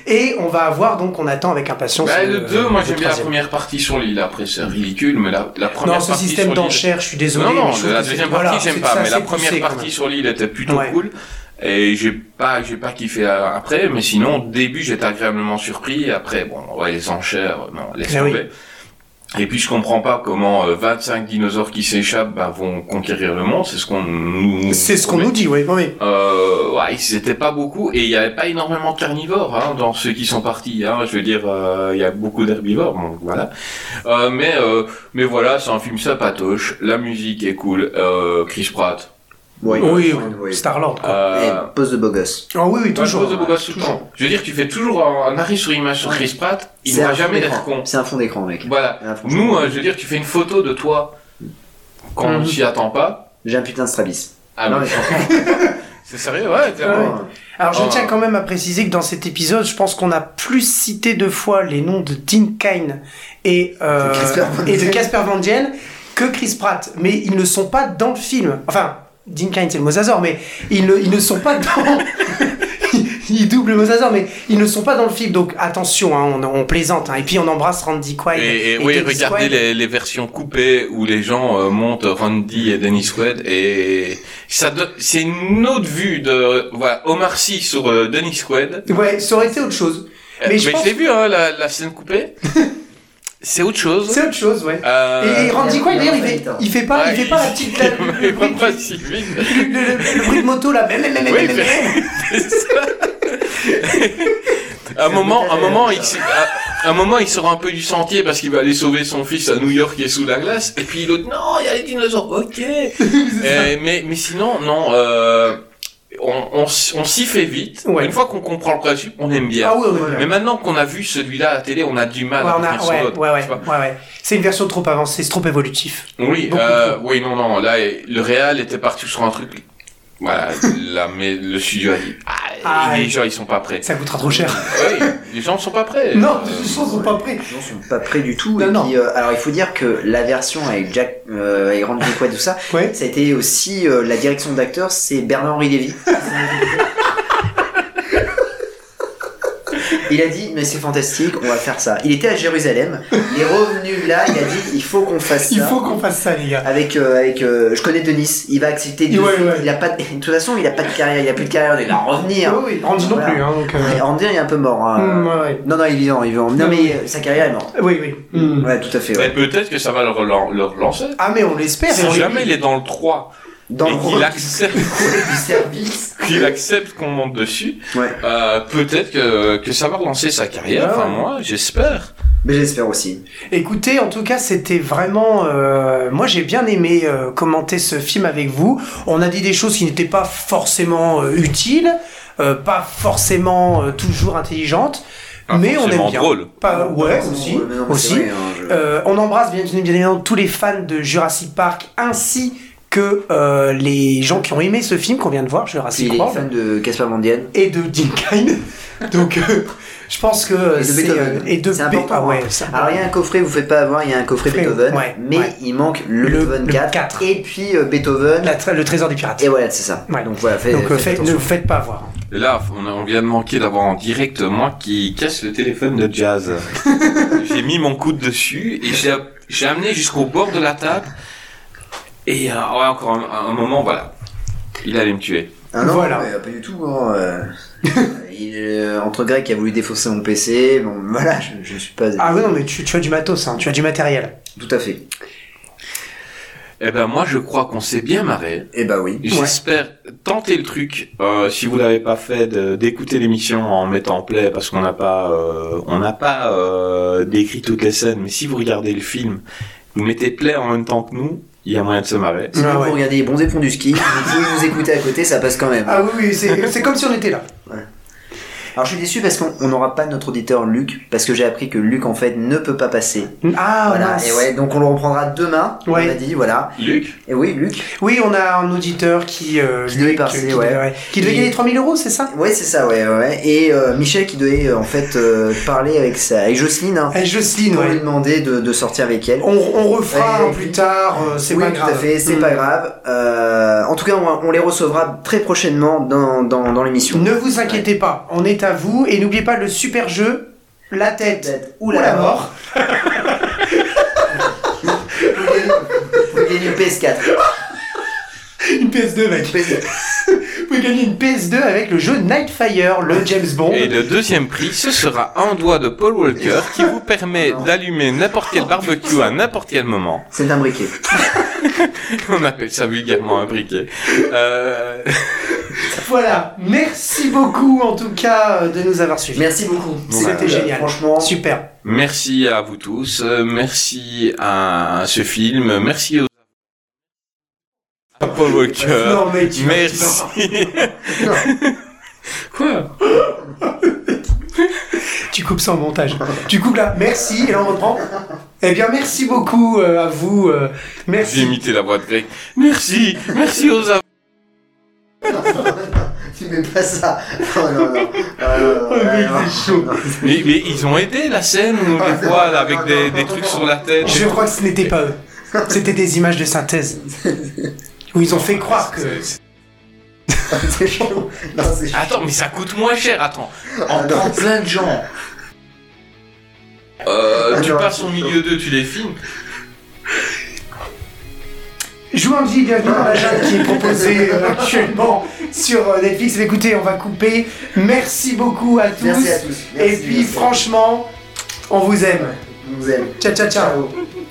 Speaker 4: et on va avoir donc on attend avec impatience
Speaker 3: Bah, le
Speaker 4: euh,
Speaker 3: 2, moi
Speaker 4: le
Speaker 3: j'aime bien la
Speaker 4: troisième.
Speaker 3: première partie sur l'île. Après, c'est ridicule, mais la, la première
Speaker 4: Non, ce
Speaker 3: partie
Speaker 4: système
Speaker 3: sur l'île-
Speaker 4: d'enchères, je suis désolé,
Speaker 3: Non, non,
Speaker 4: mais je trouve
Speaker 3: la
Speaker 4: que c'est-
Speaker 3: deuxième
Speaker 4: voilà,
Speaker 3: partie, j'aime
Speaker 4: c'est-
Speaker 3: pas,
Speaker 4: c'est
Speaker 3: mais la
Speaker 4: assez
Speaker 3: première
Speaker 4: poussé, quand
Speaker 3: partie
Speaker 4: même.
Speaker 3: sur l'île était plutôt cool. Et j'ai pas, j'ai pas kiffé après, mais sinon, au début, j'étais agréablement surpris. Après, bon, ouais, les enchères, euh, non, laisse
Speaker 4: Ah oui.
Speaker 3: tomber. Et puis je comprends pas comment euh, 25 dinosaures qui s'échappent bah, vont conquérir le monde, c'est ce qu'on nous
Speaker 4: c'est ce qu'on nous dit oui oui
Speaker 3: euh, ouais, c'était pas beaucoup et il y avait pas énormément de carnivores hein, dans ceux qui sont partis. Hein, je veux dire, euh, il y a beaucoup d'herbivores, bon, voilà. Euh, mais euh, mais voilà, c'est un film sapatoche. La musique est cool. Euh, Chris Pratt.
Speaker 5: Oui,
Speaker 4: oui, Star-Lord quoi.
Speaker 3: Euh,
Speaker 5: Pose de beau gosse.
Speaker 4: Ah oui, oui, Ah, toujours.
Speaker 3: pose de beau gosse tout le temps. Je veux dire, tu fais toujours un, un arrêt sur image sur Chris Pratt. Il
Speaker 5: C'est un
Speaker 3: va
Speaker 5: fond
Speaker 3: jamais
Speaker 5: d'écran.
Speaker 3: d'être con.
Speaker 5: C'est un fond d'écran, mec.
Speaker 3: Voilà. Nous, euh, je veux dire, tu fais une photo de toi quand on
Speaker 5: Mhm.
Speaker 3: s'y attend pas.
Speaker 5: J'ai un putain de Strabis.
Speaker 3: Ah,
Speaker 5: Non,
Speaker 3: mais- c'est sérieux, ouais. t'es-
Speaker 4: Alors je
Speaker 3: Oh.
Speaker 4: tiens quand même à préciser que dans cet épisode, je pense qu'on a plus cité deux fois les noms de Dean Kane et, euh,
Speaker 5: De Casper Van
Speaker 4: et de
Speaker 5: Dien.
Speaker 4: Casper Van Dien que Chris Pratt, mais ils ne sont pas dans le film. Enfin, Dean Kane c'est le Mosasaur, mais ils ne, ils ne sont pas dans... Ils doublent le Mosasaur, mais ils ne sont pas dans le film, donc attention, hein, on, on plaisante. hein. Et puis on embrasse Randy Quaid.
Speaker 3: Et, et
Speaker 4: et
Speaker 3: oui,
Speaker 4: Dennis
Speaker 3: regardez
Speaker 4: Quaid.
Speaker 3: les, les versions coupées où les gens euh, montent Randy et Dennis Quaid et ça donne, c'est une autre vue de voilà Omar Sy sur euh, Dennis Quaid.
Speaker 4: Ouais, ça aurait été autre chose.
Speaker 3: Euh,
Speaker 4: Mais je pense-
Speaker 3: l'ai vu hein, la, la scène coupée. c'est autre chose.
Speaker 4: C'est autre chose, ouais.
Speaker 3: Euh,
Speaker 4: Et Randy Quaid, d'ailleurs, il fait, il fait pas, il fait pas la petite, la-
Speaker 3: il va pas si vite.
Speaker 4: le bruit de moto là.
Speaker 3: Oui, À un moment, un moment, il, s- à- un moment, il sort un peu du sentier parce qu'il va aller sauver son fils à New York qui est sous la glace. Et puis l'autre, non, il y a les dinosaures. Ok. Euh, mais, mais sinon, non. euh, on, on, s- on s'y fait vite. Une fois qu'on comprend le principe, on aime bien.
Speaker 4: Ah ouais, ouais, ouais.
Speaker 3: Mais maintenant qu'on a vu celui-là à la télé, on a du mal
Speaker 4: Ouais,
Speaker 3: à
Speaker 4: on
Speaker 3: revenir
Speaker 4: a-
Speaker 3: sur
Speaker 4: ouais,
Speaker 3: l'autre.
Speaker 4: ouais, ouais, ouais, ouais. C'est une version trop avancée, c'est trop évolutif.
Speaker 3: Oui, euh, oui, non, non. Là, le Real était parti sur un truc. Voilà, là, mais le studio a dit, ah,
Speaker 4: Ah,
Speaker 3: les gens, ils sont pas prêts.
Speaker 4: Ça coûtera trop cher.
Speaker 3: Oui, les gens sont pas prêts.
Speaker 4: Non,
Speaker 5: Euh,
Speaker 4: les gens sont pas prêts.
Speaker 5: Les gens sont pas prêts du tout. et puis, euh, alors, il faut dire que la version avec Jack, euh, avec Randy Quaid, tout ça, ça a été aussi euh, la direction d'acteur, c'est Bernard-Henri Lévy. Il a dit, mais c'est fantastique, on va faire ça. Il était à Jérusalem, il est revenu là, il a dit, il faut qu'on fasse ça.
Speaker 4: Il faut qu'on fasse ça, les gars.
Speaker 5: Avec, euh, avec euh, je connais Denis, il va accepter de,
Speaker 4: Ouais,
Speaker 5: Il a pas de, de toute façon, il a pas de carrière, il a plus de carrière, il va revenir.
Speaker 4: Oui, oui, Randy non plus, hein, donc, euh.
Speaker 5: Ouais, Randy, il est un peu mort. hein.
Speaker 4: Mm,
Speaker 5: Non, non, il est non, il veut en- Non,
Speaker 4: Non, Mm.
Speaker 5: mais
Speaker 4: oui.
Speaker 5: euh, sa carrière est morte.
Speaker 4: Oui, oui.
Speaker 5: Ouais, tout à fait. ouais.
Speaker 3: Mais peut-être que ça va leur, leur, leur lancer.
Speaker 4: Ah, mais on l'espère. et
Speaker 3: Si
Speaker 4: on
Speaker 3: jamais il est dans le 3
Speaker 5: Dans
Speaker 3: et
Speaker 5: le
Speaker 3: qu'il
Speaker 5: rôle
Speaker 3: accepte,
Speaker 5: service.
Speaker 3: qu'il accepte qu'on monte dessus, euh, peut-être que, que ça va relancer sa carrière. Enfin, moi, j'espère.
Speaker 5: Mais j'espère aussi.
Speaker 4: Écoutez, en tout cas, c'était vraiment. euh, moi, j'ai bien aimé euh, commenter ce film avec vous. On a dit des choses qui n'étaient pas forcément euh, utiles, euh, pas forcément euh, toujours intelligentes.
Speaker 3: Pas
Speaker 4: mais on
Speaker 3: forcément
Speaker 4: aime bien.
Speaker 3: drôles.
Speaker 4: Pas, ouais,
Speaker 5: forcément
Speaker 4: aussi.
Speaker 5: drôles, mais non, mais c'est
Speaker 4: aussi.
Speaker 5: vrai, hein, je-
Speaker 4: Euh, on embrasse bien, bien évidemment tous les fans de Jurassic Park ainsi que euh, les gens qui ont aimé ce film qu'on vient de voir,
Speaker 5: Puis
Speaker 4: Jurassic
Speaker 5: il est
Speaker 4: World
Speaker 5: fan de Caspar Mandian.
Speaker 4: et de Dean Kane. Donc, euh, je pense que euh,
Speaker 5: Et de
Speaker 4: c'est
Speaker 5: Beethoven.
Speaker 4: euh, et de
Speaker 5: C'est
Speaker 4: Be-
Speaker 5: important,
Speaker 4: ah ouais,
Speaker 5: hein.
Speaker 4: c'est
Speaker 5: Alors il y a un coffret, vous faites pas avoir, il y a un coffret
Speaker 4: Coffret,
Speaker 5: Beethoven,
Speaker 4: ouais,
Speaker 5: mais
Speaker 4: ouais.
Speaker 5: il manque le, Beethoven 4, et puis euh, Beethoven,
Speaker 4: le trésor des pirates.
Speaker 5: Et voilà, c'est ça. Donc voilà, faites,
Speaker 4: Donc, euh,
Speaker 5: faites
Speaker 4: faites- ne
Speaker 5: attention.
Speaker 4: vous faites pas avoir.
Speaker 3: Et là, on, a- on vient de manquer d'avoir en direct moi qui casse le téléphone de jazz. j'ai mis mon coude dessus et j'ai, j'ai amené jusqu'au bord de la table. Et euh, ouais, encore un, un moment, voilà. Il allait me tuer.
Speaker 5: Ah non,
Speaker 4: Voilà.
Speaker 5: mais, euh, pas du tout. hein, euh, il, euh, entre Greg qui a voulu défausser mon PC, bon voilà, je, je suis pas.
Speaker 4: Ah oui, non, mais tu, tu as du matos, hein, tu as du matériel.
Speaker 5: Tout à fait.
Speaker 3: Eh ben moi, je crois qu'on s'est bien marré.
Speaker 5: Eh ben oui.
Speaker 3: J'espère tenter le truc. euh, si vous l'avez pas fait, de- d'écouter l'émission en mettant play parce qu'on n'a pas, euh, on n'a pas euh, décrit toutes les scènes. Mais si vous regardez le film, vous mettez play en même temps que nous, il y a moyen de se marrer.
Speaker 4: Ah
Speaker 5: Sinon, vous regardez les bons éponges du ski, vous pouvez nous écouter à côté, ça passe quand même.
Speaker 4: Ah oui, oui, c'est c'est comme si on était là.
Speaker 5: Alors je suis déçu parce qu'on on n'aura pas notre auditeur Luc, parce que j'ai appris que Luc en fait ne peut pas passer.
Speaker 4: Ah,
Speaker 5: voilà.
Speaker 4: mince.
Speaker 5: Et ouais, donc on le reprendra demain. On a dit, voilà.
Speaker 3: Luc
Speaker 5: Et oui, Luc.
Speaker 4: Oui, on a un auditeur qui, euh,
Speaker 5: qui devait passer,
Speaker 4: qui
Speaker 5: ouais.
Speaker 4: devait- qui devait gagner 3000 euros, c'est ça
Speaker 5: Ouais, c'est ça, ouais, ouais, ouais. Et euh, Michel qui devait euh, en fait euh, parler avec sa, avec Jocelyne. Hein,
Speaker 4: avec Eh, Jocelyne,
Speaker 5: pour
Speaker 4: ouais.
Speaker 5: lui demander de, de sortir avec elle.
Speaker 4: On, on refera
Speaker 5: Ouais.
Speaker 4: plus tard, euh, c'est
Speaker 5: oui,
Speaker 4: pas
Speaker 5: tout
Speaker 4: grave.
Speaker 5: à fait, c'est
Speaker 4: Mm.
Speaker 5: pas grave. Euh, en tout cas, on, on les recevra très prochainement dans, dans, dans l'émission.
Speaker 4: Ne vous inquiétez pas, on est à vous et n'oubliez pas le super jeu, la tête, ou la,
Speaker 5: la
Speaker 4: mort.
Speaker 5: Vous gagnez une PS4.
Speaker 4: Une PS2 mec. Vous pouvez gagner une PS2 avec le jeu Nightfire, le James Bond.
Speaker 3: Et le deuxième prix, ce sera un doigt de Paul Walker qui vous permet d'allumer n'importe quel barbecue à n'importe quel moment.
Speaker 5: C'est un briquet.
Speaker 3: On appelle ça vulgairement un briquet. Euh,
Speaker 4: Voilà, merci beaucoup en tout cas euh, de nous avoir suivis.
Speaker 5: Merci beaucoup.
Speaker 4: C'était
Speaker 3: Voilà.
Speaker 4: génial.
Speaker 5: Franchement.
Speaker 4: Super.
Speaker 3: Merci à vous tous, euh, merci à ce film, merci aux... à Paul Walker.
Speaker 4: Non, mais tu-
Speaker 3: Euh, merci. Quoi
Speaker 4: Tu coupes ça en montage. Tu coupes là. Merci et là on reprend. Eh bien merci beaucoup euh, à vous. euh,
Speaker 3: J'ai
Speaker 4: merci.
Speaker 3: imité la voix de Greg. Merci, merci aux...
Speaker 5: tu mets pas ça. Oh Non, non, non. Ah, non,
Speaker 4: Oh,
Speaker 5: non, non, non.
Speaker 3: Mais, mais ils ont aidé la scène où on les voit là, avec des, des trucs sur la tête.
Speaker 4: Je crois que ce n'était pas eux. C'était des images de synthèse. Où ils ont fait croire que.
Speaker 5: C'est chaud. Non, c'est chaud.
Speaker 3: Attends, mais ça coûte moins cher, attends.
Speaker 5: Ah,
Speaker 3: On
Speaker 5: non.
Speaker 3: prend plein de gens. Euh, tu passes au milieu d'eux, tu les filmes.
Speaker 4: Jouanji, bienvenue dans la jungle qui est proposée euh, actuellement sur euh, Netflix. Mais Écoutez, on va couper. Merci beaucoup à tous.
Speaker 5: Merci à tous. Merci,
Speaker 4: Et puis,
Speaker 5: merci.
Speaker 4: franchement, on vous aime.
Speaker 5: On vous aime.
Speaker 4: ciao, ciao. ciao.